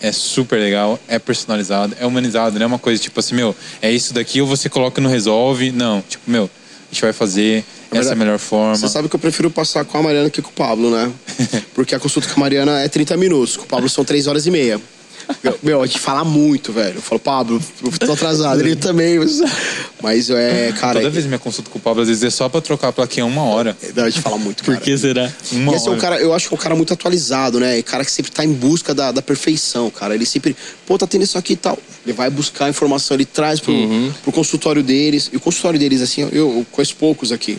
Speaker 1: É super legal, é personalizado, é humanizado, não é uma coisa tipo assim, meu, é isso daqui ou você coloca e não resolve. Não, tipo, meu, a gente vai fazer, essa é a
Speaker 3: verdade.
Speaker 1: melhor forma.
Speaker 3: Você sabe que eu prefiro passar com a Mariana que com o Pablo, né? Porque a consulta com a Mariana é 30 minutos, com o Pablo são 3 horas e meia. Meu, meu, a gente fala muito, velho. Eu falo, Pablo, eu tô atrasado. Ele também, mas. Mas é, cara. é,
Speaker 1: Toda vez minha consulta com o Pablo, às vezes é só pra trocar a plaquinha uma hora.
Speaker 3: Não, a gente fala muito, cara.
Speaker 2: Por que será?
Speaker 1: Uma
Speaker 3: e assim, é um
Speaker 1: hora.
Speaker 3: cara, eu acho que é um cara muito atualizado, né? E cara que sempre tá em busca da, da perfeição, cara. Ele sempre, pô, tá tendo isso aqui e tal. Ele vai buscar a informação, ele traz pro,
Speaker 1: Uhum.
Speaker 3: pro consultório deles. E o consultório deles, assim, eu, eu conheço poucos aqui.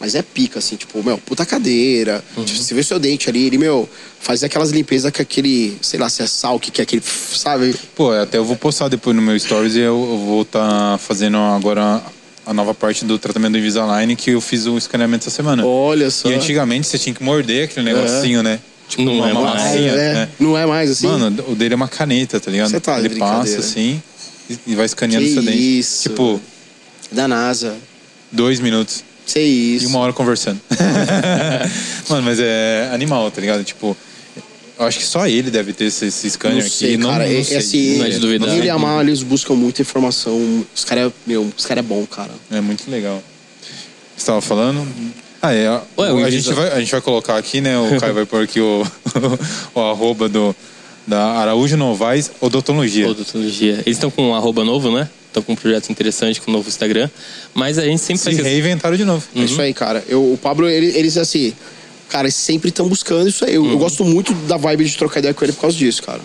Speaker 3: Mas é pica, assim, tipo, meu, puta cadeira.
Speaker 1: Uhum.
Speaker 3: Tipo, você vê seu dente ali, ele, meu, faz aquelas limpezas com aquele, sei lá, se é sal, que, que é aquele, sabe?
Speaker 1: Pô, até eu vou postar depois no meu Stories e eu, eu vou estar fazendo agora a nova parte do tratamento do Invisalign que eu fiz o escaneamento essa semana.
Speaker 3: Olha só.
Speaker 1: É. E antigamente você tinha que morder aquele negocinho, né? Tipo
Speaker 2: Não
Speaker 1: uma
Speaker 2: é mais,
Speaker 3: Ah,
Speaker 1: massinha,
Speaker 3: é,
Speaker 1: né?
Speaker 3: Não é mais assim?
Speaker 1: Mano, o dele é uma caneta, tá ligado?
Speaker 3: Você tá de
Speaker 1: Ele passa
Speaker 3: brincadeira.
Speaker 1: assim e- e vai escaneando
Speaker 3: Que
Speaker 1: seu dente.
Speaker 3: isso.
Speaker 1: Tipo,
Speaker 3: da NASA.
Speaker 1: dois minutos
Speaker 3: Sei isso.
Speaker 1: e uma hora conversando. Mano, mas é animal, tá ligado? Tipo, eu acho que só ele deve ter esse, esse scanner
Speaker 3: não sei,
Speaker 1: aqui.
Speaker 3: cara. assim,
Speaker 1: não, não sei. Uhum.
Speaker 3: Esse,
Speaker 2: não é de duvidar,
Speaker 3: Ele e a
Speaker 2: né?
Speaker 3: Mar, eles buscam muita informação. Os caras, meu, os caras é bom, cara.
Speaker 1: É muito legal. Você estava falando? Ah, é.
Speaker 2: Ué,
Speaker 1: O-
Speaker 2: o
Speaker 1: a,
Speaker 2: Invisa-
Speaker 1: gente vai, a gente vai colocar aqui, né? O Caio vai pôr aqui o, o arroba do, da Araújo Novaes Odontologia.
Speaker 2: Odontologia. Eles estão com um arroba novo, né? Estão com um projeto interessante com um novo Instagram. Mas a gente sempre
Speaker 1: Se
Speaker 2: faz questão-
Speaker 1: reinventaram de novo.
Speaker 3: É isso aí, cara. Eu, o Pablo, ele- eles assim, cara, eles sempre estão buscando isso aí. Eu,
Speaker 1: Uhum.
Speaker 3: eu gosto muito da vibe de trocar ideia com ele por causa disso, cara.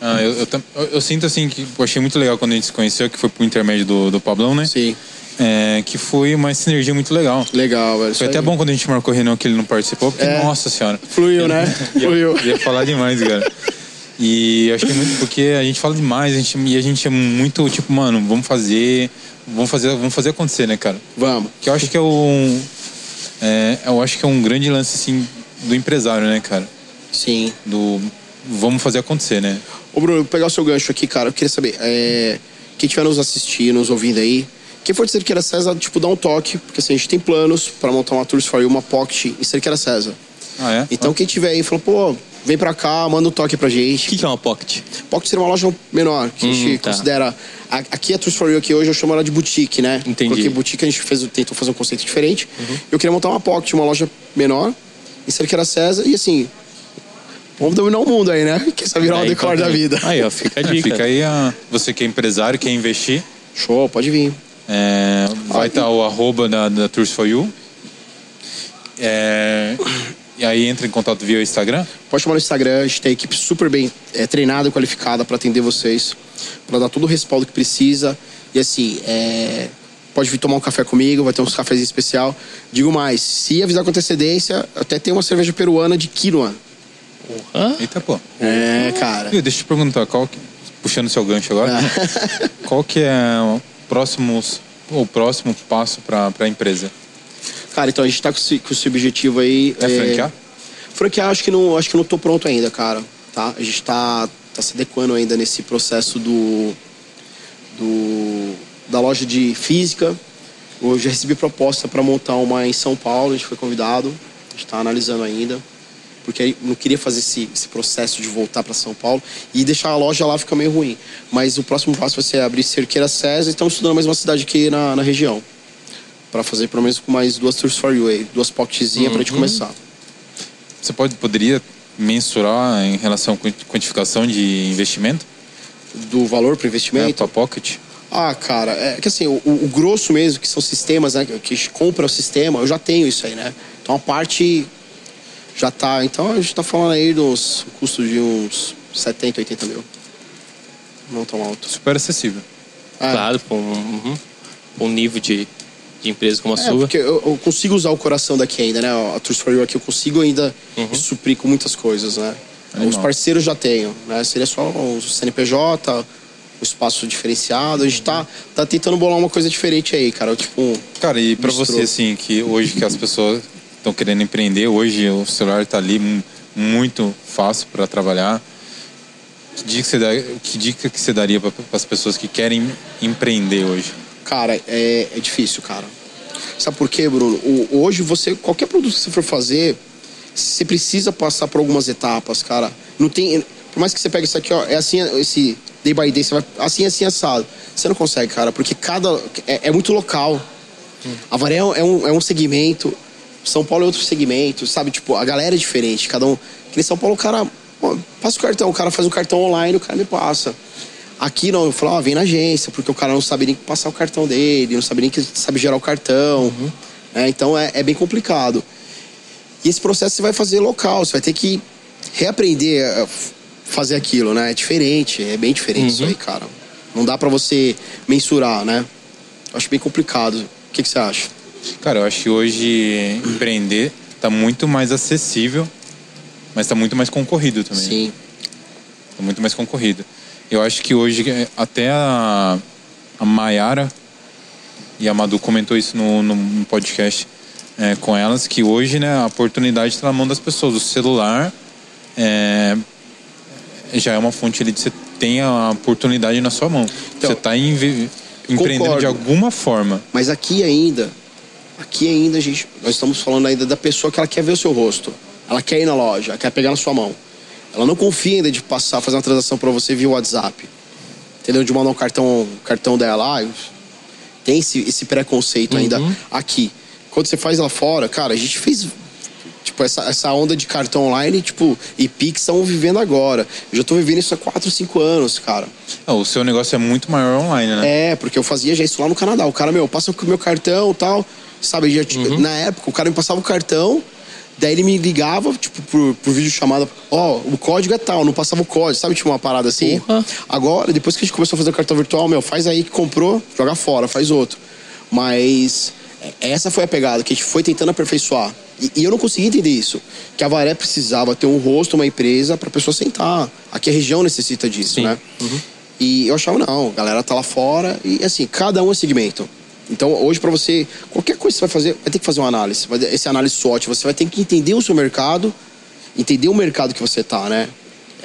Speaker 1: Ah, eu, eu tam- eu- eu sinto assim que eu achei muito legal quando a gente se conheceu, que foi por intermédio do, do Pablão, né?
Speaker 3: Sim.
Speaker 1: é, que foi uma sinergia muito legal.
Speaker 3: Legal, velho. isso
Speaker 1: Foi até
Speaker 3: aí.
Speaker 1: bom quando a gente marcou o Renan que ele não participou, porque,
Speaker 3: É.
Speaker 1: nossa senhora,
Speaker 3: Fluiu, né? Fluiu.
Speaker 1: ia falar demais, cara. E eu acho que é muito porque a gente fala demais, a gente, e a gente é muito, tipo, mano, vamos fazer, vamos fazer, vamos fazer acontecer, né, cara?
Speaker 3: Vamos.
Speaker 1: Que eu acho que é um. é, eu acho que é um grande lance, assim, do empresário, né, cara?
Speaker 3: Sim.
Speaker 1: Do. Vamos fazer acontecer, né?
Speaker 3: Ô, Bruno, eu vou pegar o seu gancho aqui, cara. Eu queria saber, é, quem estiver nos assistindo, nos ouvindo aí, quem for de Cerqueira César, tipo, dá um toque, porque assim, a gente tem planos pra montar uma Tours for You, uma Pocket em Cerqueira César.
Speaker 1: Ah, é?
Speaker 3: Então, quem tiver aí, falou, pô, vem pra cá, manda um toque pra
Speaker 2: O
Speaker 3: gente.
Speaker 2: que, que é uma pocket?
Speaker 3: Pocket seria uma loja menor, que a gente
Speaker 2: Hum, tá.
Speaker 3: considera. a- Aqui a Tours for You, aqui hoje eu chamo ela de boutique, né?
Speaker 2: Entendi. Uhum.
Speaker 3: Porque boutique a gente fez, tentou fazer um conceito diferente. Eu queria montar uma Pocket, uma loja menor, em Cerqueira César, e assim. Vamos dominar o mundo aí, né? Quem sabe virar o
Speaker 2: Aí,
Speaker 3: decor
Speaker 2: então,
Speaker 3: da vida.
Speaker 2: Aí, ó, fica a dica.
Speaker 1: Ah, Fica aí a. Você que é empresário, quer investir,
Speaker 3: Show, pode vir.
Speaker 1: é, vai estar o arroba da, da Tours for You. É, e aí entra em contato via Instagram.
Speaker 3: Pode chamar no Instagram, a gente tem a equipe super bem é, treinada e qualificada para atender vocês, para dar todo o respaldo que precisa. E assim, é, pode vir tomar um café comigo, vai ter uns cafés especial. Digo mais, se avisar com antecedência, até tem uma cerveja peruana de quinoa.
Speaker 2: Hã?
Speaker 1: Eita, pô.
Speaker 3: É, cara.
Speaker 1: Viu, deixa eu te perguntar, qual que, puxando seu gancho agora,
Speaker 3: Ah.
Speaker 1: qual que é o próximo, o próximo passo para a empresa?
Speaker 3: Cara, então a gente tá com esse, com esse objetivo aí.
Speaker 1: É franquear?
Speaker 3: Franquear, acho que não, acho que não tô pronto ainda, cara. Tá? A gente tá, tá se adequando ainda nesse processo do, do da loja de física. Eu já recebi proposta para montar uma em São Paulo, a gente foi convidado, a gente tá analisando ainda. Porque aí não queria fazer esse, esse processo de voltar para São Paulo e deixar a loja lá fica meio ruim. Mas o próximo passo vai ser abrir Cerqueira César e estamos estudando mais uma cidade aqui na, na região. Pra fazer pelo menos com mais duas tours for you aí, duas pocketzinhas pra gente começar.
Speaker 1: Você pode, poderia mensurar em relação à quanti- quantificação de investimento?
Speaker 3: Do valor pro
Speaker 1: É,
Speaker 3: investimento?
Speaker 1: tua pocket?
Speaker 3: Ah, cara, é que assim, o, o grosso mesmo, que são sistemas, né? Que a gente compra o sistema, eu já tenho isso aí, né? Então a parte já tá. Então a gente tá falando aí dos custos de uns 70, 80 mil. Não tão alto.
Speaker 1: Super acessível.
Speaker 3: Ah,
Speaker 2: Claro, pra um, uhum, pra um nível de, de empresa como a
Speaker 3: É,
Speaker 2: sua.
Speaker 3: porque eu, eu consigo usar o coração daqui ainda, né? A Tours for You aqui eu consigo ainda
Speaker 2: Uhum.
Speaker 3: suprir com muitas coisas, né? Os
Speaker 1: Animal.
Speaker 3: parceiros já tenho, né? Seria só o CNPJ, o espaço diferenciado. A gente tá, tá tentando bolar uma coisa diferente aí, cara. Tipo,
Speaker 1: Cara, e para
Speaker 3: Bistrô.
Speaker 1: você, assim, que hoje que as pessoas estão querendo empreender, hoje o celular tá ali mu- muito fácil para trabalhar. Que dica que você, dá, que dica que você daria para as pessoas que querem empreender hoje?
Speaker 3: Cara, é, é difícil, cara. Sabe por quê, Bruno? O- hoje você, qualquer produto que você for fazer, você precisa passar por algumas etapas, cara. Não tem, por mais que você pegue isso aqui, ó, é assim, esse day by day, você vai assim, assim, assado. Você não consegue, cara, porque cada é, é muito local. A Varé é um- é um, é um segmento, São Paulo é outro segmento, sabe? Tipo, a galera é diferente, cada um. Que em São Paulo o cara pô, passa o cartão, o cara faz o cartão online, o cara me passa. Aqui não, eu falo, ó, vem na agência, porque o cara não sabe nem passar o cartão dele, não sabe nem que sabe gerar o cartão. né? Então é- é bem complicado. E esse processo você vai fazer local, você vai ter que reaprender a f- fazer aquilo, né? É diferente, é bem diferente isso aí, cara. Não dá pra você mensurar, né? Eu acho bem complicado. O que, que você acha?
Speaker 1: Cara, eu acho que hoje empreender tá muito mais acessível, mas tá muito mais concorrido também.
Speaker 3: Sim.
Speaker 1: Tá muito mais concorrido. Eu acho que hoje eh, até a, a Mayara e a Madu comentou isso no, no- no podcast eh, com elas, que hoje né, a oportunidade está na mão das pessoas. O celular eh, já é uma fonte ali de você tem a oportunidade na sua mão.
Speaker 3: Então,
Speaker 1: você está empreendendo
Speaker 3: concordo.
Speaker 1: de alguma forma.
Speaker 3: Mas aqui ainda, aqui ainda, gente, nós estamos falando ainda da pessoa que ela quer ver o seu rosto. Ela quer ir na loja, ela quer pegar na sua mão. Ela não confia ainda de passar, fazer uma transação pra você via WhatsApp. Entendeu? De mandar um cartão, cartão dela. Ah, eu- tem esse, esse preconceito ainda aqui. Quando você faz lá fora, cara, a gente fez. Tipo, essa, essa onda de cartão online, tipo, e Pix estão vivendo agora. Eu já tô vivendo isso há 4, 5 anos, cara.
Speaker 1: Ah, o seu negócio é muito maior online, né?
Speaker 3: É, porque eu fazia já isso lá no Canadá. O cara, meu, passa o meu cartão e tal. Sabe, já, tipo, na época, o cara me passava o cartão, daí ele me ligava, tipo, por, por vídeo chamada, ó, o código é tal, não passava o código, sabe, tipo, uma parada assim.
Speaker 2: Porra.
Speaker 3: Agora, depois que a gente começou a fazer o cartão virtual, meu, faz aí que comprou, joga fora, faz outro. Mas é, essa foi a pegada que a gente foi tentando aperfeiçoar. E, e eu não consegui entender isso. Que a Varé precisava ter um rosto, uma empresa pra pessoa sentar. Aqui a região necessita disso,
Speaker 2: Sim. Uhum.
Speaker 3: né? E eu achava, não, a galera tá lá fora e assim, cada um é segmento. Então hoje pra você, qualquer coisa que você vai fazer, vai ter que fazer uma análise. Vai ter- Esse análise SWOT, você vai ter que entender o seu mercado, entender o mercado que você tá, né?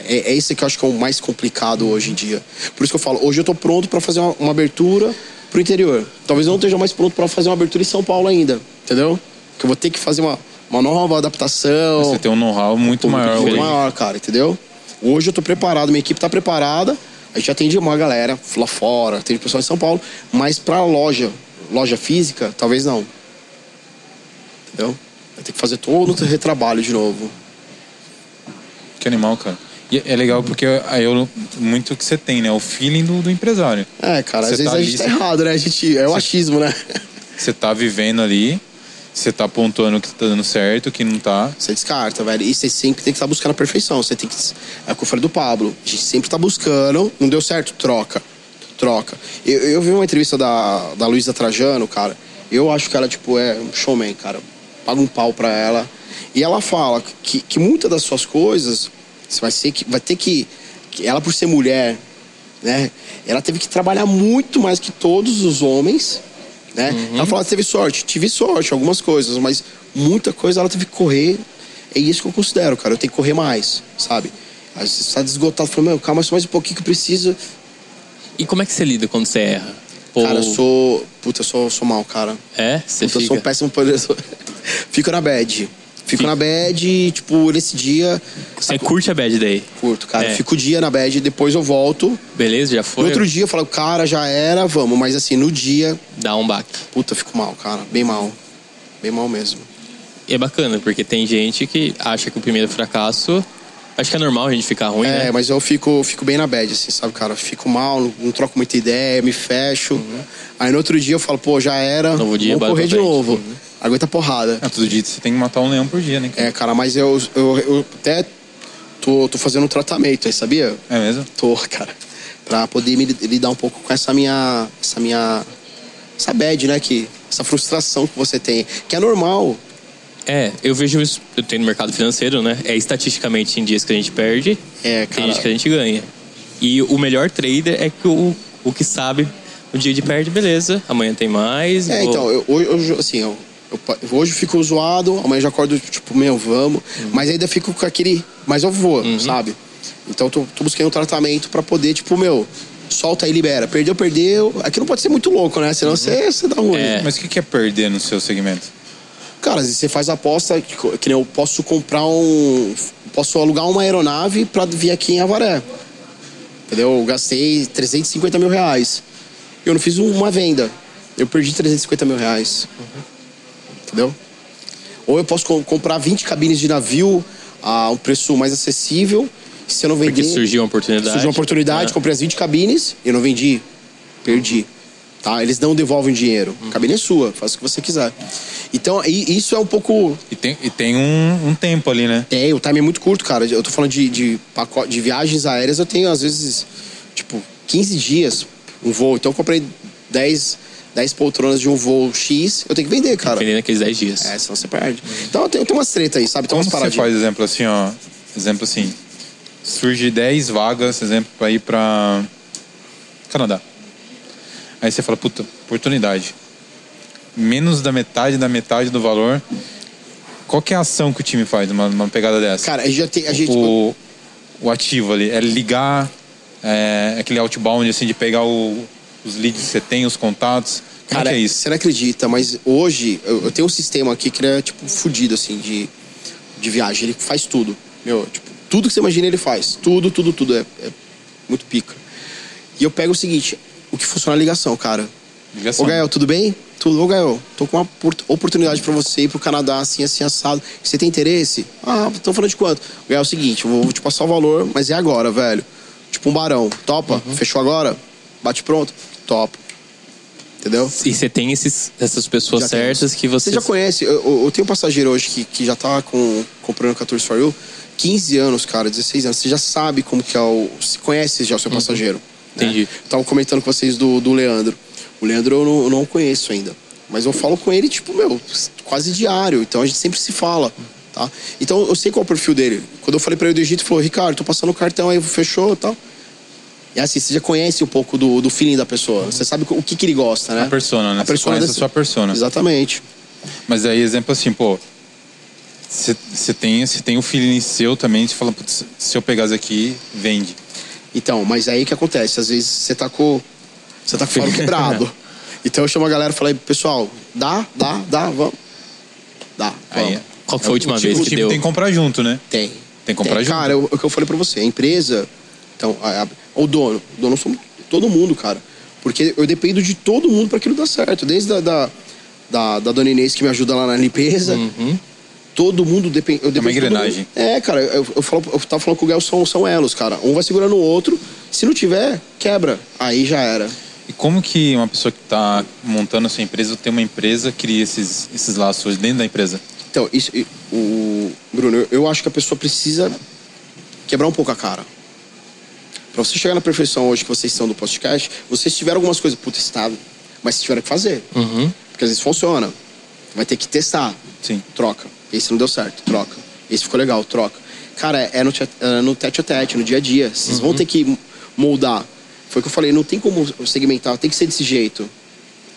Speaker 3: É, é isso que eu acho que é o mais complicado hoje em dia. Por isso que eu falo, hoje eu tô pronto pra fazer uma, uma abertura pro interior. Talvez eu não esteja mais pronto pra fazer uma abertura em São Paulo ainda, entendeu? Que eu vou ter que fazer uma, uma nova adaptação
Speaker 1: Você tem um know-how muito maior
Speaker 3: muito
Speaker 1: hoje.
Speaker 3: maior, cara, entendeu? Hoje eu tô preparado, minha equipe tá preparada. A gente atende uma galera lá fora, atende pessoal em São Paulo, mas pra loja, loja física, talvez não. Entendeu? Vai ter que fazer todo o retrabalho de novo.
Speaker 1: Que animal, cara. E é legal porque aí eu, muito que você tem, né? O feeling do, do empresário.
Speaker 3: É, cara,
Speaker 1: Você
Speaker 3: às vezes
Speaker 1: tá
Speaker 3: a gente tá
Speaker 1: ali-
Speaker 3: errado, né? A gente, é o achismo, né?
Speaker 1: Você tá vivendo ali, você tá apontando o que tá dando certo, o que não tá.
Speaker 3: Você descarta, velho. E você sempre tem que estar buscando a perfeição. Você tem que. É o que eu falei do Pablo. A gente sempre tá buscando. Não deu certo? Troca. Troca. Eu, eu vi uma entrevista da, da Luísa Trajano, cara. Eu acho que ela, tipo, é um showman, cara. Paga um pau pra ela. E ela fala que, que muitas das suas coisas. Você vai, ser que, vai ter que. que Ela, por ser mulher, né? Ela teve que trabalhar muito mais que todos os homens, né?
Speaker 2: Uhum.
Speaker 3: Ela falou, ela teve sorte, tive sorte, algumas coisas, mas muita coisa ela teve que correr. É isso que eu considero, cara. Eu tenho que correr mais, sabe? Às vezes você tá desgotado, falou, meu, calma só mais um pouquinho que eu preciso.
Speaker 2: E como é que você lida quando você erra? Pô,
Speaker 3: Cara, eu sou. Puta, eu sou, sou mal, cara.
Speaker 2: É? Você
Speaker 3: Puta, eu sou um
Speaker 2: fica...
Speaker 3: péssimo poderoso. Fico na bad. Fico na bad, e, tipo, nesse dia.
Speaker 2: Você curte a bad day.
Speaker 3: Curto, cara.
Speaker 2: É.
Speaker 3: Fico o dia na bad, depois eu volto.
Speaker 2: Beleza? Já
Speaker 3: No
Speaker 2: foi?
Speaker 3: outro dia eu falo, cara, já era, vamos. Mas assim, no dia,
Speaker 2: Dá um baque.
Speaker 3: Puta, fico mal, cara. Bem mal. Bem mal mesmo.
Speaker 2: E é bacana, porque tem gente que acha que o primeiro fracasso... Acho que é normal a gente ficar ruim,
Speaker 3: É,
Speaker 2: né?
Speaker 3: mas eu fico, fico bem na bad, assim, sabe, cara? Fico mal, não, não troco muita ideia, me fecho. Aí no outro dia eu falo, pô, já era.
Speaker 2: Uhum. Novo dia, Uhum.
Speaker 3: vamos
Speaker 2: bora
Speaker 3: correr
Speaker 2: pra
Speaker 3: de
Speaker 2: frente.
Speaker 3: novo. Aguenta a porrada.
Speaker 1: É, todo dia você tem que matar um leão por dia, né? cara?
Speaker 3: É, cara, mas eu, eu, eu até tô, tô fazendo um tratamento aí, sabia?
Speaker 1: É mesmo?
Speaker 3: Tô, cara. Pra poder me li- lidar um pouco com essa minha. Essa minha. Essa bad, né? Que, essa frustração que você tem. Que é normal.
Speaker 2: É, eu vejo isso... Eu tenho no mercado financeiro, né? É estatisticamente em dias que a gente perde, tem
Speaker 3: É, cara.
Speaker 2: dias que a gente ganha. E o melhor trader é que o, o que sabe... O dia de perde, beleza. Amanhã tem mais.
Speaker 3: É,
Speaker 2: vou-
Speaker 3: então, eu, hoje, hoje, assim, eu, eu pa- hoje eu fico zoado, amanhã eu já acordo, tipo, meu, vamos. Mas ainda fico com aquele. Mas eu vou, sabe? Então eu tô, tô buscando um tratamento pra poder, tipo, meu, solta aí, libera. Perdeu, perdeu. Aqui não pode ser muito louco, né? Senão você, você dá ruim.
Speaker 2: É.
Speaker 1: Mas o que que é perder no seu segmento?
Speaker 3: Cara, às vezes você faz aposta, que co- que nem eu posso comprar um. Posso alugar uma aeronave pra vir aqui em Avaré. Entendeu? Eu gastei 350 mil reais. Eu não fiz um, uma venda. Eu perdi 350 mil reais. Entendeu? Ou eu posso co- comprar 20 cabines de navio a um preço mais acessível. Se eu não vender.
Speaker 2: Porque surgiu uma oportunidade.
Speaker 3: Surgiu uma oportunidade,
Speaker 1: é.
Speaker 2: né?
Speaker 3: comprei as 20 cabines, eu não vendi, perdi. Tá? Eles não devolvem dinheiro. A cabine é sua, faz o que você quiser. Então, e- isso é um pouco.
Speaker 1: E tem, e tem um, um tempo ali, né?
Speaker 3: É, o time é muito curto, cara. Eu tô falando de, de, pacote, de viagens aéreas, eu tenho, às vezes, tipo, 15 dias um voo. Então, eu comprei 10, 10 poltronas de um voo X, eu tenho que vender, cara.
Speaker 2: Dependendo daqueles 10 dias.
Speaker 3: É, senão você perde. Então, tem, tem umas treta aí, sabe? Tem
Speaker 1: Como
Speaker 3: umas
Speaker 1: você
Speaker 3: paradinhas.
Speaker 1: faz exemplo assim, ó? Exemplo assim. Surge 10 vagas, exemplo, pra ir pra Canadá. Aí você fala, puta, oportunidade. Menos da metade da metade do valor. Qual que é a ação que o time faz numa, numa pegada dessa?
Speaker 3: Cara, a gente já tem. A gente,
Speaker 1: o, o ativo ali. É ligar é, aquele outbound, assim, de pegar o- os leads que você tem, os contatos. Como
Speaker 3: Cara,
Speaker 1: que é isso?
Speaker 3: você não acredita, mas hoje eu, eu tenho um sistema aqui que ele é tipo fudido, assim, de, de viagem. Ele faz tudo. Meu, tipo, tudo que você imagina ele faz. Tudo, tudo, tudo. É, é muito pica. E eu pego o seguinte: o que funciona é a ligação, cara.
Speaker 1: Ligação.
Speaker 3: Ô, Gael, tudo bem? Tudo. Ô, Gael, tô com uma opor- oportunidade pra você ir pro Canadá, assim, assim, assado. Você tem interesse? Ah, tô falando de quanto? Gael, é o seguinte, eu vou te passar o valor, mas é agora, velho. Tipo um barão. Topa?
Speaker 1: Uhum.
Speaker 3: Fechou agora? Bate pronto? Topo. Entendeu?
Speaker 2: E você tem esses, essas pessoas
Speaker 3: Já tem.
Speaker 2: certas que você.
Speaker 3: Você já conhece, eu- eu, eu tenho um passageiro hoje que, que já tá com, comprando 14
Speaker 1: Uhum.
Speaker 3: for you, 15 anos, cara, 16 anos. Você já sabe como que é o. Você conhece já o seu passageiro.
Speaker 2: Entendi.
Speaker 3: Estavam comentando com vocês do, do Leandro. O Leandro eu não, eu não conheço ainda. Mas eu falo com ele, tipo, meu, quase diário. Então a gente sempre se fala, tá? Então eu sei qual é o perfil dele. Quando eu falei pra ele do Egito, ele falou, Ricardo, tô passando o cartão aí, fechou e tal. E assim, você já conhece um pouco do, do feeling da pessoa. Você sabe o que, que ele gosta, né?
Speaker 1: Uhum. A persona, né? Você conhece a sua persona.
Speaker 3: Exatamente.
Speaker 1: Mas aí, exemplo assim, pô. Você tem, cê tem o feeling seu também, você fala, "Putz, se eu pegar isso aqui, vende.
Speaker 3: Então, mas aí o que acontece? Às vezes você tá com. Você tá com o faro quebrado. Então eu chamo a galera e falei, pessoal, dá, dá, dá, vamos. Dá, vamos.
Speaker 1: Aí,
Speaker 2: Qual que foi a última
Speaker 1: É o time,
Speaker 2: vez
Speaker 1: o
Speaker 2: que
Speaker 1: time
Speaker 2: deu?
Speaker 1: tem que comprar junto, né?
Speaker 3: Tem.
Speaker 1: Tem que comprar junto.
Speaker 3: Cara, o o que eu falei pra você, a empresa. Então, a- a- o dono. O dono somos todo mundo, cara. Porque eu dependo de todo mundo pra aquilo dar certo. Desde a, da, da, da dona Inês que me ajuda lá na limpeza. Todo mundo depende. Eu dependo de todo
Speaker 1: engrenagem.
Speaker 3: mundo. É, cara, eu, eu, falo, eu tava falando com o Gael, são, são elos, cara. Um vai segurando o outro. Se não tiver, quebra. Aí já era.
Speaker 1: E como que uma pessoa que está montando a sua empresa, ou tem uma empresa, cria esses, esses laços dentro da empresa?
Speaker 3: Então, isso, e- o Bruno, eu- eu acho que a pessoa precisa quebrar um pouco a cara. Pra você chegar na perfeição hoje que vocês estão do podcast, vocês tiveram algumas coisas, puta, estável, mas vocês tiveram que fazer. Porque às vezes funciona. Vai ter que testar.
Speaker 1: Sim.
Speaker 3: Troca. Esse não deu certo, troca. Esse ficou legal, troca. Cara, é é no, tia- é no tete a tete, no dia a dia. Vocês vão ter que moldar. Foi o que eu falei, não tem como segmentar, tem que ser desse jeito.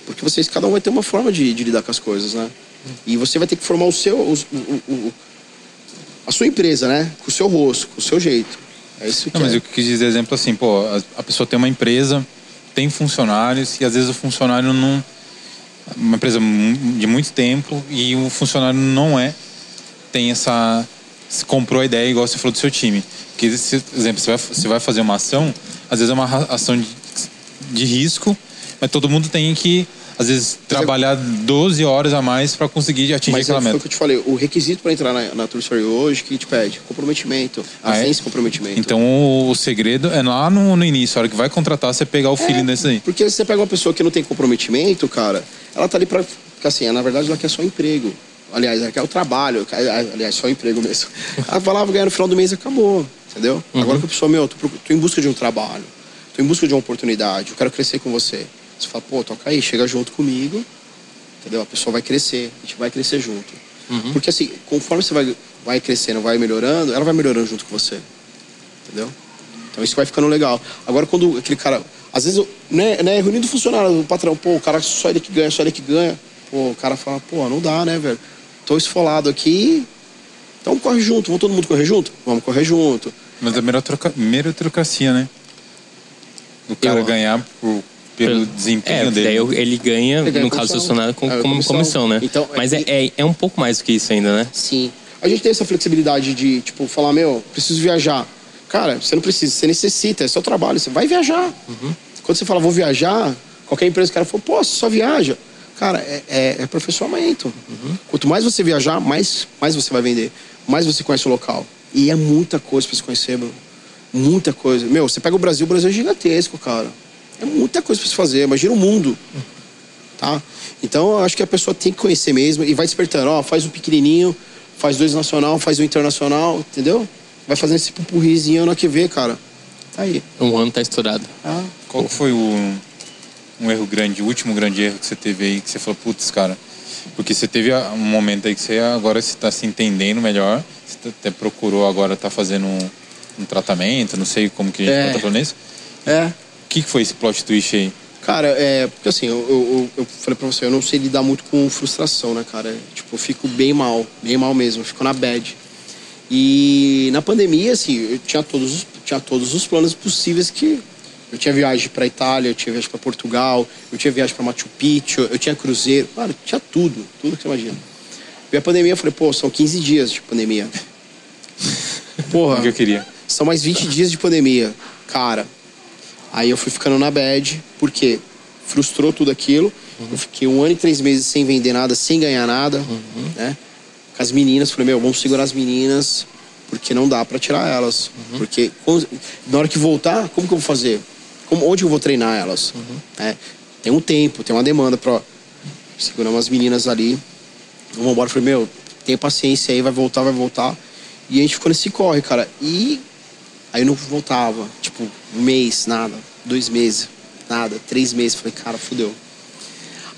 Speaker 3: Porque vocês, cada um vai ter uma forma de, de lidar com as coisas, né? E você vai ter que formar o seu. os- o- o- o- a sua empresa, né? Com o seu rosto, com o seu jeito. É isso que
Speaker 1: Não, mas
Speaker 3: é.
Speaker 1: eu quis dizer exemplo assim, pô, a, a pessoa tem uma empresa, tem funcionários, e às vezes o funcionário não. Uma empresa mu- de muito tempo e o funcionário não é, tem essa. se comprou a ideia igual você falou do seu time. Porque, se, exemplo, você vai, você vai fazer uma ação, às vezes é uma ra- ação de, de risco, mas todo mundo tem que, às vezes, trabalhar 12 horas a mais para conseguir atingir
Speaker 3: Mas é,
Speaker 1: aquela
Speaker 3: foi o
Speaker 1: meta.
Speaker 3: que eu te falei, o requisito pra entrar na, na Tour Story hoje que te pede comprometimento,
Speaker 1: Ah, é?
Speaker 3: ausência de comprometimento.
Speaker 1: Então o, o segredo é lá no, no início, a hora que vai contratar, você pegar
Speaker 3: É.
Speaker 1: o feeling desse aí.
Speaker 3: Porque você pega uma pessoa que não tem comprometimento, cara, ela tá ali pra. Porque assim, na verdade ela quer só emprego. Aliás, ela quer o trabalho, aliás, só emprego mesmo. Ela falava ganhar no final do mês e acabou, entendeu? Agora que a pessoa, meu, tô, procu- tô em busca de um trabalho, tô em busca de uma oportunidade, eu quero crescer com você. Você fala, pô, toca aí, chega junto comigo, entendeu? A pessoa vai crescer, a gente vai crescer junto. Porque assim, conforme você vai, vai crescendo, vai melhorando, ela vai melhorando junto com você, entendeu? Então isso vai ficando legal. Agora, quando aquele cara. Às vezes, né, né, reunido do funcionário, do patrão, pô, o cara só ele que ganha, só ele que ganha. Pô, o cara fala, pô, não dá, né, velho? Tô esfolado aqui. Então corre junto, vamos todo mundo correr junto? Vamos correr junto.
Speaker 1: Mas é a merotroca- meritocracia, né? O cara
Speaker 3: Eu-
Speaker 1: ganhar por- pelo desempenho
Speaker 2: é,
Speaker 1: dele.
Speaker 2: daí eu- ele ganha,
Speaker 3: Ele ganha
Speaker 2: no caso do
Speaker 3: comissão.
Speaker 2: funcionário, com,
Speaker 3: É,
Speaker 2: como comissão,
Speaker 3: comissão.
Speaker 2: né?
Speaker 3: Então,
Speaker 2: Mas
Speaker 3: é-
Speaker 2: é, é, é um pouco mais do que isso ainda, né?
Speaker 3: Sim. A gente tem essa flexibilidade de, tipo, falar, meu, preciso viajar. Cara, você não precisa, você necessita, é seu trabalho, você vai viajar. Quando você fala, vou viajar, qualquer empresa, o cara fala, pô, você só viaja. Cara, é, é, é profissionamento. Quanto mais você viajar, mais, mais você vai vender, mais você conhece o local. E é muita coisa pra se conhecer, mano. Muita coisa. Meu, você pega o Brasil, o Brasil é gigantesco, cara. É muita coisa pra se fazer, imagina o mundo tá? Então eu acho que a pessoa tem que conhecer mesmo e vai despertando, ó, faz um pequenininho, faz dois nacional, faz um internacional, entendeu? Vai fazendo esse pupurrizinho na que vê, cara. Tá aí.
Speaker 2: Um ano tá estourado.
Speaker 3: Ah,
Speaker 1: Qual que foi o, um erro grande, o último grande erro que você teve aí, que você falou, putz, cara. Porque você teve a- um momento aí que você agora está se entendendo melhor, você t- até procurou agora tá fazendo um, um tratamento, não sei como que a gente
Speaker 3: É.
Speaker 1: tá falando isso.
Speaker 3: é.
Speaker 1: O que, que foi esse plot twist aí?
Speaker 3: Cara, é. Porque assim, eu, eu, eu falei pra você, eu não sei lidar muito com frustração, né, cara? Tipo, eu fico bem mal, bem mal mesmo, eu fico na bad. E na pandemia, assim, eu tinha todos os, tinha todos os planos possíveis que. Eu tinha viagem pra Itália, eu tinha viagem pra Portugal, eu tinha viagem pra Machu Picchu, eu tinha cruzeiro, cara, eu tinha tudo, tudo que você imagina. Veio a pandemia, eu falei, pô, são 15 dias de pandemia. Porra.
Speaker 1: O que eu queria?
Speaker 3: São mais 20 dias de pandemia. Cara, aí eu fui ficando na bad, porque frustrou tudo aquilo. Eu fiquei um ano e três meses sem vender nada, sem ganhar nada, né? Com as meninas, falei, meu, vamos segurar as meninas, porque não dá pra tirar elas. Porque com- na hora que voltar, como que eu vou fazer? Como, onde eu vou treinar elas? É, tem um tempo, tem uma demanda pra... Seguramos as meninas ali, vamos embora. Eu Falei, meu, tenha paciência aí, vai voltar, vai voltar. E a gente ficou nesse corre, cara. E aí eu não voltava, tipo, um mês, nada. dois meses, nada, três meses. Falei, cara, fudeu.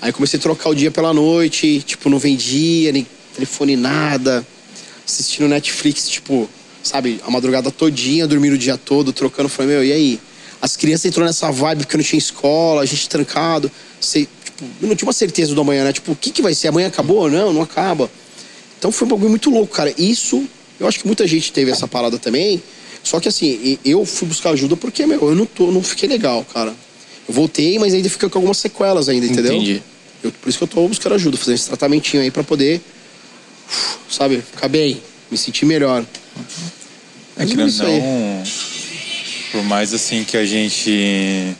Speaker 3: Aí comecei a trocar o dia pela noite, tipo, não vendia, nem telefone, nada. Assistindo Netflix, tipo, sabe, a madrugada todinha, dormindo o dia todo, trocando. Falei, meu, e aí? As crianças entrou nessa vibe porque não tinha escola, a gente trancado. Sei, tipo, eu não tinha uma certeza do amanhã, né? Tipo, o que, que vai ser? Amanhã acabou? Não, não acaba. Então foi um bagulho muito louco, cara. Isso, eu acho que muita gente teve essa parada também. Só que assim, e- eu fui buscar ajuda porque, meu, eu não tô, não fiquei legal, cara. Eu voltei, mas ainda fica com algumas sequelas ainda, entendeu?
Speaker 2: Entendi.
Speaker 3: Eu- por isso que eu tô buscando ajuda, fazendo esse tratamentinho aí pra poder, uf, sabe, ficar bem, me sentir melhor.
Speaker 1: É que
Speaker 3: Mas é isso aí.
Speaker 1: não. Por mais assim que a gente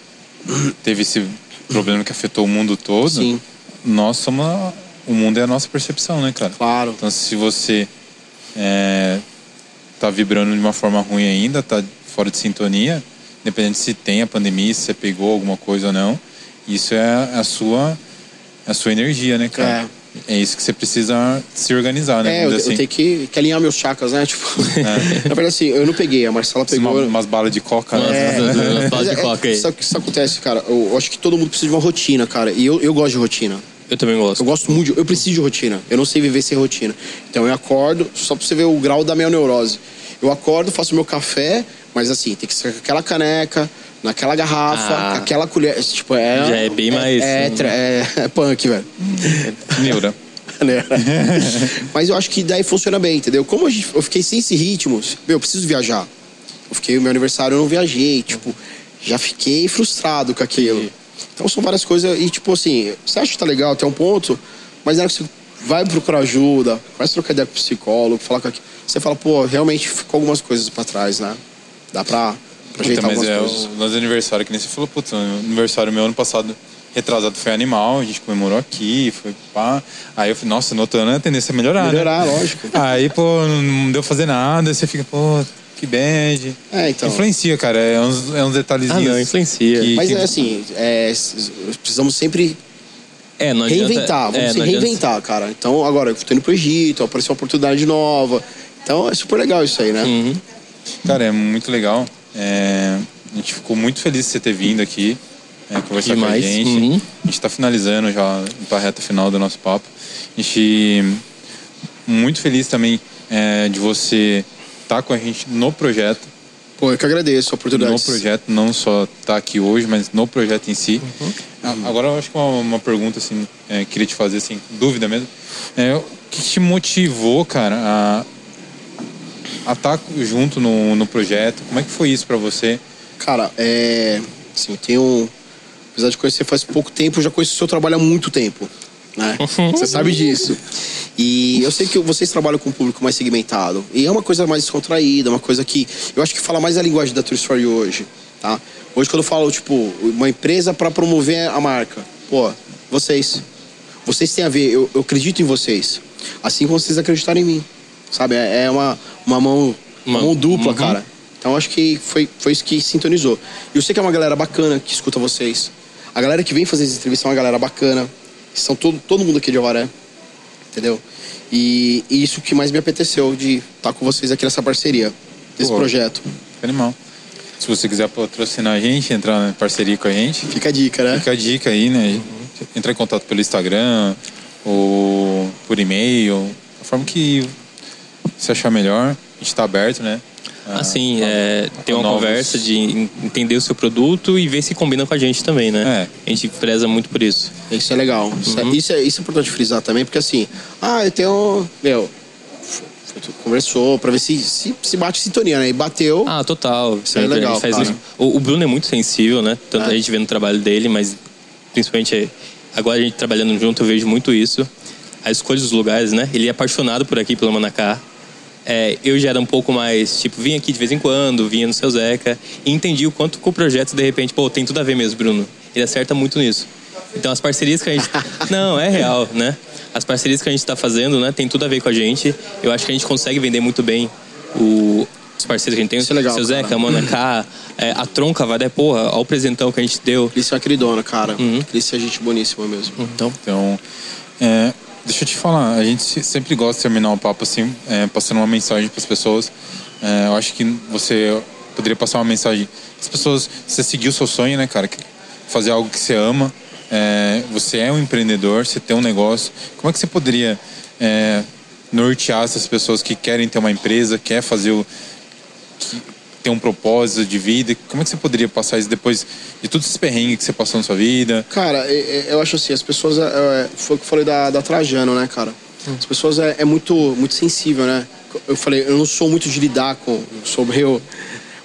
Speaker 1: teve esse problema que afetou o mundo todo,
Speaker 3: Sim.
Speaker 1: nós somos. a- O mundo é a nossa percepção, né, cara?
Speaker 3: Claro.
Speaker 1: Então se você é, tá vibrando de uma forma ruim ainda, tá fora de sintonia, independente se tem a pandemia, se você pegou alguma coisa ou não, isso é a sua a sua energia, né, cara? É, isso que você precisa se organizar, né?
Speaker 3: É, eu,
Speaker 1: Vamos
Speaker 3: eu
Speaker 1: dizer assim. É.
Speaker 3: tenho que, que alinhar meus chakras, né? Tipo, na verdade, assim, eu não peguei, a Marcela pegou.
Speaker 1: Uma- umas balas de coca, né?
Speaker 2: É.
Speaker 3: Mas
Speaker 2: de
Speaker 3: é- é-
Speaker 2: coca aí.
Speaker 3: sabe o que isso acontece, cara? Eu, eu acho que todo mundo precisa de uma rotina, cara. E eu, eu gosto de rotina.
Speaker 2: Eu também
Speaker 3: Eu
Speaker 2: gosto.
Speaker 3: gosto muito, de, eu preciso de rotina. Eu não sei viver sem rotina. Então eu acordo, só pra você ver o grau da minha neurose. Eu acordo, faço meu café, mas assim, tem que ser com aquela caneca, naquela garrafa,
Speaker 2: Ah.
Speaker 3: com aquela colher. Tipo, é.
Speaker 2: Já é bem mais-
Speaker 3: É, é, tra- é- é punk, velho. É.
Speaker 1: Neura.
Speaker 3: Né? mas eu acho que daí funciona bem, entendeu? Como a gente- eu fiquei sem esse ritmo, meu, eu preciso viajar. Eu fiquei, meu aniversário eu não viajei, tipo, já fiquei frustrado com aquilo. Então são várias coisas e tipo assim, você acha que tá legal até um ponto, mas na hora que você vai procurar ajuda, começa a trocar ideia com o psicólogo, falar com aquilo, você fala, pô, realmente ficou algumas coisas pra trás, né? Dá pra, pra
Speaker 1: Puta,
Speaker 3: ajeitar
Speaker 1: mas
Speaker 3: algumas
Speaker 1: é
Speaker 3: coisas.
Speaker 1: o lance do aniversário, que nem você falou, putz, o aniversário meu ano passado, retrasado, foi animal, a gente comemorou aqui, foi pá. Aí eu falei, nossa, no outro ano a tendência é melhorar, né?
Speaker 3: Melhorar, lógico.
Speaker 1: Aí, pô, não deu pra fazer nada, você fica, pô, que bad.
Speaker 3: É, então.
Speaker 1: Influencia, né? cara, é uns, é uns detalhezinhos.
Speaker 2: Ah, não, influencia.
Speaker 1: que-
Speaker 3: Mas
Speaker 1: que-
Speaker 3: é assim, é, s- precisamos sempre
Speaker 2: É, não adianta-
Speaker 3: reinventar, vamos
Speaker 2: é,
Speaker 3: se
Speaker 2: não adianta-
Speaker 3: reinventar, cara. Então, agora, eu tô indo pro Egito, apareceu uma oportunidade nova. Então, é super legal isso aí, né?
Speaker 2: Uhum.
Speaker 1: Cara, é muito legal. É, a gente ficou muito feliz de você ter vindo aqui, é, conversar
Speaker 2: Demais.
Speaker 1: com a gente.
Speaker 2: Uhum.
Speaker 1: A gente está finalizando já para a reta final do nosso papo. A gente muito feliz também é, de você estar com a gente no projeto,
Speaker 3: Pô, eu que agradeço a oportunidade.
Speaker 1: no projeto, não só estar aqui hoje, mas no projeto em si. A- Agora eu acho que uma, uma pergunta assim, é, queria te fazer assim, dúvida mesmo. É, o que te motivou, cara, a a estar junto no, no projeto? Como é que foi isso para você?
Speaker 3: Cara, é. Assim, eu tenho. Apesar de conhecer faz pouco tempo, eu já conheço o seu trabalho há muito tempo. Né?
Speaker 2: Uhum.
Speaker 3: Você sabe disso. E eu sei que vocês trabalham com um público mais segmentado. E é uma coisa mais descontraída, uma coisa que. Eu acho que fala mais a linguagem da True Story hoje. Tá? Hoje, quando eu falo, tipo, uma empresa pra promover a marca. Pô, vocês. Vocês têm a ver, eu, eu acredito em vocês. Assim como vocês acreditaram em mim. Sabe? É é uma, uma mão. Uma
Speaker 2: Uma-
Speaker 3: mão dupla,
Speaker 2: Uhum.
Speaker 3: cara. Então acho que foi, foi isso que sintonizou. E eu sei que é uma galera bacana que escuta vocês. A galera que vem fazer essa entrevista é uma galera bacana. São todo, todo mundo aqui de Avaré. Entendeu? E, e isso que mais me apeteceu de estar com vocês aqui nessa parceria, desse
Speaker 1: Pô.
Speaker 3: projeto.
Speaker 1: Animal. Se você quiser patrocinar a gente, entrar em parceria com a gente,
Speaker 3: Fica a dica, né?
Speaker 1: fica a dica aí, né? Entrar em contato pelo Instagram ou por e-mail, a forma que você achar melhor. A gente tá aberto, né? Ah,
Speaker 2: Assim, é, ter uma
Speaker 1: novos.
Speaker 2: conversa de en- entender o seu produto e ver se combina com a gente também, né?
Speaker 1: É.
Speaker 2: A gente preza muito por isso.
Speaker 3: Isso é legal. Isso, é,
Speaker 2: Uhum.
Speaker 3: isso, é, isso é importante frisar também, porque assim, ah, eu tenho. Meu, f- f- conversou pra ver se, se, se bate sintonia, né? E bateu.
Speaker 2: Ah, total.
Speaker 3: Isso é
Speaker 2: Sempre a
Speaker 3: legal,
Speaker 2: gente faz
Speaker 3: cara.
Speaker 2: isso. O, o Bruno é muito sensível, né? Tanto
Speaker 3: É.
Speaker 2: a gente vê no trabalho dele, mas principalmente é, agora a gente trabalhando junto, eu vejo muito isso. A escolha dos lugares, né? Ele é apaixonado por aqui, pelo Manacá. É, eu já era um pouco mais, tipo, vinha aqui de vez em quando, vinha no seu Zeca. E entendi o quanto com o projeto, de repente, pô, tem tudo a ver mesmo, Bruno. Ele acerta muito nisso. Então as parcerias que a gente. Não, é real, né? As parcerias que a gente tá fazendo, né, tem tudo a ver com a gente. Eu acho que a gente consegue vender muito bem o... os parceiros que a gente tem.
Speaker 3: Isso é legal,
Speaker 2: seu
Speaker 3: cara.
Speaker 2: Zeca, a Monacá, é, a Tronca, vai dar porra, olha o presentão que a gente deu.
Speaker 3: Cris é uma queridona, cara. Cris é gente boníssima mesmo.
Speaker 2: Uhum. Então,
Speaker 1: Então, é, deixa eu te falar, a gente se- sempre gosta de terminar o papo assim, é, passando uma mensagem para as pessoas. É, eu acho que você poderia passar uma mensagem as pessoas. Você seguir o seu sonho, né, cara? Fazer algo que você ama. É, você é um empreendedor, você tem um negócio. Como é que você poderia é, nortear essas pessoas que querem ter uma empresa, quer fazer o. que tem um propósito de vida? Como é que você poderia passar isso depois de todos esses perrengues que você passou na sua vida?
Speaker 3: Cara, e- e- eu acho assim, as pessoas. é, Foi o que eu falei da, da Trajano, né, cara?
Speaker 2: Uhum.
Speaker 3: As pessoas é, é muito, muito sensível, né? Eu falei, eu não sou muito de lidar com sobre eu.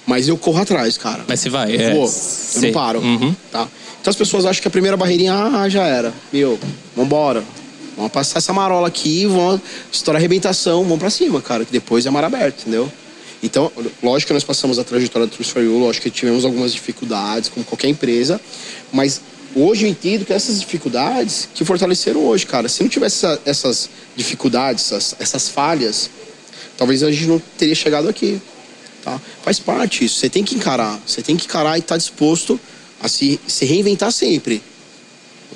Speaker 3: Mas eu corro atrás, cara.
Speaker 2: Mas você vai,
Speaker 3: Eu
Speaker 2: é.
Speaker 3: vou. Eu
Speaker 2: Sei.
Speaker 3: não paro.
Speaker 2: Uhum.
Speaker 3: Tá? Então as pessoas acham que a primeira barreirinha, ah, já era. Meu, vambora. Vamos passar essa marola aqui, vamos estourar a arrebentação, vamos pra cima, cara. Que depois é mar aberto, entendeu? Então, lógico que nós passamos a trajetória do Truth for You, lógico que tivemos algumas dificuldades, como qualquer empresa, mas hoje eu entendo que essas dificuldades que fortaleceram hoje, cara. Se não tivesse essa- essas dificuldades, essas, essas falhas, talvez a gente não teria chegado aqui. Tá? Faz parte isso. Você tem que encarar. Você tem que encarar e estar disposto a se, se reinventar sempre.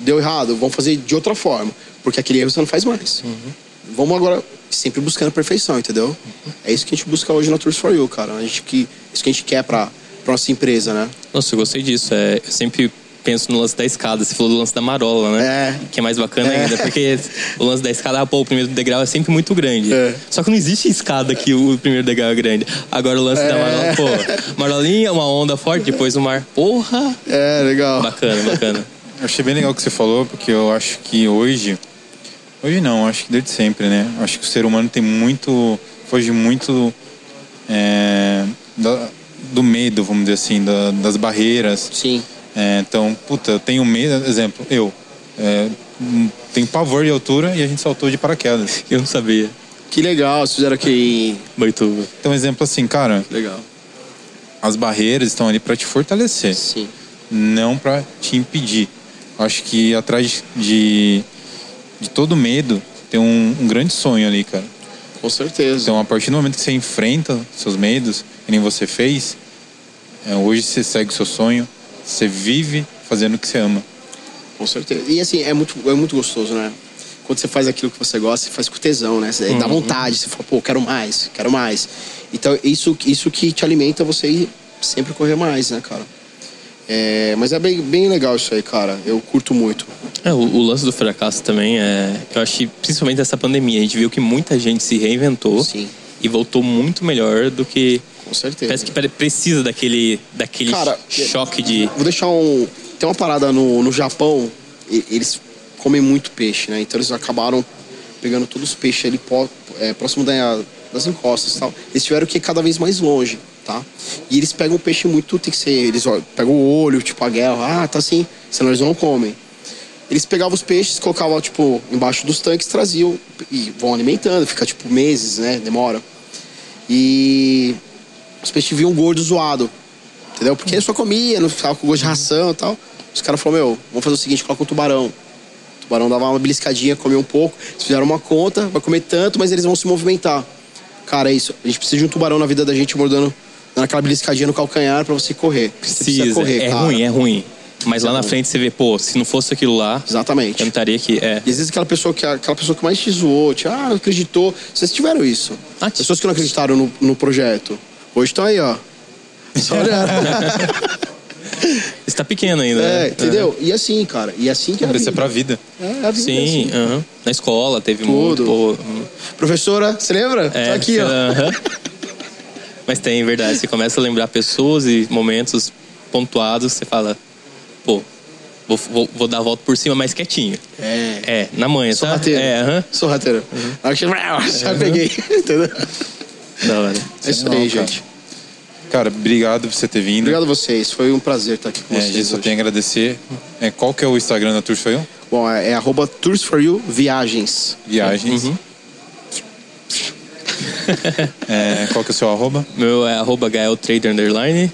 Speaker 3: Deu errado, vamos fazer de outra forma. Porque aquele erro você não faz mais. Vamos agora sempre buscando a perfeição, entendeu? É isso que a gente busca hoje na Tours for You, cara. A gente que, isso que a gente quer pra, pra nossa empresa, né?
Speaker 2: Nossa, eu gostei disso. É, eu sempre penso no lance da escada. Você falou do lance da marola, né?
Speaker 3: É.
Speaker 2: Que é mais bacana
Speaker 3: É.
Speaker 2: ainda, porque o lance da escada, ah, pô, o primeiro degrau é sempre muito grande.
Speaker 3: É.
Speaker 2: Só que não existe escada que o primeiro degrau é grande. Agora o lance
Speaker 3: É.
Speaker 2: da marola, pô, marolinha, uma onda forte, depois o mar. Porra!
Speaker 3: É, legal.
Speaker 2: Bacana, bacana.
Speaker 1: Eu achei bem legal o que você falou, porque eu acho que hoje. Hoje não, acho que desde sempre, né? Acho que o ser humano tem muito. Foge muito. é, da- do medo, vamos dizer assim, da- das barreiras.
Speaker 3: Sim.
Speaker 1: É, então, puta, eu tenho medo. Exemplo, eu. É, hum, tenho pavor de altura e a gente saltou de paraquedas.
Speaker 2: Eu não sabia.
Speaker 3: Que legal, vocês fizeram aqui.
Speaker 2: Boituva.
Speaker 1: Então, exemplo assim, cara,
Speaker 3: Legal.
Speaker 1: as barreiras estão ali pra te fortalecer.
Speaker 3: Sim.
Speaker 1: não para te impedir. Acho que atrás de, de todo medo tem um, um grande sonho ali, cara.
Speaker 3: Com certeza.
Speaker 1: Então, a partir do momento que você enfrenta seus medos, que nem você fez, é, hoje você segue o seu sonho, você vive fazendo o que você ama.
Speaker 3: Com certeza. E assim, é muito, é muito gostoso, né? Quando você faz aquilo que você gosta, você faz com tesão, né? Você Dá
Speaker 2: Uhum.
Speaker 3: vontade, você fala, pô, quero mais, quero mais. Então, isso, isso que te alimenta você ir sempre correr mais, né, cara? É, mas é bem, bem legal isso aí, cara. Eu curto muito.
Speaker 2: É, o, o lance do fracasso também é. Eu acho que, principalmente essa pandemia, a gente viu que muita gente se reinventou
Speaker 3: Sim.
Speaker 2: e voltou muito melhor do que.
Speaker 3: Com certeza.
Speaker 2: Parece que pare- precisa daquele, daquele
Speaker 3: Cara,
Speaker 2: choque de.
Speaker 3: Vou deixar um. Tem uma parada no, no Japão, e- eles comem muito peixe, né? Então eles acabaram pegando todos os peixes ali pó- é, próximo da- das encostas e tal. Eles tiveram que ir cada vez mais longe, tá? E eles pegam o peixe muito, tem que ser. Eles ó, pegam o olho, tipo a guerra, ah, tá assim, senão eles não comem. Eles pegavam os peixes, colocavam, tipo, embaixo dos tanques, traziam e vão alimentando, fica tipo meses, né? Demora. E os peixes vinham gordo zoado. Entendeu? Porque eu só comia, não ficava com gosto de ração e tal. Os caras falaram, meu, vamos fazer o seguinte, coloca um tubarão. O tubarão dava uma beliscadinha, comia um pouco. Eles fizeram uma conta, vai comer tanto, mas eles vão se movimentar. Cara, é isso. A gente precisa de um tubarão na vida da gente mordendo, dando aquela beliscadinha no calcanhar pra você correr. é Você
Speaker 2: Precisa. é ruim, é ruim. Mas lá na frente você vê, pô, se não fosse aquilo lá,
Speaker 3: Exatamente.
Speaker 2: eu não estaria aqui. É.
Speaker 3: E às vezes aquela pessoa que, aquela pessoa que mais te zoou, te, ah, não acreditou. Vocês tiveram isso.
Speaker 2: Ah, t-
Speaker 3: Pessoas que não acreditaram no, no projeto. Hoje estão aí, ó. Só olhando.
Speaker 2: Está pequeno ainda.
Speaker 3: é,
Speaker 2: né?
Speaker 3: entendeu? E assim, cara. E assim que é a
Speaker 1: Isso é
Speaker 3: vida.
Speaker 1: pra vida.
Speaker 3: É, a vida é
Speaker 2: Sim,
Speaker 3: assim.
Speaker 2: aham. na escola teve muito.
Speaker 3: Tudo.
Speaker 2: Pô, é,
Speaker 3: Professora, você lembra? Tá aqui, ó.
Speaker 2: aham. Mas tem, verdade. Você começa a lembrar pessoas e momentos pontuados, você fala, pô, vou, vou- vou dar a volta por cima mais quietinho.
Speaker 3: É.
Speaker 2: É, na manhã,
Speaker 3: Sou
Speaker 2: sabe?
Speaker 3: rateiro.
Speaker 2: É, aham.
Speaker 3: Sou rateiro. Na hora que você- "Ah, Já peguei, entendeu?
Speaker 2: Da hora.
Speaker 3: É isso
Speaker 1: Legal,
Speaker 3: aí,
Speaker 1: cara.
Speaker 3: gente.
Speaker 1: Cara, obrigado por você ter vindo.
Speaker 3: Obrigado a vocês. Foi um prazer estar aqui com
Speaker 1: É, a gente
Speaker 3: vocês
Speaker 1: só
Speaker 3: hoje.
Speaker 1: tem a agradecer. É, qual que é o Instagram da Tours for You?
Speaker 3: Bom, é, é arroba Tours for You Viagens.
Speaker 1: Viagens.
Speaker 2: Uhum.
Speaker 1: É, qual que é o seu arroba?
Speaker 2: Meu é arroba GaelTrader underline.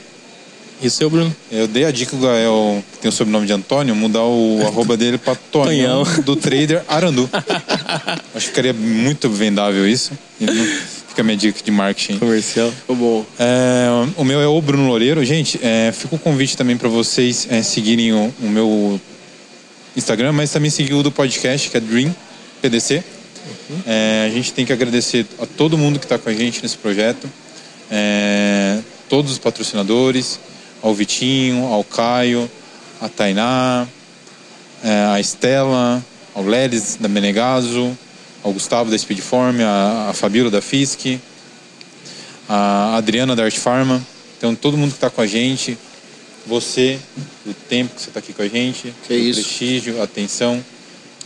Speaker 2: E o seu, Bruno?
Speaker 1: Eu dei a dica que o Gael, que tem o sobrenome de Antônio, mudar o arroba dele pra Tonhão
Speaker 2: Tonhão.
Speaker 1: do trader Arandu. Acho que ficaria muito vendável isso. Então, Fica a minha dica de marketing.
Speaker 2: Comercial.
Speaker 3: Foi bom.
Speaker 1: É, o meu é o Bruno Loureiro. Gente, é, fica o convite também para vocês é, seguirem o, o meu Instagram, mas também seguir o do podcast, que é Dream PDC. É, a gente tem que agradecer tá a todo mundo que está com a gente nesse projeto, é, todos os patrocinadores, ao Vitinho, ao Caio, a Tainá, é, a Estela, ao Leris da Menegaso, ao Gustavo da Speedform, a, a Fabíola da Fisk, a Adriana da Art Pharma. Então, todo mundo que está com a gente, você, o tempo que você está aqui com a gente,
Speaker 3: Que é
Speaker 1: o
Speaker 3: isso.
Speaker 1: prestígio, a atenção.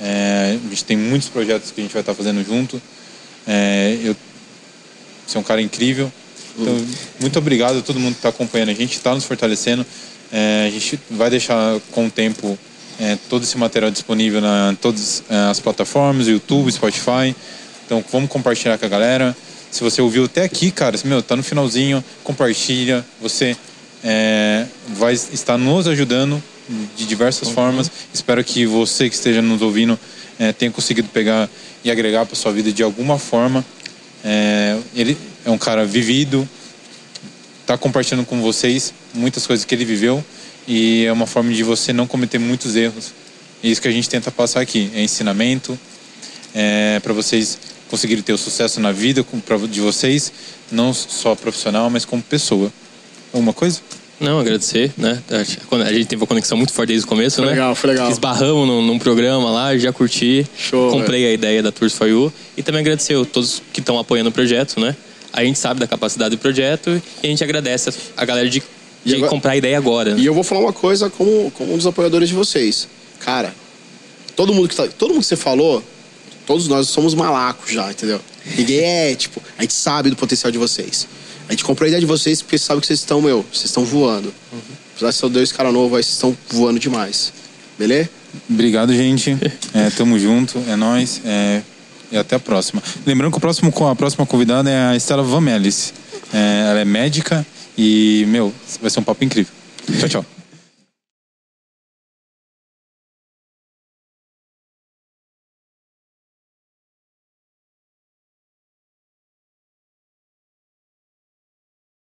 Speaker 1: É, a gente tem muitos projetos que a gente vai estar fazendo junto. É, eu, você é um cara incrível. Então, muito obrigado a todo mundo que está acompanhando. A gente está nos fortalecendo. É, a gente vai deixar com o tempo é, todo esse material disponível na- em todas é, as plataformas, YouTube, Spotify. Então vamos compartilhar com a galera. Se você ouviu até aqui, cara, meu, tá no finalzinho, compartilha. Você é, vai estar nos ajudando de diversas formas. Espero que você que esteja nos ouvindo é, tenha conseguido pegar e agregar para sua vida de alguma forma. É, ele é um cara vivido, tá compartilhando com vocês muitas coisas que ele viveu e é uma forma de você não cometer muitos erros. É isso que a gente tenta passar aqui, é ensinamento é, para vocês conseguirem ter o sucesso na vida com- pra- de vocês, não só profissional, mas como pessoa. Alguma coisa?
Speaker 2: Não, agradecer, né? Acho- quando- A gente teve uma conexão muito forte desde o começo, né?
Speaker 3: legal, foi legal.
Speaker 2: Esbarramos num, num programa lá, já curti.
Speaker 3: Show,
Speaker 2: comprei a ideia da Tours for You. E também agradecer a todos que estão apoiando o projeto, né? A gente sabe da capacidade do projeto e a gente agradece a galera de,
Speaker 3: E
Speaker 2: de
Speaker 3: agora-
Speaker 2: comprar a ideia agora. né?
Speaker 3: E eu vou falar uma coisa como, como um dos apoiadores de vocês. Cara, todo mundo que tá, todo mundo que você falou, todos nós somos malacos já, entendeu? Ninguém é, tipo, a gente sabe do potencial de vocês. A gente comprou a ideia de vocês porque sabe que vocês estão, meu, vocês estão voando. Apesar de ser dois caras novos, aí vocês estão voando demais. Beleza?
Speaker 1: Obrigado, gente. É, tamo junto, é nóis. É, e até a próxima. Lembrando que o próximo, co- a próxima convidada é a Estela Vamelis. É, ela é médica e, meu, vai ser um papo incrível. Tchau, tchau.